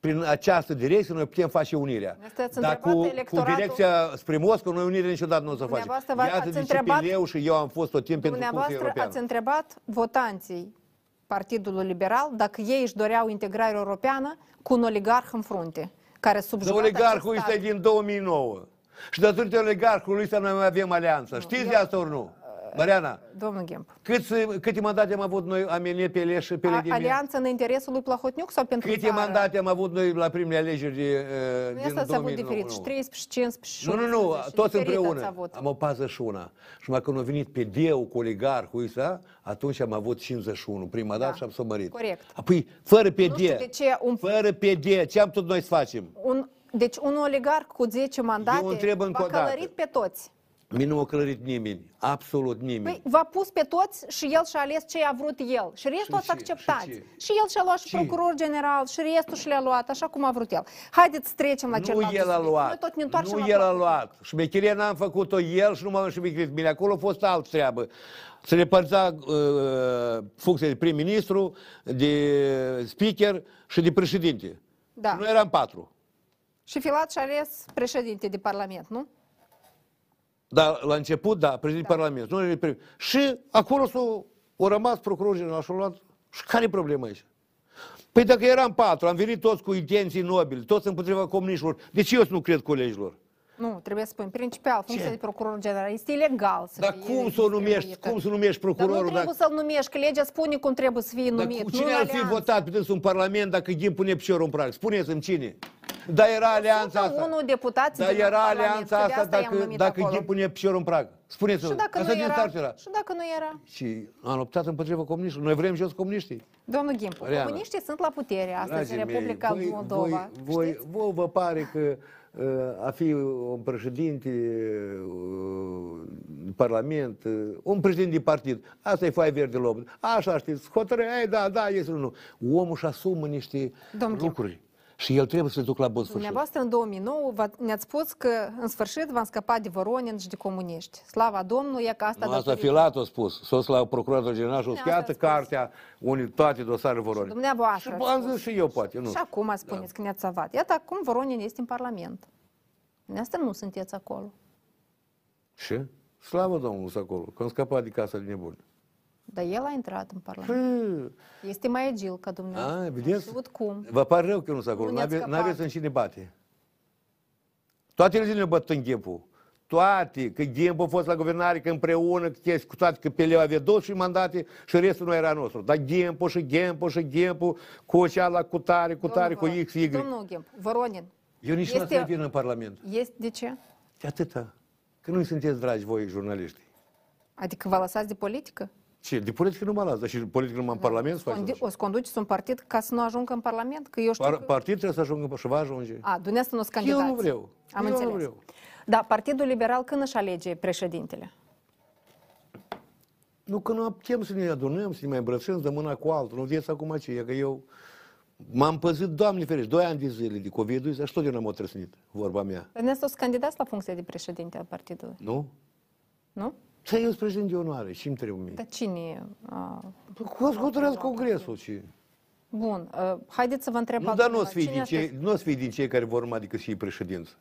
Speaker 1: prin această direcție, noi putem face unirea.
Speaker 2: Asta ați
Speaker 1: Dar
Speaker 2: întrebat
Speaker 1: cu, cu
Speaker 2: electoratul-
Speaker 1: direcția spre Moscova, noi unirea niciodată nu o să facem.
Speaker 2: Dumneavoastră v-ați- ați
Speaker 1: de ce
Speaker 2: întrebat-
Speaker 1: Peleu și eu am fost tot timpul pentru Curtea
Speaker 2: Dumneavoastră
Speaker 1: Europeană.
Speaker 2: ați întrebat votanții Partidului Liberal dacă ei își doreau integrare europeană cu un oligarh în frunte, care
Speaker 1: Dar
Speaker 2: subjugat
Speaker 1: oligarhul
Speaker 2: acest
Speaker 1: ăsta
Speaker 2: stat.
Speaker 1: e din 2009. Și datorită oligarhului ăsta noi mai avem alianță. Știți de asta ori nu? Mariana?
Speaker 2: Domnul Ghemp.
Speaker 1: Câți, câte mandate am avut noi, Amelie Peleș și
Speaker 2: a-
Speaker 1: Peledimie?
Speaker 2: Alianța în interesul lui Plahotniuc sau pentru
Speaker 1: Câte
Speaker 2: țară?
Speaker 1: mandate am avut noi la primele alegeri de, uh,
Speaker 2: Nu
Speaker 1: din
Speaker 2: este ați Păi avut
Speaker 1: 2009?
Speaker 2: diferit, și 13, 15, și
Speaker 1: Nu, nu, nu,
Speaker 2: 18,
Speaker 1: toți
Speaker 2: diferit ați
Speaker 1: împreună.
Speaker 2: avut.
Speaker 1: Am o pază și una. Și mai când a venit pe Deu cu oligarhul ăsta, atunci am avut 51, prima dată și am somărit.
Speaker 2: Da. corect.
Speaker 1: Apoi, fără PD,
Speaker 2: Nu știu de ce un-
Speaker 1: fără PD, ce am tot noi să facem?
Speaker 2: Un, deci un oligarh cu 10
Speaker 1: Eu
Speaker 2: mandate
Speaker 1: întreb încă
Speaker 2: v-a
Speaker 1: o dată.
Speaker 2: călărit pe toți.
Speaker 1: Mie nu m-a clărit nimeni, absolut nimeni.
Speaker 2: Păi v-a pus pe toți și el și-a ales ce a vrut el. Și restul
Speaker 1: ce?
Speaker 2: ați acceptat.
Speaker 1: Și
Speaker 2: Și,
Speaker 1: ce?
Speaker 2: el și-a luat și
Speaker 1: Ce?
Speaker 2: procuror general și restul și le-a luat așa cum a vrut el. Haideți să trecem la
Speaker 1: nu
Speaker 2: celălalt.
Speaker 1: el a
Speaker 2: subiect.
Speaker 1: luat.
Speaker 2: Noi tot ne întoarcem
Speaker 1: nu
Speaker 2: la
Speaker 1: el a
Speaker 2: Plahotniuc.
Speaker 1: luat. Șmecheria n-am făcut-o el și nu m-am șmecherit bine. Acolo a fost alt treabă. Se repărța uh, funcția de prim-ministru, de speaker și de președinte.
Speaker 2: Da.
Speaker 1: Noi eram patru.
Speaker 2: Și Filat și-a ales președinte de parlament, nu?
Speaker 1: Dar la început, da, președinte da. Parlament. Nu era prim. Și acolo s-o, o rămas procuror general și-a luat. Și care e problema aici? Păi dacă eram patru, am venit toți cu intenții nobile, toți împotriva comuniștilor, de ce eu să nu cred colegilor?
Speaker 2: Nu, trebuie să spun. Principal, funcția de procuror general este ilegal să
Speaker 1: Dar
Speaker 2: fie
Speaker 1: cum să o numești,
Speaker 2: distribuită.
Speaker 1: cum să numești
Speaker 2: Dar nu
Speaker 1: procurorul?
Speaker 2: trebuie
Speaker 1: dacă-
Speaker 2: să-l numești, că legea spune cum trebuie să fie
Speaker 1: Dar
Speaker 2: numit.
Speaker 1: cu
Speaker 2: nu
Speaker 1: cine
Speaker 2: în
Speaker 1: ar fi
Speaker 2: alianță.
Speaker 1: votat pe dânsul în Parlament dacă Ghim pune piciorul în prag? Spuneți-mi cine. Dar era alianța asta.
Speaker 2: 101 deputați
Speaker 1: Dar
Speaker 2: din
Speaker 1: era
Speaker 2: Parlament,
Speaker 1: alianța
Speaker 2: că de
Speaker 1: asta
Speaker 2: asta i-am
Speaker 1: dacă,
Speaker 2: numit
Speaker 1: dacă
Speaker 2: acolo.
Speaker 1: Ghim pune piciorul în prag. Spuneți-mi.
Speaker 2: Și dacă,
Speaker 1: Asta
Speaker 2: nu
Speaker 1: din
Speaker 2: era,
Speaker 1: start era.
Speaker 2: și dacă nu era?
Speaker 1: Și am luptat împotriva comuniștilor. Noi vrem jos comuniștii.
Speaker 2: Domnul Gimpu,
Speaker 1: Mariana.
Speaker 2: comuniștii sunt la putere astăzi în
Speaker 1: Dragii mei,
Speaker 2: Republica
Speaker 1: voi-
Speaker 2: Moldova.
Speaker 1: Voi, voi,
Speaker 2: Știți?
Speaker 1: voi vă pare că uh, a fi un președinte uh, de parlament, uh, un președinte de partid, asta e foaie verde la om. Așa știți, hotărâi, ei, da, da, este nu. Omul își asumă niște
Speaker 2: Domnul
Speaker 1: lucruri și el trebuie să le duc la bun sfârșit.
Speaker 2: Dumneavoastră în 2009 v- ne-ați spus că în sfârșit v-am scăpat de Voronin și de comuniști. Slava Domnului, e că asta...
Speaker 1: Nu, asta
Speaker 2: datorită-
Speaker 1: Filat a spus, sos la procuratorul general și o
Speaker 2: Dumneavoastră
Speaker 1: schiată
Speaker 2: ați spus.
Speaker 1: cartea unii toate dosarele vorone.
Speaker 2: Dumneavoastră
Speaker 1: Și
Speaker 2: ați
Speaker 1: am
Speaker 2: spus.
Speaker 1: zis și eu poate, nu. Da.
Speaker 2: Și acum spuneți că ne-ați salvat. Iată, acum Voronin este în Parlament. Dumneavoastră nu sunteți acolo.
Speaker 1: Și? Slavă Domnului sunt acolo, că am scăpat de casa de nebuni.
Speaker 2: Dar el a intrat în Parlament.
Speaker 1: Păi,
Speaker 2: Este mai agil ca dumneavoastră.
Speaker 1: A, vedeți?
Speaker 2: Știut cum.
Speaker 1: Vă par rău că nu sunt acolo.
Speaker 2: Nu ne-ați
Speaker 1: N-ave-
Speaker 2: scăpat.
Speaker 1: N-aveți în cine bate. Toate zilele băt în ghepul. Toate. Că ghebul a fost la guvernare, că împreună, că chestii, cu toate că Peleu avea 12 mandate și restul nu era nostru. Dar ghepul și ghepul și ghepul cu ceala, cu tare, cu tare, cu
Speaker 2: Domnul
Speaker 1: X, Y.
Speaker 2: Domnul Ghem, Voronin,
Speaker 1: Eu nici
Speaker 2: Este-
Speaker 1: nu să vin în Parlament.
Speaker 2: este de ce?
Speaker 1: De atâta. Că nu sunteți dragi voi, jurnaliști.
Speaker 2: Adică vă lăsați de politică?
Speaker 1: Ce? De politică nu mă las, dar și politică numai în
Speaker 2: Da.
Speaker 1: Parlament să faci
Speaker 2: Condi-
Speaker 1: atunci?
Speaker 2: o să conduceți un partid ca să nu ajungă în Parlament? Că eu știu
Speaker 1: Păi, Par-
Speaker 2: că...
Speaker 1: Partidul trebuie să ajungă și va ajunge.
Speaker 2: A, dumneavoastră nu sunt
Speaker 1: Eu nu
Speaker 2: candidați.
Speaker 1: vreau.
Speaker 2: Am
Speaker 1: Eu nu
Speaker 2: înțeles.
Speaker 1: vreau.
Speaker 2: Da, Partidul Liberal când își alege președintele? Păi,
Speaker 1: Nu că nu putem să ne adunăm, să ne mai îmbrățăm de mâna cu altul. Nu vedeți acum ce e, că eu m-am păzit, Doamne ferește, doi ani de zile de covid și tot eu n-am otrăsnit, vorba mea.
Speaker 2: Dumneavoastră o să candidați la funcție de președinte al partidului,
Speaker 1: Nu?
Speaker 2: nu?
Speaker 1: Să eu sunt președinte de onoare, și îmi trebuie mie.
Speaker 2: Dar cine... A...
Speaker 1: Păi Cum să hotărăsc congresul? Și...
Speaker 2: Bun, a, haideți să vă întreb
Speaker 1: Nu, dar nu o să
Speaker 2: altceva.
Speaker 1: fii din
Speaker 2: Cine
Speaker 1: cei, nu o să fii din cei care vor urma, adică și ei președinți.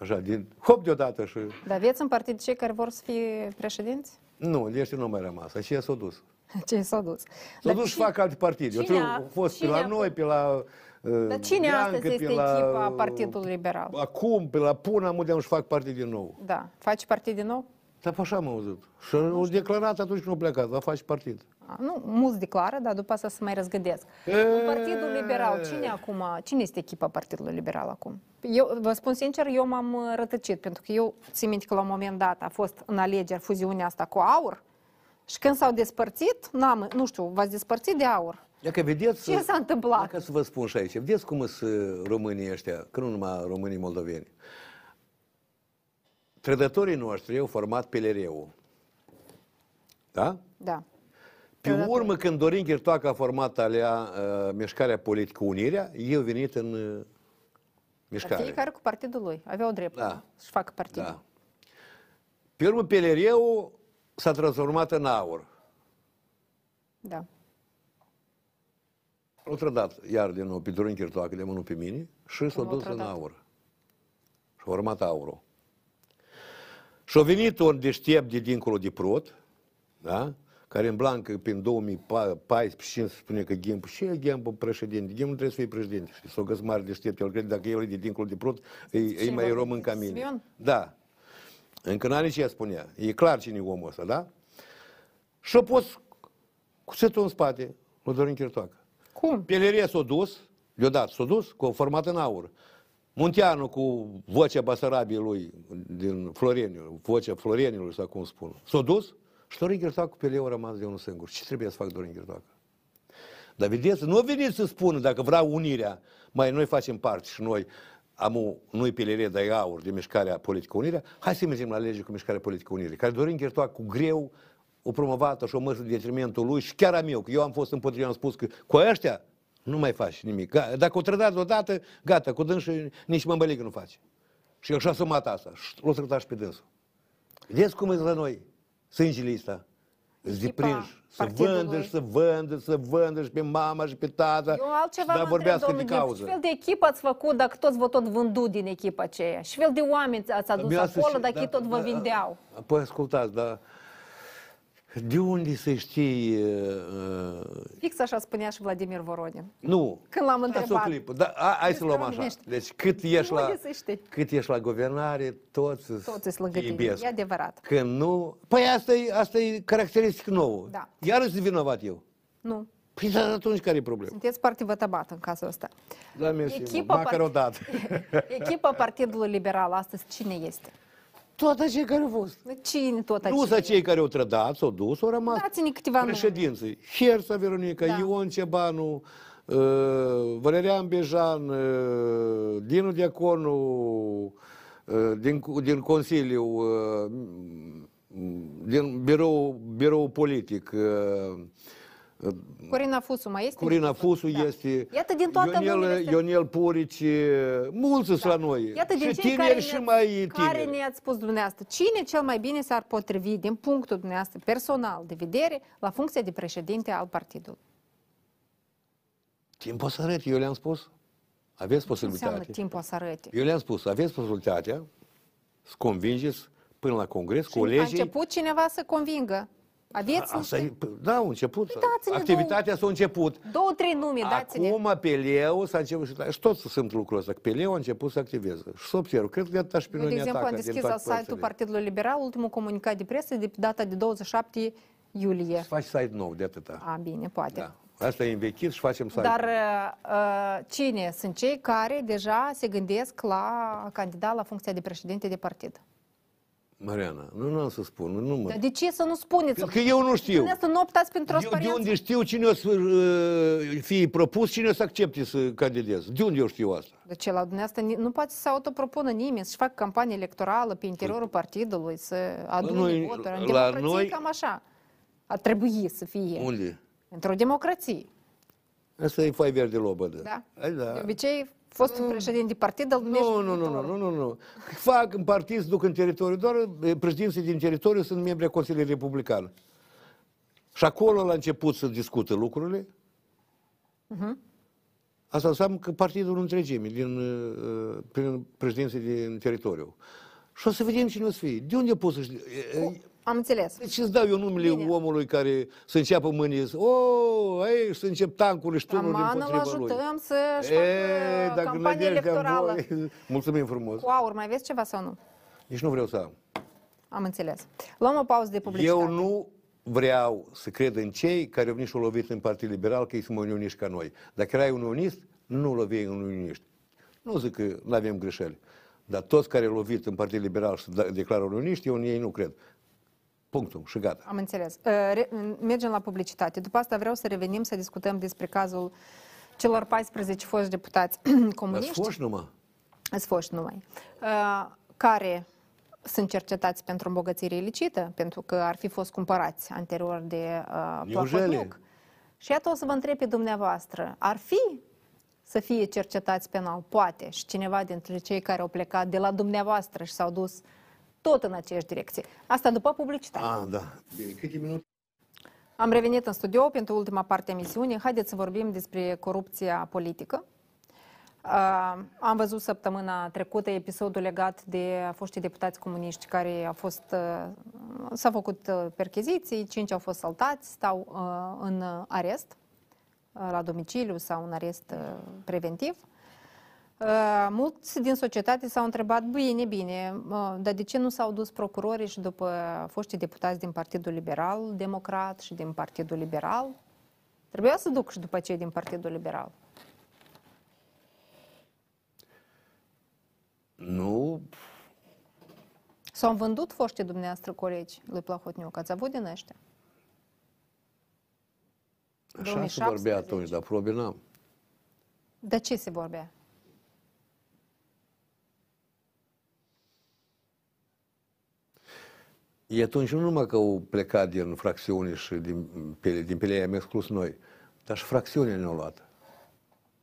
Speaker 1: Așa, din hop deodată și...
Speaker 2: ar- Dar aveți în partid cei care vor să fie președinți?
Speaker 1: Nu, de ăștia nu au mai rămas, aceia s-au dus.
Speaker 2: Ce s-au dus?
Speaker 1: S-au
Speaker 2: Dar
Speaker 1: dus și
Speaker 2: cine-
Speaker 1: fac alte partide. Eu
Speaker 2: cine
Speaker 1: trebuie,
Speaker 2: a-
Speaker 1: au fost pe
Speaker 2: cine
Speaker 1: la
Speaker 2: a-
Speaker 1: noi, pe la... uh,
Speaker 2: Dar cine
Speaker 1: Bianca,
Speaker 2: astăzi este
Speaker 1: pe la,
Speaker 2: echipa
Speaker 1: uh,
Speaker 2: Partidului Liberal?
Speaker 1: Acum, pe la Puna, unde am și fac parte din nou.
Speaker 2: Da, faci partid din nou?
Speaker 1: Dar pe așa am auzit. Și au declarat atunci când au plecat, va face partid.
Speaker 2: A, Nu, mulți declară, dar după asta se mai răzgândesc. În Partidul Liberal, cine acum, cine este echipa Partidului Liberal acum? Eu vă spun sincer, eu m-am uh, rătăcit, pentru că eu țin minte că la un moment dat a fost în alegeri fuziunea asta cu aur și când s-au despărțit, n-am, nu știu, v-ați despărțit de aur.
Speaker 1: Dacă vedeți...
Speaker 2: Ce s-a întâmplat?
Speaker 1: Dacă să vă spun și aici, vedeți cum sunt românii ăștia, că nu numai românii moldoveni. Trădătorii noștri au format PLR-ul. Da?
Speaker 2: Da.
Speaker 1: Pe urmă, când Dorin Chirtoacă a format alea uh, mișcarea politică Unirea, eu venit în uh,
Speaker 2: Dar
Speaker 1: mișcare.
Speaker 2: fiecare cu partidul lui. Aveau dreptul
Speaker 1: Da.
Speaker 2: să facă partidul.
Speaker 1: Da. Pe urmă, Pelereu s-a transformat în aur.
Speaker 2: da.
Speaker 1: L-a trădat iar din nou pe Dorin Chirtoacă de mână pe mine și s-a
Speaker 2: Cum l-a
Speaker 1: dus în
Speaker 2: trădat?
Speaker 1: aur. Și a urmat aurul. Și a venit un deștept de dincolo de prot, da? care în blancă prin 2014 spune că Gimp, și e Gimp președinte, Gimp nu trebuie să fie președinte. Și s-o găs mare deștept, el crede că dacă el e de dincolo de prot, e, e
Speaker 2: Cine
Speaker 1: mai
Speaker 2: va
Speaker 1: român
Speaker 2: fi?
Speaker 1: ca mine.
Speaker 2: Simeon?
Speaker 1: Da. Încă n-a nici ea spunea. E clar cine e omul ăsta, da? Și-a pus cuțetul în spate, lui Dorin Chirtoacă.
Speaker 2: Cum?
Speaker 1: Pielerie s-a dus, deodată s-a dus, cu format în aur. Munteanu cu vocea Basarabiei lui din Floreniu, vocea Floreniului sau cum spun, s-a dus și Dorin Chirtoacă cu Peleu a rămas de unul singur. Ce trebuie să fac Dorin Chirtoacă? Dar vedeți, nu veniți să spună dacă vrea unirea, mai noi facem parte și noi am o, nu-i PLR, dar e aur de mișcarea politică unirea, hai să mergem la lege cu mișcarea politică unirea, care Dorin Chirtoac cu greu o promovată și o măsă de detrimentul lui și chiar am eu, că eu am fost împotriva, am spus că cu ăștia nu mai faci nimic. Ga- Dacă o trădați odată, gata, cu dânsul nici mămăligă nu face. Și el și-a asumat asta și l-a trădat și pe dânsul. Vedeți cum e la noi sângele ăsta? Îți
Speaker 2: Echipa
Speaker 1: deprinși, să
Speaker 2: partidului.
Speaker 1: vândă și să vândă, să vândă și pe mama și pe tata.
Speaker 2: Eu altceva
Speaker 1: dar
Speaker 2: mă întreb,
Speaker 1: vorbească
Speaker 2: domnul
Speaker 1: de
Speaker 2: Gheorghe, ce
Speaker 1: cauză.
Speaker 2: fel de echipă ați făcut dacă toți vă tot vândut din echipa aceea? Și fel de oameni ați adus
Speaker 1: Abia să
Speaker 2: acolo
Speaker 1: știi-
Speaker 2: dacă ei tot vă vindeau?
Speaker 1: da, Păi ascultați, dar de unde să știi... uh,
Speaker 2: Fix așa spunea și Vladimir Voronin.
Speaker 1: nu.
Speaker 2: Când l-am
Speaker 1: Stați
Speaker 2: întrebat.
Speaker 1: O clipă. Da, a, hai să luăm așa.
Speaker 2: Gândește.
Speaker 1: Deci cât ești,
Speaker 2: Nu
Speaker 1: la,
Speaker 2: e să știi.
Speaker 1: cât ești la guvernare, toți
Speaker 2: Toți sunt lângă
Speaker 1: te
Speaker 2: tine,
Speaker 1: iubesc.
Speaker 2: e adevărat.
Speaker 1: Când nu... Păi asta e, asta e caracteristic nouă.
Speaker 2: Da.
Speaker 1: Iar sunt vinovat eu.
Speaker 2: Nu,
Speaker 1: Păi dar atunci care e problema?
Speaker 2: sunteți parte vătăbat în cazul ăsta.
Speaker 1: Da, mersi,
Speaker 2: Echipa
Speaker 1: măcar
Speaker 2: part-
Speaker 1: o dată.
Speaker 2: Echipa Partidului Liberal astăzi cine este?
Speaker 1: Toată cei care au fost.
Speaker 2: Cine tot
Speaker 1: Nu
Speaker 2: aici?
Speaker 1: sunt cei care au trădat, s-au dus, au rămas
Speaker 2: Dați-ne câteva nume.
Speaker 1: președinții. Herța Veronica,
Speaker 2: Da.
Speaker 1: Ion Cebanu, uh, Valerian Bejan, uh, Dinu Diaconu, uh, din, din Consiliu, uh, m- din birou, birou politic, uh, uh,
Speaker 2: Corina Fusu mai este?
Speaker 1: Corina Fusu este,
Speaker 2: Iată, din toată lumea
Speaker 1: Ionel,
Speaker 2: este- Da.
Speaker 1: Ionel Purici, mulți sunt la noi,
Speaker 2: Iată din
Speaker 1: și
Speaker 2: cei
Speaker 1: tineri
Speaker 2: care,
Speaker 1: și
Speaker 2: ne-ați-
Speaker 1: mai tineri.
Speaker 2: care ne-ați spus dumneavoastră. Cine cel mai bine s-ar potrivi din punctul dumneavoastră personal de vedere la funcția de președinte al partidului?
Speaker 1: Timpul să arăt, eu le-am spus. Aveți
Speaker 2: Ce înseamnă
Speaker 1: posibilitatea.
Speaker 2: timpul o să arăte?
Speaker 1: Eu le-am spus, aveți posibilitatea să convingeți până la congres,
Speaker 2: Și a
Speaker 1: colegii...
Speaker 2: început cineva să convingă. Aveți
Speaker 1: Asta
Speaker 2: niște...
Speaker 1: e, da, a început.
Speaker 2: Uitați-ne,
Speaker 1: Activitatea s-a început.
Speaker 2: Două, trei nume, Păi dați-ne.
Speaker 1: Acum Peleu s-a început și, și tot sunt lucrul ăsta. că Peleu a început să activeze. Și să observ, cred că de atâta și pe
Speaker 2: Eu,
Speaker 1: noi
Speaker 2: de
Speaker 1: ne
Speaker 2: exemplu,
Speaker 1: atacă.
Speaker 2: am
Speaker 1: din
Speaker 2: deschis
Speaker 1: toate
Speaker 2: la site-ul
Speaker 1: părțile.
Speaker 2: Partidului Liberal ultimul comunicat de presă de pe data de 27 iulie.
Speaker 1: Să faci site nou, de atâta.
Speaker 2: A, bine, poate.
Speaker 1: Da. Asta e învechit și facem site
Speaker 2: Dar uh, uh, cine sunt cei care deja se gândesc la a candida la funcția de președinte de partid?
Speaker 1: Mariana, nu, nu am să spun, nu, nu mă...
Speaker 2: Dar de ce să nu spuneți?
Speaker 1: Că, că eu nu știu.
Speaker 2: Spuneți să nu optați pentru
Speaker 1: Eu, de
Speaker 2: transparență.
Speaker 1: unde știu cine o să uh, fie propus, cine o să accepte să candideze? De unde eu știu asta?
Speaker 2: De ce la dumneavoastră ni- nu poate să se autopropună nimeni, să-și facă campanie electorală pe interiorul partidului, să adune
Speaker 1: Păi, noi-
Speaker 2: voturi. În
Speaker 1: la
Speaker 2: democrație
Speaker 1: noi-
Speaker 2: e cam așa. Ar trebui să fie.
Speaker 1: Unde?
Speaker 2: Într-o democrație.
Speaker 1: Asta e fai verde lobădă.
Speaker 2: Da?
Speaker 1: Ai, da.
Speaker 2: De obicei, fostul președinte de partid îl numește
Speaker 1: Nu, nu, nu, nu,
Speaker 2: viitorul.
Speaker 1: nu, nu, nu. Fac în partid, se duc în teritoriu, doar eh, președinții din teritoriu sunt membri ai Consiliului Republican. Și acolo la început să discută lucrurile. Asta înseamnă că partidul în întregime, din, eh, prin președinții din teritoriu. Și o să vedem cine o să fie. De unde poți să știi? Eh, eh,
Speaker 2: Am înțeles.
Speaker 1: Deci îți dau eu numele
Speaker 2: Bine.
Speaker 1: omului care să înceapă mâine, să- o, ei, să încep tancurile și tunuri
Speaker 2: Aman, îl
Speaker 1: împotriva lui.
Speaker 2: ajutăm să-și
Speaker 1: Ei,
Speaker 2: facă
Speaker 1: dacă
Speaker 2: campanie
Speaker 1: nădejdea în
Speaker 2: electorală.
Speaker 1: voi- Mulțumim frumos.
Speaker 2: Cu aur, mai vezi ceva sau nu?
Speaker 1: Nici nu vreau să am.
Speaker 2: Am înțeles. Luăm o pauză de publicitate.
Speaker 1: Eu nu vreau să cred în cei care au venit și au lovit în Partidul Liberal că ei sunt mai unioniști ca noi. Dacă erai un unionist, nu lovi un unionist. Nu zic că nu avem greșeli. Dar toți care au lovit în Partidul Liberal și se declară unioniști, eu în ei nu cred. Punctul. Și gata.
Speaker 2: Am înțeles. Uh, re- Mergem la publicitate. După asta vreau să revenim să discutăm despre cazul celor 14 foști deputați
Speaker 1: Dar
Speaker 2: comuniști.
Speaker 1: foști numai.
Speaker 2: Ați fost numai. Uh, Care sunt cercetați pentru îmbogățire ilicită, pentru că ar fi fost cumpărați anterior de uh,
Speaker 1: Neujele?
Speaker 2: Plahotniuc. Și iată o să vă întreb pe dumneavoastră, ar fi să fie cercetați penal? Poate. Și cineva dintre cei care au plecat de la dumneavoastră și s-au dus tot în aceeași direcție. Asta după publicitate.
Speaker 1: Ah, da. Bine, câte minute?
Speaker 2: Am revenit în studio pentru ultima parte a misiunii. Haideți să vorbim despre corupția politică. Uh, am văzut săptămâna trecută episodul legat de foștii deputați comuniști care a fost, uh, s-au făcut uh, percheziții, cinci au fost saltați, stau uh, în uh, arest, uh, la domiciliu sau în arest uh, preventiv. Uh, Mulți din societate s-au întrebat, bine, bine, uh, dar de ce nu s-au dus procurorii și după foștii deputați din Partidul Liberal Democrat și din Partidul Liberal? Trebuia să duc și după cei din Partidul Liberal.
Speaker 1: Nu,
Speaker 2: S-au vândut foștii dumneavoastră colegi lui Plahotniuc? Ați avut din ăștia?
Speaker 1: așa se
Speaker 2: 2017.
Speaker 1: vorbea atunci, dar probe n-am.
Speaker 2: De ce se vorbea?
Speaker 1: E atunci nu numai că au plecat din fracțiune și din, pele, din pelea am exclus noi, dar și fracțiunea ne-au luat.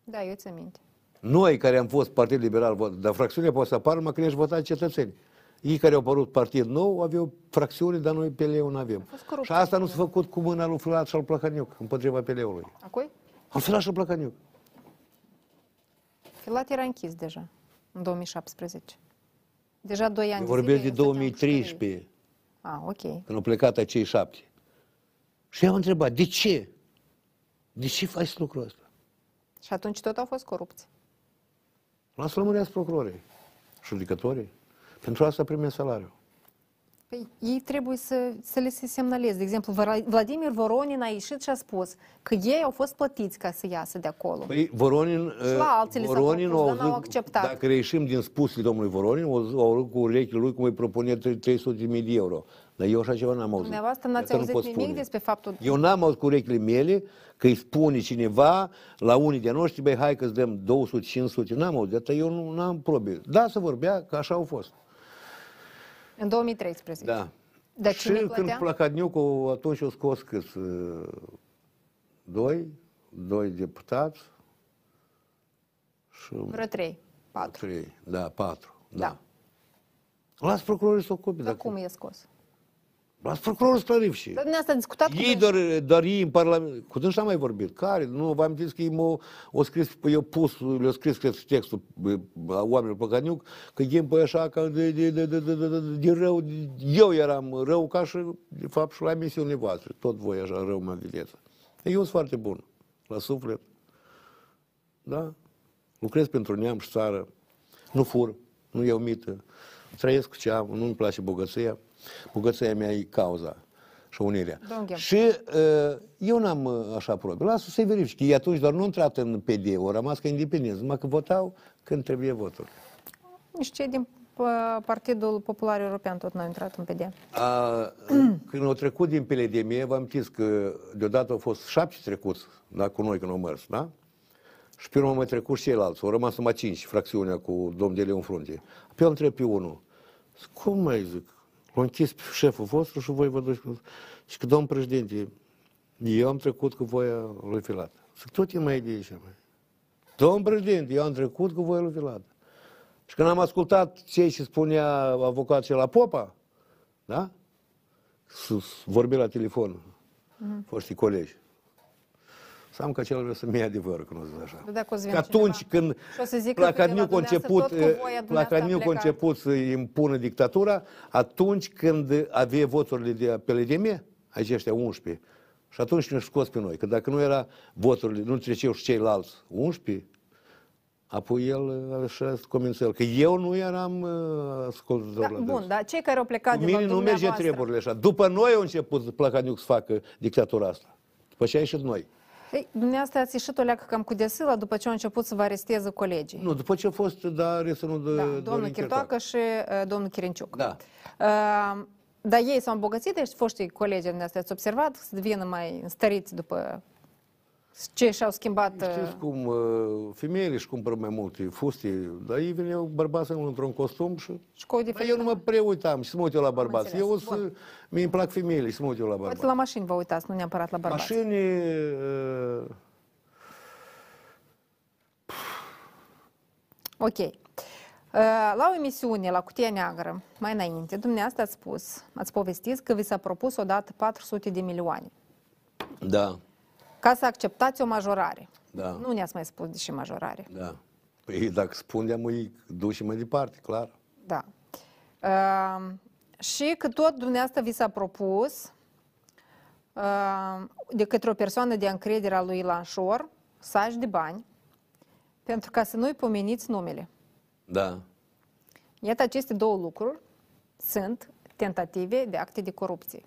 Speaker 2: Da, eu ți minte.
Speaker 1: Noi care am fost Partid Liberal, vot- dar fracțiunea poate să apară numai când ești votat cetățeni. Ei care au apărut partid nou aveau fracțiune, dar noi PLE-ul nu avem.
Speaker 2: fost corupție.
Speaker 1: Și asta nu s-a făcut cu mâna lui Fulat și al Plăcăniuc, împotriva PLE-ului.
Speaker 2: A cui?
Speaker 1: Al Fulat și al Plăcăniuc.
Speaker 2: Filat era închis deja în 2017. Deja 2 ani
Speaker 1: Vorbesc de
Speaker 2: zile stăteam în pușcărie.
Speaker 1: 2013.
Speaker 2: Ah, ok.
Speaker 1: când au plecat acei șapte. Și eu am întrebat, de ce? De ce faci lucrul ăsta?
Speaker 2: Și atunci tot au fost corupți.
Speaker 1: Lasă lămureați procurorii, judecătorii. Pentru asta primim salariu.
Speaker 2: Păi, ei trebuie să, să le se semnaleze. De exemplu, Vra- Vladimir Voronin a ieșit și a spus că ei au fost plătiți ca să iasă de acolo.
Speaker 1: Păi Voronin,
Speaker 2: Și la
Speaker 1: eh,
Speaker 2: alții li s-a propus,
Speaker 1: a
Speaker 2: dar n-au
Speaker 1: auzit-
Speaker 2: acceptat.
Speaker 1: Dacă reieșim din spusele domnului Voronin, o au auzit cu urechile lui cum îi propune 300.000 de euro. Dar eu așa ceva n-am auzit.
Speaker 2: Dumneavoastră n-ați
Speaker 1: Asta nu
Speaker 2: auzit
Speaker 1: pot
Speaker 2: nimic
Speaker 1: spune.
Speaker 2: despre faptul-
Speaker 1: Eu n-am auzit cu urechile mele că îi spune cineva la unii de noștri, băi, hai că îți dăm 200, 500, n-am auzit, dar eu nu am probe. Da, se vorbea că așa au fost.
Speaker 2: În 2013.
Speaker 1: Da.
Speaker 2: Dar
Speaker 1: și
Speaker 2: cine
Speaker 1: când
Speaker 2: plătea?
Speaker 1: Placadniucu atunci o scos cât doi, doi deputați și
Speaker 2: Vreo 3, 4.
Speaker 1: trei, da, patru.
Speaker 2: Da.
Speaker 1: Las procurorii să ocupe.
Speaker 2: Dar
Speaker 1: Dacă...
Speaker 2: cum e scos?
Speaker 1: Las procurorul Stărivși.
Speaker 2: Dar dumneavoastră a discutat cu
Speaker 1: Ei,
Speaker 2: dânsul.
Speaker 1: doar, doar ei în Parlament. Cu dânsul am mai vorbit. Care? Nu, v-am zis că ei m-au au scris, păi eu pus, le-au scris cred, textul bă, a oamenilor pe Caniuc, că ei pe așa, ca de, de, de, de, de, de, de, de rău, de- eu eram rău ca și, de fapt, și la emisiunile voastre. Tot voi așa rău mă vedeți. Eu sunt foarte bun, la suflet. Da? Lucrez pentru neam și țară. Nu fur, nu iau mită. Trăiesc cu ce am, nu-mi place bogăția. Bogăția mea e cauza și unirea.
Speaker 2: Domn Ghem.
Speaker 1: Și uh, eu n-am uh, așa probe. Lasă să-i verifici. Ei atunci doar nu au intrat în PD, au rămas ca independenți. Numai că votau când trebuie votul.
Speaker 2: Și cei din uh, Partidul Popular European tot n-au intrat în PD.
Speaker 1: A, când au trecut din PLDM, v-am zis că deodată au fost șapte trecuți da, cu noi când au mers, da? Și pe urmă au mai trecut și ceilalți. Au rămas numai cinci, fracțiunea cu domnul Deleu în frunte. Pe eu întreb pe unul. Zic, Cum mai zic? L-a închis pe șeful vostru și voi vă duceți. cu-" Și că domnul președinte, eu am trecut cu voia lui Filat. Zic, tot e mai de aici, mai. Domn președinte, eu am trecut cu voia lui Filat. Și când am ascultat ce și spunea avocatul cel la Popa, da? Sus, vorbi la telefon,
Speaker 2: Mhm.
Speaker 1: mm-hmm. foștii colegi. Să am că acela vreau să-mi ia adevărul, când o zic așa.
Speaker 2: Dar dacă o să
Speaker 1: că
Speaker 2: vină
Speaker 1: atunci
Speaker 2: cineva
Speaker 1: când
Speaker 2: și o să zică, uite, la
Speaker 1: Placadniuc a
Speaker 2: dumneavoastră
Speaker 1: început, eh,
Speaker 2: tot cu voia dumneavoastră am
Speaker 1: Placadniuc a
Speaker 2: plecat.
Speaker 1: început să impună dictatura, atunci când avea voturile de pe LDM, aici ăștia 11, și atunci ne scos pe noi. Că dacă nu era voturile, nu treceau și ceilalți 11, apoi el eh, așa comență el. Că eu nu eram uh, ascultător
Speaker 2: Da,
Speaker 1: la
Speaker 2: bun,
Speaker 1: dâns.
Speaker 2: dar cei care au plecat
Speaker 1: Cu
Speaker 2: de la
Speaker 1: mine nu merge
Speaker 2: dumneavoastră,
Speaker 1: treburile așa. După noi au început Placadniuc să facă dictatura asta. După ce a ieșit noi.
Speaker 2: Ei, dumneavoastră ați ieșit o leacă cam cu desila după ce au început să vă aresteze colegii.
Speaker 1: Nu, după ce a fost, dar resunul de
Speaker 2: da,
Speaker 1: Dorin
Speaker 2: domnul
Speaker 1: Chirtoacă.
Speaker 2: Chirtoacă și uh, domnul Chirinciuc.
Speaker 1: Da.
Speaker 2: Uh, dar ei s-au îmbogățit, deci foștii colegi dumneavoastră ați observat să devină mai înstăriți după ce și-au schimbat... uh,
Speaker 1: Știți cum uh, femeile își cumpără mai multe fuste, dar ei veneau bărbați în- într-un costum și...
Speaker 2: și cu o
Speaker 1: Dar Păi eu nu
Speaker 2: diferență.
Speaker 1: mă prea uitam și să mă uit eu la bărbați.
Speaker 2: înțeles.
Speaker 1: Eu o să... mi îmi plac femeile și să mă uit eu la
Speaker 2: Poate
Speaker 1: bărbați.
Speaker 2: la mașini vă uitați, nu neapărat la bărbați.
Speaker 1: Mașini... uh,
Speaker 2: Ok. Uh, La o emisiune, la Cutia Neagră, mai înainte, dumneavoastră ați spus, ați povestit că vi s-a propus odată 400 de milioane
Speaker 1: Da,
Speaker 2: ca să acceptați o majorare.
Speaker 1: Da.
Speaker 2: Nu ne-ați mai spus de ce majorare.
Speaker 1: da. Păi dacă spun de-a mă duci mai departe, clar.
Speaker 2: Da. Uh, și că tot dumneavoastră vi s-a propus uh, de către o persoană de încredere a lui Lanșor saci de bani pentru ca să nu-i pomeniți numele.
Speaker 1: Da.
Speaker 2: Iată, aceste două lucruri sunt tentative de acte de corupție.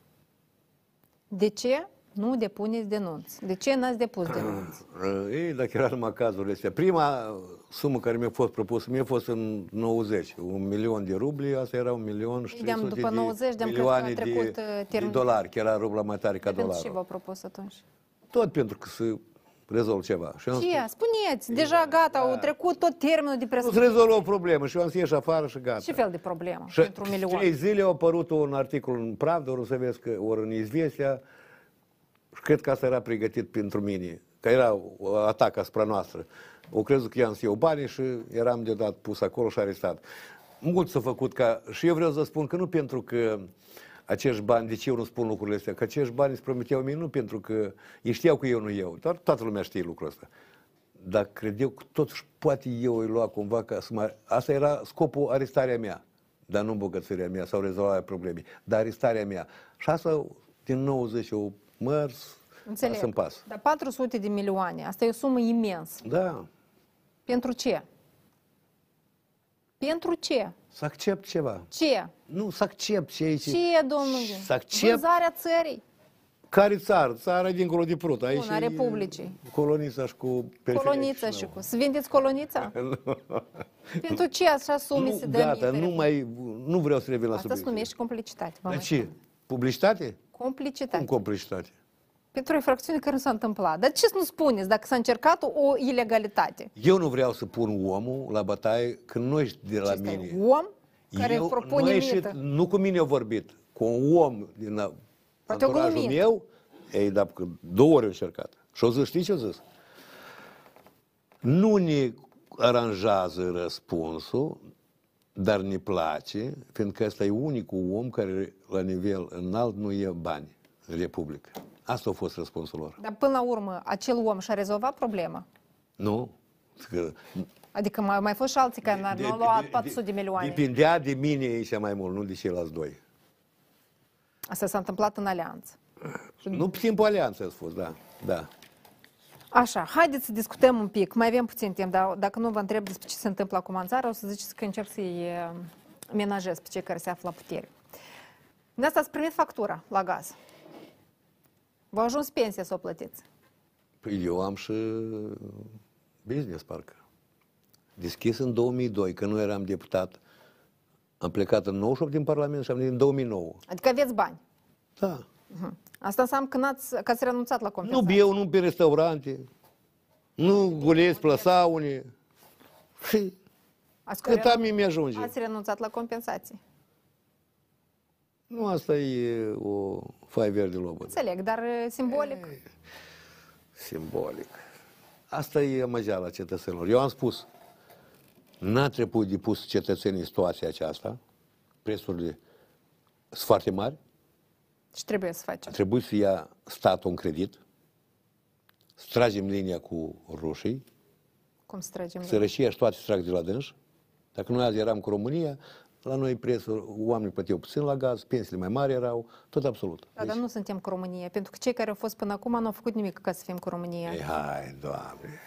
Speaker 2: De ce nu depuneți denunț? De ce n-ați depus denunț?
Speaker 1: Uh, Ei, dacă era numai cazurile astea. Prima sumă care mi-a fost propusă, mi-a fost în 90, un milion de rubli, asta era un milion și
Speaker 2: De-am
Speaker 1: 300
Speaker 2: după
Speaker 1: de
Speaker 2: 90, de-am crezut că a
Speaker 1: milioane
Speaker 2: trecut, uh,
Speaker 1: de, de
Speaker 2: termenul.
Speaker 1: dolari, că era rubla mai tare ca
Speaker 2: Pentru ce
Speaker 1: dolarul.
Speaker 2: v-au propus atunci?
Speaker 1: Tot pentru că să rezolv ceva. Și am
Speaker 2: Ce?
Speaker 1: spus,
Speaker 2: Spuneți, deja gata, au trecut tot termenul de
Speaker 1: da. nu
Speaker 2: prescripție.
Speaker 1: rezolvă o problemă și eu am să ieși afară și gata.
Speaker 2: Ce fel de problemă
Speaker 1: Și
Speaker 2: pentru un milion?
Speaker 1: trei zile a apărut un articol în Pravda, ori să vezi că ori în Izvestia, și cred că asta era pregătit pentru mine, că era o atac asupra noastră. O crezut că i-am să iau banii și eram de dat pus acolo și arestat. Mult s-a făcut ca... Și eu vreau să spun că nu pentru că acești bani, de ce eu nu spun lucrurile astea? Că acești bani îți promiteau mie nu pentru că ei știau că eu nu eu, dar toată lumea știe lucrul ăsta. Dar credeau că totuși poate eu îi lua cumva ca să mă... Asta era scopul arestarea mea, dar nu îmbogățirea mea sau rezolvarea problemei, dar arestarea mea. Și asta din 90 eu mers,
Speaker 2: Înțeleg.
Speaker 1: Asta-mi pas.
Speaker 2: Dar 400 de milioane, asta e o sumă imensă.
Speaker 1: Da,
Speaker 2: Pentru ce? Pentru ce?
Speaker 1: să accept ceva.
Speaker 2: Ce?
Speaker 1: Nu, să accept ce aici.
Speaker 2: Ce e, domnule?
Speaker 1: Să accept
Speaker 2: Vânzarea țării.
Speaker 1: care țară? Țara e dincolo de Prut. Aici
Speaker 2: Bun, a
Speaker 1: e
Speaker 2: Republicii.
Speaker 1: Colonița și cu periferia
Speaker 2: Colonița și
Speaker 1: Chișinău.
Speaker 2: cu... Să vindeți colonița? Pentru ce așa sume se
Speaker 1: Nu,
Speaker 2: dă
Speaker 1: gata,
Speaker 2: mie?
Speaker 1: nu mai, nu vreau să revin la
Speaker 2: Asta se
Speaker 1: subiect.
Speaker 2: numește complicitate. vă
Speaker 1: Dar
Speaker 2: mai
Speaker 1: ce?
Speaker 2: spun.
Speaker 1: Publicitate?
Speaker 2: Complicitate.
Speaker 1: Cum complicitate?
Speaker 2: Pentru o infracțiune care nu s-a întâmplat. Dar ce să nu spuneți dacă s-a încercat o ilegalitate?
Speaker 1: Eu nu vreau să pun omul la bătaie când nu ești de la
Speaker 2: Acesta e
Speaker 1: mine.
Speaker 2: om care
Speaker 1: Eu-
Speaker 2: propune
Speaker 1: nu,
Speaker 2: mită.
Speaker 1: ieșit, nu cu mine a vorbit, cu un om din a-
Speaker 2: Poate cu un
Speaker 1: anturajul
Speaker 2: mint.
Speaker 1: meu. Ei, da, că două ori a încercat. Și o zis, știi ce a zis? Nu ne aranjează răspunsul, dar ne place, fiindcă ăsta e unicul om care la nivel înalt nu ia bani în Republică. Asta a fost răspunsul lor.
Speaker 2: Dar până la urmă, acel om și-a rezolvat problema.
Speaker 1: Nu? Că
Speaker 2: Adică mai, mai fost și alții care n-au
Speaker 1: de-
Speaker 2: luat
Speaker 1: de-
Speaker 2: 400 de milioane.
Speaker 1: Depindea de mine aici mai mult, nu de ceilalți doi.
Speaker 2: Asta s-a întâmplat în alianță.
Speaker 1: Nu timpul alianței a fost, da. da.
Speaker 2: Așa, haideți să discutăm un pic. Mai avem puțin timp, dar dacă nu vă întreb despre ce se întâmplă acum în țară, o să ziceți că încerc să-i eh, menajez pe cei care se află la putere. De asta ați primit factura la gaz. V-a ajuns pensia să o plătiți.
Speaker 1: Păi Eu am și business, parcă. Deschis în 2002, când nu eram deputat, am plecat în 98 din Parlament și am venit în 2009.
Speaker 2: Adică aveți bani.
Speaker 1: Da.
Speaker 2: Mhm. Asta înseamnă că, n-ați, că ați renunțat la
Speaker 1: Nu
Speaker 2: compensație.
Speaker 1: bieu, nu pe restaurante, nu gulesc pe la saune. Și
Speaker 2: Ați,
Speaker 1: cât
Speaker 2: renun-
Speaker 1: am mi ajunge.
Speaker 2: ați renunțat la compensații.
Speaker 1: Nu asta e o foaie verde lobă.
Speaker 2: Înțeleg, dar eh, simbolic.
Speaker 1: Simbolic. Asta e amăgeala cetățenilor. Eu am spus, n-a trebuit de pus cetățenii în situația aceasta, prețurile sunt foarte mari,
Speaker 2: Ce trebuie să
Speaker 1: a
Speaker 2: facem?
Speaker 1: trebuit să ia statul în credit, să tragem linia cu rușii,
Speaker 2: Cum să tragem linia?
Speaker 1: sărăcia și toate se trag de la dânși. Dacă noi azi eram cu România, la noi prețul, oamenii plăteau puțin la gaz, pensiile mai mari erau, tot absolut.
Speaker 2: Da, dar nu suntem cu România, pentru că cei care au fost până acum nu au făcut nimic ca să fim cu România.
Speaker 1: Ei, da. hai, doamne!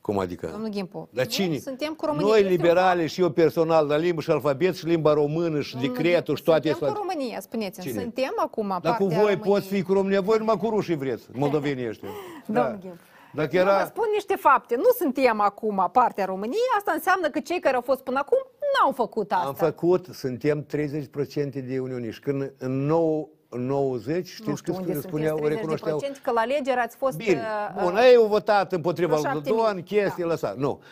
Speaker 1: Cum adică?
Speaker 2: Domnul Gimpu,
Speaker 1: Dar
Speaker 2: noi
Speaker 1: cine?
Speaker 2: suntem cu România.
Speaker 1: Noi,
Speaker 2: Este
Speaker 1: liberale, și eu personal, dar limbă și alfabet și limba română și
Speaker 2: Domnul
Speaker 1: decretul
Speaker 2: Gimpu,
Speaker 1: și toate
Speaker 2: Suntem
Speaker 1: astea.
Speaker 2: cu România, spuneți-mi.
Speaker 1: Cine?
Speaker 2: Suntem acum
Speaker 1: Dar cu
Speaker 2: partea
Speaker 1: voi
Speaker 2: României.
Speaker 1: poți fi cu România, voi numai cu rușii vreți, moldovenii ăștia. Da.
Speaker 2: Domnul Gimpu.
Speaker 1: Dacă
Speaker 2: Nu, vă
Speaker 1: era...
Speaker 2: spun niște fapte. Nu suntem acum partea României. Asta înseamnă că cei care au fost până acum n-au făcut asta.
Speaker 1: Am făcut, suntem 30% de uniuni și când în, nou, în 90,
Speaker 2: nu
Speaker 1: știți
Speaker 2: știu
Speaker 1: că
Speaker 2: unde
Speaker 1: spuneau,
Speaker 2: sunteți, 30%
Speaker 1: recunoșteau,
Speaker 2: că la alegeri ați fost...
Speaker 1: Bine,
Speaker 2: uh,
Speaker 1: bun,
Speaker 2: uh,
Speaker 1: ei au votat împotriva
Speaker 2: vreo
Speaker 1: lui
Speaker 2: șapte mii.
Speaker 1: Dodon, chestii,
Speaker 2: Da.
Speaker 1: lăsat. Nu.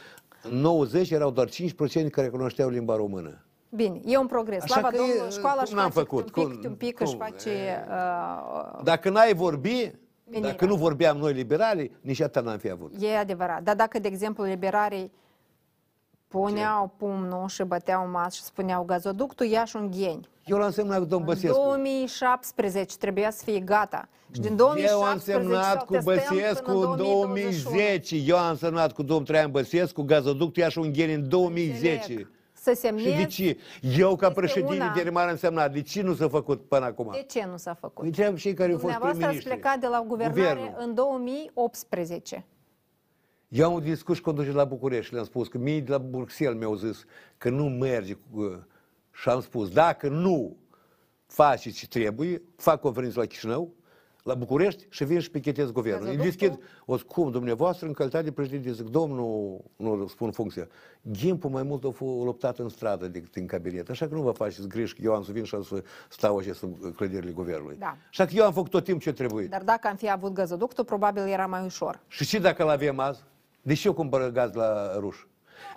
Speaker 1: În 90 erau doar 5% care cunoșteau limba română.
Speaker 2: Bine, e un progres.
Speaker 1: Așa
Speaker 2: Slava
Speaker 1: că e,
Speaker 2: Domnului, școala
Speaker 1: cum
Speaker 2: își
Speaker 1: n-am
Speaker 2: face
Speaker 1: făcut?
Speaker 2: câte un pic, câte
Speaker 1: Cum-
Speaker 2: un pic își
Speaker 1: cum?
Speaker 2: face... uh,
Speaker 1: Dacă n-ai vorbi,
Speaker 2: Venirea.
Speaker 1: dacă nu vorbeam noi liberali, nici atât n-am fi avut.
Speaker 2: E adevărat. Dar dacă, de exemplu, liberarii puneau pumnul și băteau mas și spuneau gazoductul Iași-Ungheni.
Speaker 1: Eu l-am semnat cu domnul
Speaker 2: În
Speaker 1: Băsescu.
Speaker 2: 2017 trebuia să fie gata. Și din 2017
Speaker 1: Eu am semnat
Speaker 2: sau
Speaker 1: cu
Speaker 2: testăm
Speaker 1: Băsescu
Speaker 2: până
Speaker 1: în 2010. Eu am semnat cu domnul Traian Băsescu, gazoductul Iași Ungheni în
Speaker 2: 2010.
Speaker 1: 2010.
Speaker 2: Să
Speaker 1: Și de
Speaker 2: semnezi.
Speaker 1: ce? Eu, ca
Speaker 2: este
Speaker 1: președinte
Speaker 2: una-
Speaker 1: de mare, am semnat. De ce nu s-a făcut până acum?
Speaker 2: De ce nu s-a făcut?
Speaker 1: Întreabă cei care au fost
Speaker 2: Dumneavoastră ați
Speaker 1: prim-ministri.
Speaker 2: plecat de la guvernare
Speaker 1: Guvernul.
Speaker 2: în 2018.
Speaker 1: Eu am discut și conducerea la București și le-am spus că mie de la Bruxelles mi-au zis că nu merge cu... uh, și am spus dacă nu faci ce trebuie, fac conferință la Chișinău, la București și vin și pichetez guvernul. Îi
Speaker 2: Gazoductul?
Speaker 1: deschid, o zic, cum, dumneavoastră, în calitate de președinte, zic, domnul, nu spun funcția, Gimpu mai mult a fost luptat în stradă decât în cabinet, așa că nu vă faceți griji că eu am să vin și am să stau așa sub clădirile guvernului.
Speaker 2: Da.
Speaker 1: Așa că eu am făcut tot timpul ce trebuie.
Speaker 2: Dar dacă am fi avut gazoductul, probabil era mai ușor.
Speaker 1: Și ce dacă l-avem azi? De ce eu cumpăr gaz la ruși?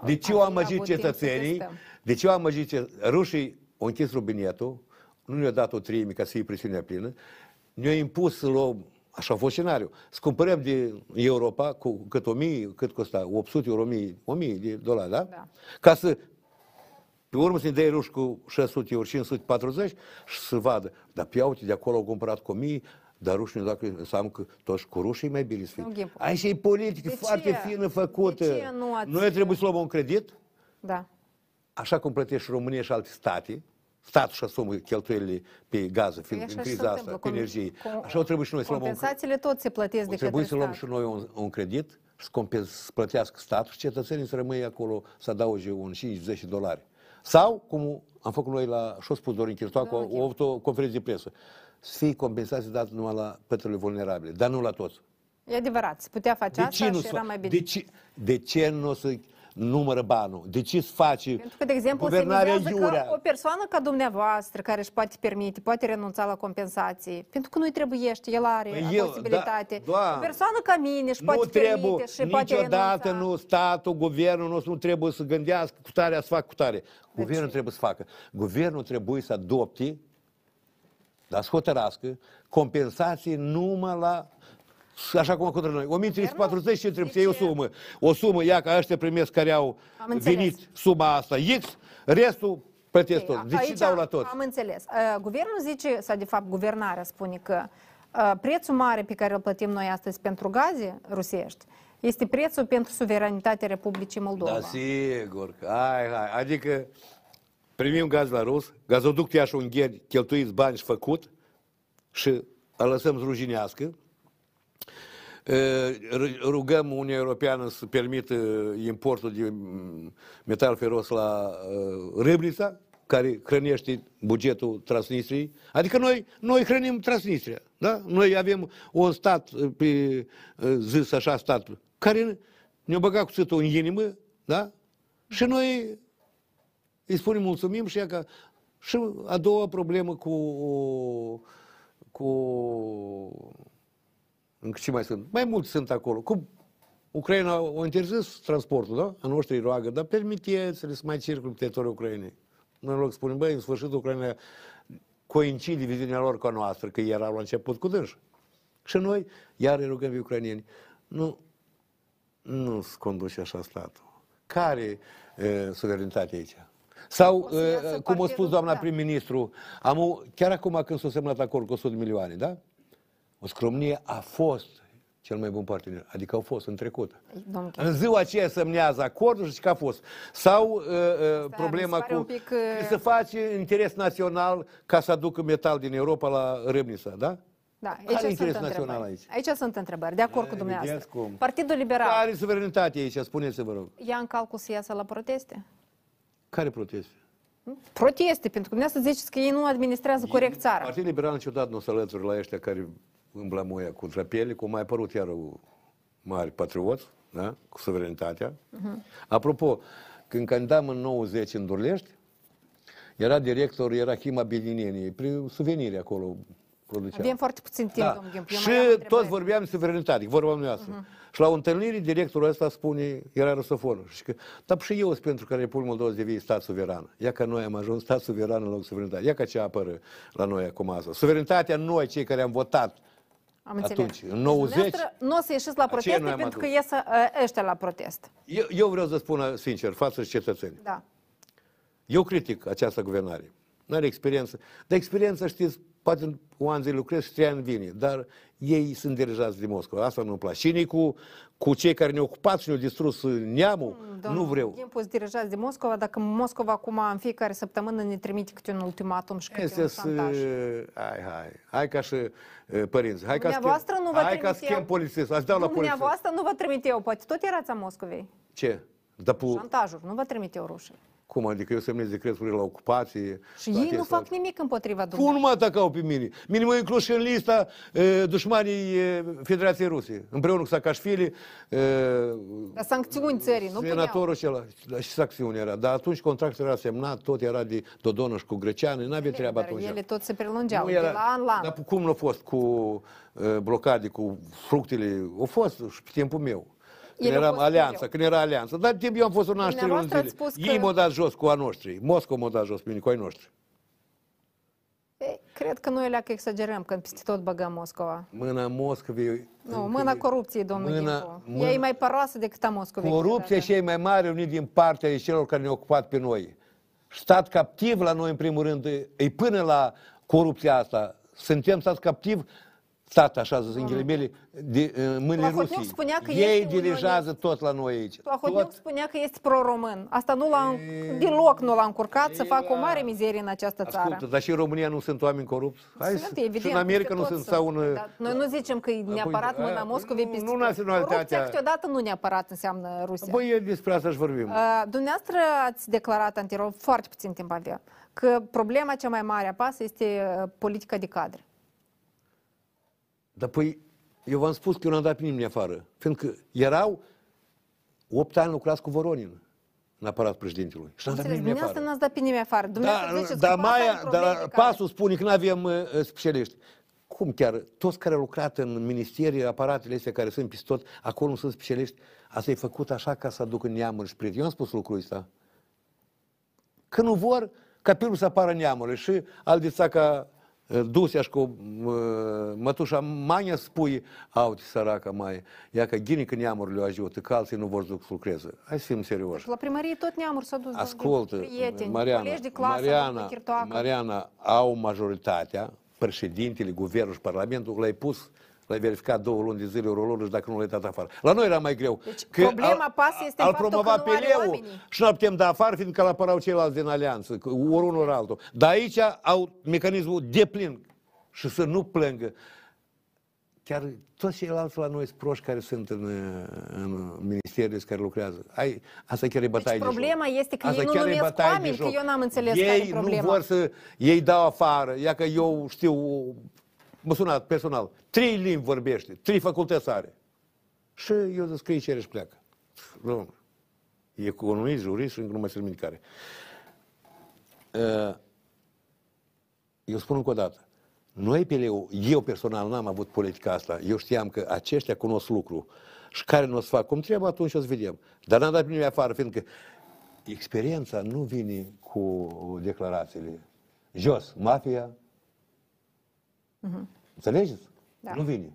Speaker 1: De ce
Speaker 2: Am
Speaker 1: eu
Speaker 2: fi
Speaker 1: am amăgit
Speaker 2: avut timp să
Speaker 1: cetățenii?
Speaker 2: testăm.
Speaker 1: De ce eu am amăgit ce- Rușii au închis rubinetul, nu ne-au dat o treime ca să fie presiunea plină, ne-au impus să luăm, așa a fost scenariu, să cumpărăm de Europa cu cât 1000, cât costa, 800 euro, 1000, 1000 de dolari, da?
Speaker 2: Da.
Speaker 1: Ca să pe urmă să-i dai ruși cu 600 euro, 540 și să vadă. Dar pe uite, de acolo au cumpărat cu 1000, dar rușii nu dacă înseamnă că toți cu rușii e mai bine să fie.
Speaker 2: Nu, Gimpu.
Speaker 1: Aici e politică
Speaker 2: De
Speaker 1: foarte
Speaker 2: ce?
Speaker 1: fină făcută.
Speaker 2: De ce nu ați-
Speaker 1: Noi trebuie să luăm un credit,
Speaker 2: Da.
Speaker 1: așa cum plătește România și alte state, statul și asumă cheltuielile pe gaze,
Speaker 2: Păi
Speaker 1: fiind
Speaker 2: așa
Speaker 1: în
Speaker 2: se
Speaker 1: criza asta,
Speaker 2: întâmplă,
Speaker 1: pe
Speaker 2: cum-
Speaker 1: energie.
Speaker 2: cum-
Speaker 1: Așa o trebuie și noi să luăm un credit.
Speaker 2: Compensațiile tot se plătesc de
Speaker 1: O trebuie
Speaker 2: către
Speaker 1: să luăm
Speaker 2: stat.
Speaker 1: și noi un, un credit și să, compens, să plătească statul și cetățenii să rămâie acolo să adauge un 5-10 dolari. Sau, cum am făcut noi la, și-o spus Dorin Chirtoacu,
Speaker 2: Doamna
Speaker 1: o, o, o conferință de presă, să fie compensații date numai la pătrele vulnerabile, dar nu la toți.
Speaker 2: E adevărat, se putea face
Speaker 1: De
Speaker 2: asta
Speaker 1: ce, nu
Speaker 2: și
Speaker 1: să,
Speaker 2: era mai bine.
Speaker 1: de, ce, de ce nu o să numără banul? De ce să face
Speaker 2: Pentru că, de exemplu, se
Speaker 1: guvernarea
Speaker 2: mizează
Speaker 1: iurea?
Speaker 2: că o persoană ca dumneavoastră, care își poate permite, poate renunța la compensații, pentru că nu-i trebuiește, el are
Speaker 1: Păi eu,
Speaker 2: posibilitate.
Speaker 1: da, doamne.
Speaker 2: o persoană ca mine își
Speaker 1: nu
Speaker 2: poate
Speaker 1: trebuie
Speaker 2: permite și poate
Speaker 1: niciodată,
Speaker 2: renunța.
Speaker 1: nu statul, guvernul nostru nu trebuie să gândească cu tare, să fac cu tare.
Speaker 2: Deci-
Speaker 1: Guvernul trebuie să facă. Guvernul trebuie să adopte, dar să hotărască, compensații numai la așa cum contra noi. 1340 și trebuie să iei o sumă. O sumă, ia ca ăștia primesc care au
Speaker 2: Am înțeles.
Speaker 1: venit suma asta X, restul plătesc tot.
Speaker 2: Ok,
Speaker 1: Deci și
Speaker 2: aici
Speaker 1: dau la tot.
Speaker 2: Am înțeles. Uh, Guvernul zice, sau de fapt guvernarea spune că uh, prețul mare pe care îl plătim noi astăzi pentru gaze rusești este prețul pentru suveranitatea Republicii Moldova.
Speaker 1: Da, sigur. că- Hai, hai. Adică primim gaz la rus, gazoductul Iași Ungheri, cheltuiți bani și făcut și îl lăsăm să rujinească. E, ru- Ă, Rugăm Uniunea Europeană să permită importul de mm, metal feros la uh, Râbnița, care hrănește bugetul Transnistriei. Adică noi, noi hrănim Transnistria. Da? Noi avem un stat uh, pe uh, zis așa stat care ne-a băgat cu țâtul în inimă, da? Și noi îi spunem mulțumim și ea că... Și a doua problemă cu... cu... Încă ce mai sunt? Mai mulți sunt acolo. Cum Ucraina a interzis transportul, da? A noștri îi roagă, dar permiteți-le să mai circule pe teritoriul Ucrainei. Noi în loc spunem, băi, în sfârșit Ucraina coincide viziunea lor cu a noastră, că erau la început cu dânși. Și noi iar îi rugăm pe ucrainieni. Nu, nu se conduce așa statul. Care e, suverenitate aici? Sau,
Speaker 2: O să iasă
Speaker 1: e, cum a
Speaker 2: partidul,
Speaker 1: spus doamna
Speaker 2: da.
Speaker 1: prim-ministru, am o, chiar acum când s-a semnat acordul cu 100 de milioane, da? O scromnie a fost cel mai bun partener. Adică au fost în trecut.
Speaker 2: Domnul Cheț.
Speaker 1: În ziua aceea semnează acordul și zice că a fost. Sau uh, uh,
Speaker 2: se
Speaker 1: problema
Speaker 2: pare
Speaker 1: cu...
Speaker 2: un pic, uh,
Speaker 1: Să face interes național ca să aducă metal din Europa la Râmnița, da?
Speaker 2: Da,
Speaker 1: Care
Speaker 2: aici sunt
Speaker 1: interes
Speaker 2: întrebări.
Speaker 1: național aici?
Speaker 2: Aici sunt întrebări, de acord cu dumneavoastră.
Speaker 1: vedeți cum.
Speaker 2: Partidul Liberal
Speaker 1: Care e suverenitatea aici? Spuneți-vă, vă rog.
Speaker 2: ia în calcul să iasă la proteste?
Speaker 1: Care proteste?
Speaker 2: Proteste, pentru că dumneavoastră ziceți că ei nu administrează corect țara.
Speaker 1: Partidul Liberal niciodată nu o să alături la ăștia care îmbla moia cu trapele, cum a mai apărut iar un mare patriot, da? cu suverenitatea.
Speaker 2: Mhm.
Speaker 1: Apropo, când candidam în 90 în Durlești, era director, era Chima Bilineniei, prin suveniri acolo producea.
Speaker 2: Avem foarte puțin timp, domnul Gimpu. eu
Speaker 1: Da. Și
Speaker 2: mai am
Speaker 1: toți
Speaker 2: întrebări.
Speaker 1: vorbeam de suverenitate, vorba noastră. Și la o întâlnire, directorul ăsta spune, era rusofon, și că, dar și eu sunt pentru că Republica Moldova să devie stat suveran. Ia că noi am ajuns stat suveran în loc de suverenitate. Ia că ce apără la noi acum asta. Suverenitatea noi, cei care am votat,
Speaker 2: Am înțeles.
Speaker 1: atunci, în
Speaker 2: Deci
Speaker 1: 90,
Speaker 2: dumneavoastră Nu o să ieșiți la
Speaker 1: aceea noi
Speaker 2: proteste
Speaker 1: am
Speaker 2: pentru că
Speaker 1: adus.
Speaker 2: iasă ă, ăștia la protest.
Speaker 1: eu, eu vreau să spun sincer, față de cetățeni.
Speaker 2: Da.
Speaker 1: Eu critic această guvernare. Nu are experiență. Dar experiența, știți, poate cu ani zile lucrez și trei ani vine, dar ei sunt dirijați de Moscova. Asta nu-mi place. Și nici cu, cu cei care ne-au ocupat și ne-au distrus uh, neamul, nu
Speaker 2: Domnul
Speaker 1: vreau.
Speaker 2: Gimpu, îți dirijați de Moscova, dacă Moscova acum în fiecare săptămână ne trimite câte un ultimatum și câte
Speaker 1: Este
Speaker 2: un
Speaker 1: să...
Speaker 2: șantaj.
Speaker 1: Hai, hai. Hai ca și uh, părinți. Hai ca
Speaker 2: Dumneavoastră
Speaker 1: schem,
Speaker 2: nu vă
Speaker 1: hai ca
Speaker 2: trimite
Speaker 1: schem
Speaker 2: eu.
Speaker 1: polițist. Ați dau la polițist.
Speaker 2: Dumneavoastră nu vă trimit eu, poate tot erați a Moscovei.
Speaker 1: Ce? Dar pu...
Speaker 2: Șantajuri, nu vă trimit eu rușii.
Speaker 1: Cum? Adică eu semnez decreturi la ocupație.
Speaker 2: Și ei
Speaker 1: la
Speaker 2: nu
Speaker 1: acestea.
Speaker 2: fac nimic împotriva
Speaker 1: Cum nu
Speaker 2: dumneavoastră.
Speaker 1: mă atacau pe mine? Mine mă inclus și în lista e, dușmanii e, Federației Rusie. Împreună cu Saakașvili, e,
Speaker 2: Dar sancțiuni țării, nu puneau.
Speaker 1: senatorul acela, da, și sancțiune era. Dar atunci contractul era semnat, tot era de Dodonă și cu Greceanu, n-avea treabă
Speaker 2: Dar
Speaker 1: atunci.
Speaker 2: ele tot se prelungeau,
Speaker 1: Nu Da.
Speaker 2: de la an la an.
Speaker 1: Dar cum nu a fost cu uh, blocade, cu fructele? A fost și pe timpul meu. Când
Speaker 2: Ele au
Speaker 1: eram
Speaker 2: fost
Speaker 1: alianță,
Speaker 2: greu.
Speaker 1: când era alianță. Dar timp eu am fost un an și trei luni
Speaker 2: Dumneavoastră
Speaker 1: zile.
Speaker 2: ați spus
Speaker 1: Ei
Speaker 2: că-
Speaker 1: m-au dat jos cu a noștri. Moscova m-a dat jos pe mine, cu ai noștri.
Speaker 2: Ei, Cred că noi leacă exagerăm când peste tot băgăm Moscova.
Speaker 1: Mâna Moscovei...
Speaker 2: Nu,
Speaker 1: încă
Speaker 2: mâna
Speaker 1: e-
Speaker 2: corupției, domnul
Speaker 1: mâna-
Speaker 2: Gimpu.
Speaker 1: mâna-
Speaker 2: Ea e mai paroasă decât a Moscovei.
Speaker 1: Corupția
Speaker 2: câteodată.
Speaker 1: și e mai mare unii din partea ei celor care ne-au ocupat pe noi. Stat captiv la noi, în primul rând, e- e până la corupția asta. Suntem stat captiv, stat, așa zis, în ghilimele, de în mâinile
Speaker 2: Plahotniuc
Speaker 1: Rusiei.
Speaker 2: Mm. spunea că
Speaker 1: ei
Speaker 2: este
Speaker 1: dirigează tot la noi aici.
Speaker 2: Plahotniuc
Speaker 1: Tot.
Speaker 2: spunea că este pro-român. Asta nu l-a, deloc nu l-a încurcat să facă o mare mizerie în această țară.
Speaker 1: Ascultă, dar și în România nu sunt oameni corupți. Hai să-
Speaker 2: Sunt, evident.
Speaker 1: și în America
Speaker 2: peste
Speaker 1: nu
Speaker 2: tot
Speaker 1: sunt, sau în...
Speaker 2: Dar Da, Noi nu zicem că e neapărat
Speaker 1: Apoi,
Speaker 2: mâna
Speaker 1: a,
Speaker 2: Moscovei
Speaker 1: nu-
Speaker 2: peste
Speaker 1: nu
Speaker 2: tot.
Speaker 1: naționalitatea.
Speaker 2: Corupția câteodată nu neapărat înseamnă Rusia.
Speaker 1: Băi, eu despre asta și vorbim.
Speaker 2: Uh, Dumneavoastră ați declarat anterior, foarte puțin timp avea, că problema cea mai mare a PAS este uh, politica de cadre.
Speaker 1: Da, Dar păi, eu v-am spus că eu n-am dat pe nimeni afară. Fiindcă erau 8 ani lucrați cu Voronin în aparat președintelui. Și n-am dat pe
Speaker 2: Înțeles,
Speaker 1: nimeni
Speaker 2: dumneavoastră
Speaker 1: afară.
Speaker 2: n-ați dat pe nimeni afară. Dumneavoastră
Speaker 1: Dar
Speaker 2: ziceți
Speaker 1: da,
Speaker 2: că PAS are
Speaker 1: Maia,
Speaker 2: probleme
Speaker 1: dar
Speaker 2: de cadre.
Speaker 1: pasul spune că nu avem uh, specialiști. Cum chiar? Toți care au lucrat în ministerie, aparatele astea care sunt peste tot, acolo nu sunt specialiști. Asta e făcut așa ca să aducă neamuri și prieteni. Eu am spus lucrul ăsta. Că nu vor ca pilul să apară neamurile și aldița ca Дуся ж cu uh, mătușa Mania spui, auti săraca mai, ea că ghinică neamurile o ajută, că alții nu vor să lucreze. Hai să fim serioși.
Speaker 2: La primărie tot neamuri s-au dus
Speaker 1: Ascultă,
Speaker 2: de prieteni,
Speaker 1: Mariana,
Speaker 2: colegi de clasă,
Speaker 1: Mariana,
Speaker 2: de chirtoacă.
Speaker 1: Mariana, au majoritatea, președintele, guvernul și parlamentul, l-ai pus L-ai verificat două luni de zile rolul și dacă nu l-ai dat afară. La noi era mai greu.
Speaker 2: Deci problema PAS este
Speaker 1: al
Speaker 2: faptul că
Speaker 1: promova
Speaker 2: nu are
Speaker 1: PLU-ul
Speaker 2: oamenii.
Speaker 1: și nu putem da afară, fiindcă îl apărau ceilalți din alianță, că ori unul, ori altul. Dar aici au mecanismul de plin și să nu plângă. Chiar toți ceilalți la noi sunt proști care sunt în, în ministerele care lucrează. Ai, asta chiar e bătaie de joc.
Speaker 2: Deci problema este că
Speaker 1: Asta
Speaker 2: ei nu
Speaker 1: chiar e
Speaker 2: numesc
Speaker 1: bătaie de
Speaker 2: oameni, că
Speaker 1: joc.
Speaker 2: eu n-am înțeles
Speaker 1: ei
Speaker 2: care e problema.
Speaker 1: Nu vor să ei dau afară, ia că eu știu, mă sunat personal, trei limbi vorbește, trei facultăți are. Și eu zic că îi cere și pleacă. Domnule, economist, jurist și încă nu mai țin minte care. Uh, Eu spun încă o dată, noi pe Leu, eu personal n-am avut politica asta, eu știam că aceștia cunosc lucru și care nu o să fac cum trebuie, atunci o să vedem. Dar n-am dat pe nimeni afară, fiindcă experiența nu vine cu declarațiile. Jos, mafia. Înțelegeți?
Speaker 2: Mhm. Da.
Speaker 1: Nu vine.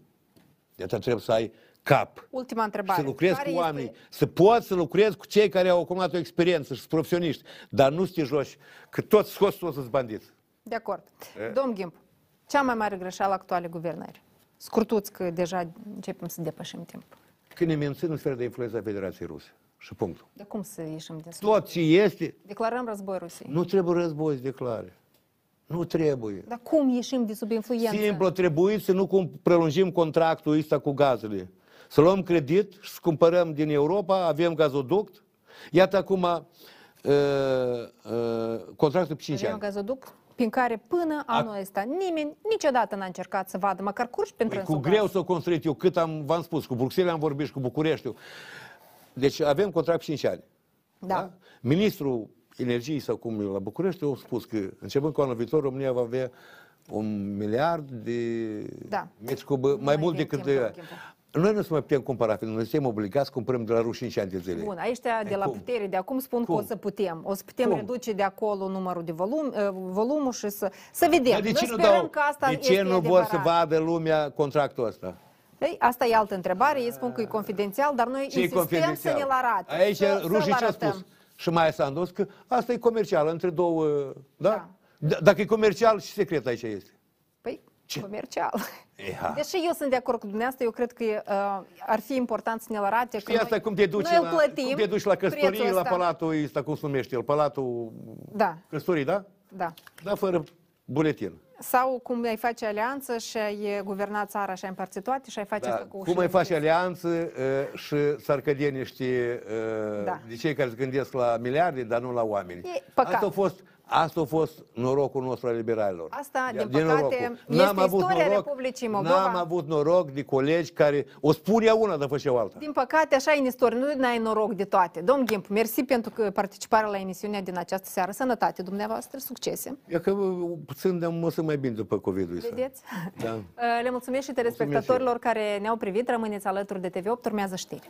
Speaker 1: De atunci trebuie să ai cap.
Speaker 2: Ultima întrebare.
Speaker 1: Să lucrezi
Speaker 2: Care
Speaker 1: cu
Speaker 2: este-
Speaker 1: oamenii, să poți să lucrezi cu cei care au acumulat o experiență și sunt profesioniști, dar nu să te joci, că toți scoți toți sunt bandiți.
Speaker 2: De acord. Domn Gimp, cea mai mare greșeală actuale guvernări? Scurtuți că deja începem să depășim timp.
Speaker 1: Că ne mențin în sfera de influență a Federației Ruse. Și punct.
Speaker 2: De cum să ieșim din slujbă?
Speaker 1: Tot ce este,
Speaker 2: Declarăm război Rusiei.
Speaker 1: nu trebuie război să declare. Nu trebuie.
Speaker 2: Dar cum ieșim de sub influență?
Speaker 1: Simplu, trebuie să nu cum prelungim contractul ăsta cu gazele. Să luăm credit și să cumpărăm din Europa, avem gazoduct. Iată acum uh, uh, contractul pe 5
Speaker 2: Avem un
Speaker 1: ani.
Speaker 2: gazoduct prin care până anul ăsta nimeni niciodată n-a încercat să vadă măcar curși pentru
Speaker 1: Păi cu
Speaker 2: însucat.
Speaker 1: greu s-o construit eu, cât am, v-am spus, cu Bruxelles am vorbit și cu Bucureștiul. Deci avem contract 5 ani.
Speaker 2: Da.
Speaker 1: Ministrul Energiei sau cum e la București a spus că începând cu anul viitor România va avea un miliard de
Speaker 2: Da.
Speaker 1: metri cub mai,
Speaker 2: mai
Speaker 1: mult
Speaker 2: avem
Speaker 1: decât...
Speaker 2: timp, avem timp.
Speaker 1: Noi nu se mai putem cumpăra, fiindcă noi suntem obligați să cumpărăm de la ruși 5 ani de zile.
Speaker 2: Bun, ăștia de
Speaker 1: E,
Speaker 2: la
Speaker 1: Păi cum?
Speaker 2: putere de acum spun
Speaker 1: Cum?
Speaker 2: că o să putem. O să putem
Speaker 1: Cum?
Speaker 2: reduce de acolo numărul de volum, eh, volumul și să, să vedem.
Speaker 1: Dar de ce
Speaker 2: Noi
Speaker 1: nu,
Speaker 2: sperăm
Speaker 1: dau,
Speaker 2: că asta
Speaker 1: de ce
Speaker 2: este
Speaker 1: nu vor să
Speaker 2: adevărat.
Speaker 1: vadă lumea contractul ăsta?
Speaker 2: Ei, asta e altă întrebare, ei spun că e confidențial, dar noi
Speaker 1: Ce e
Speaker 2: insistăm să ne-l
Speaker 1: confidențial?
Speaker 2: arate.
Speaker 1: Aici
Speaker 2: să,
Speaker 1: rușii
Speaker 2: să-l
Speaker 1: ce a
Speaker 2: arătăm.
Speaker 1: spus? Și mai s-a dus că asta e comercial între două... Da?
Speaker 2: Da.
Speaker 1: da. Dacă e comercial, și secret aici este.
Speaker 2: Păi,
Speaker 1: Ce?
Speaker 2: comercial.
Speaker 1: Ea.
Speaker 2: Deși eu sunt de acord cu dumneavoastră, eu cred că uh, ar fi important să ne-l arate.
Speaker 1: Știi asta cum te duci,
Speaker 2: noi îl
Speaker 1: la,
Speaker 2: plătim,
Speaker 1: cum te duci la căsătorie,
Speaker 2: prețul
Speaker 1: la
Speaker 2: ăsta.
Speaker 1: palatul ăsta, cum se numește el, palatul
Speaker 2: Da,
Speaker 1: căsătorii, da?
Speaker 2: da.
Speaker 1: Da, fără buletin.
Speaker 2: Sau cum ai face alianță și ai guverna țara și ai împărțit toate și ai face asta
Speaker 1: Da.
Speaker 2: cu
Speaker 1: Cum
Speaker 2: ușile
Speaker 1: mai faci
Speaker 2: închise.
Speaker 1: alianță uh, și s-ar cădea niște uh,
Speaker 2: Da.
Speaker 1: de cei care se gândesc la miliarde, dar nu la oameni.
Speaker 2: E păcat.
Speaker 1: Asta a fost, asta a fost norocul nostru al liberalilor.
Speaker 2: Asta,
Speaker 1: De-
Speaker 2: din păcate,
Speaker 1: norocul.
Speaker 2: este istoria Republicii Moldova.
Speaker 1: N-am avut noroc de colegi care o spunea una, dar făceau alta.
Speaker 2: Din păcate, așa e în istorie, nu ai noroc de toate. Domn Gimp, mersi pentru că participarea la emisiunea din această seară. Sănătate dumneavoastră, succese.
Speaker 1: E că uh, puțin de mă să mai bine după COVID-ul ăsta.
Speaker 2: Vedeți? Uh,
Speaker 1: Da.
Speaker 2: Le mulțumesc și telespectatorilor care ne-au privit. Rămâneți alături de TV8, urmează știri.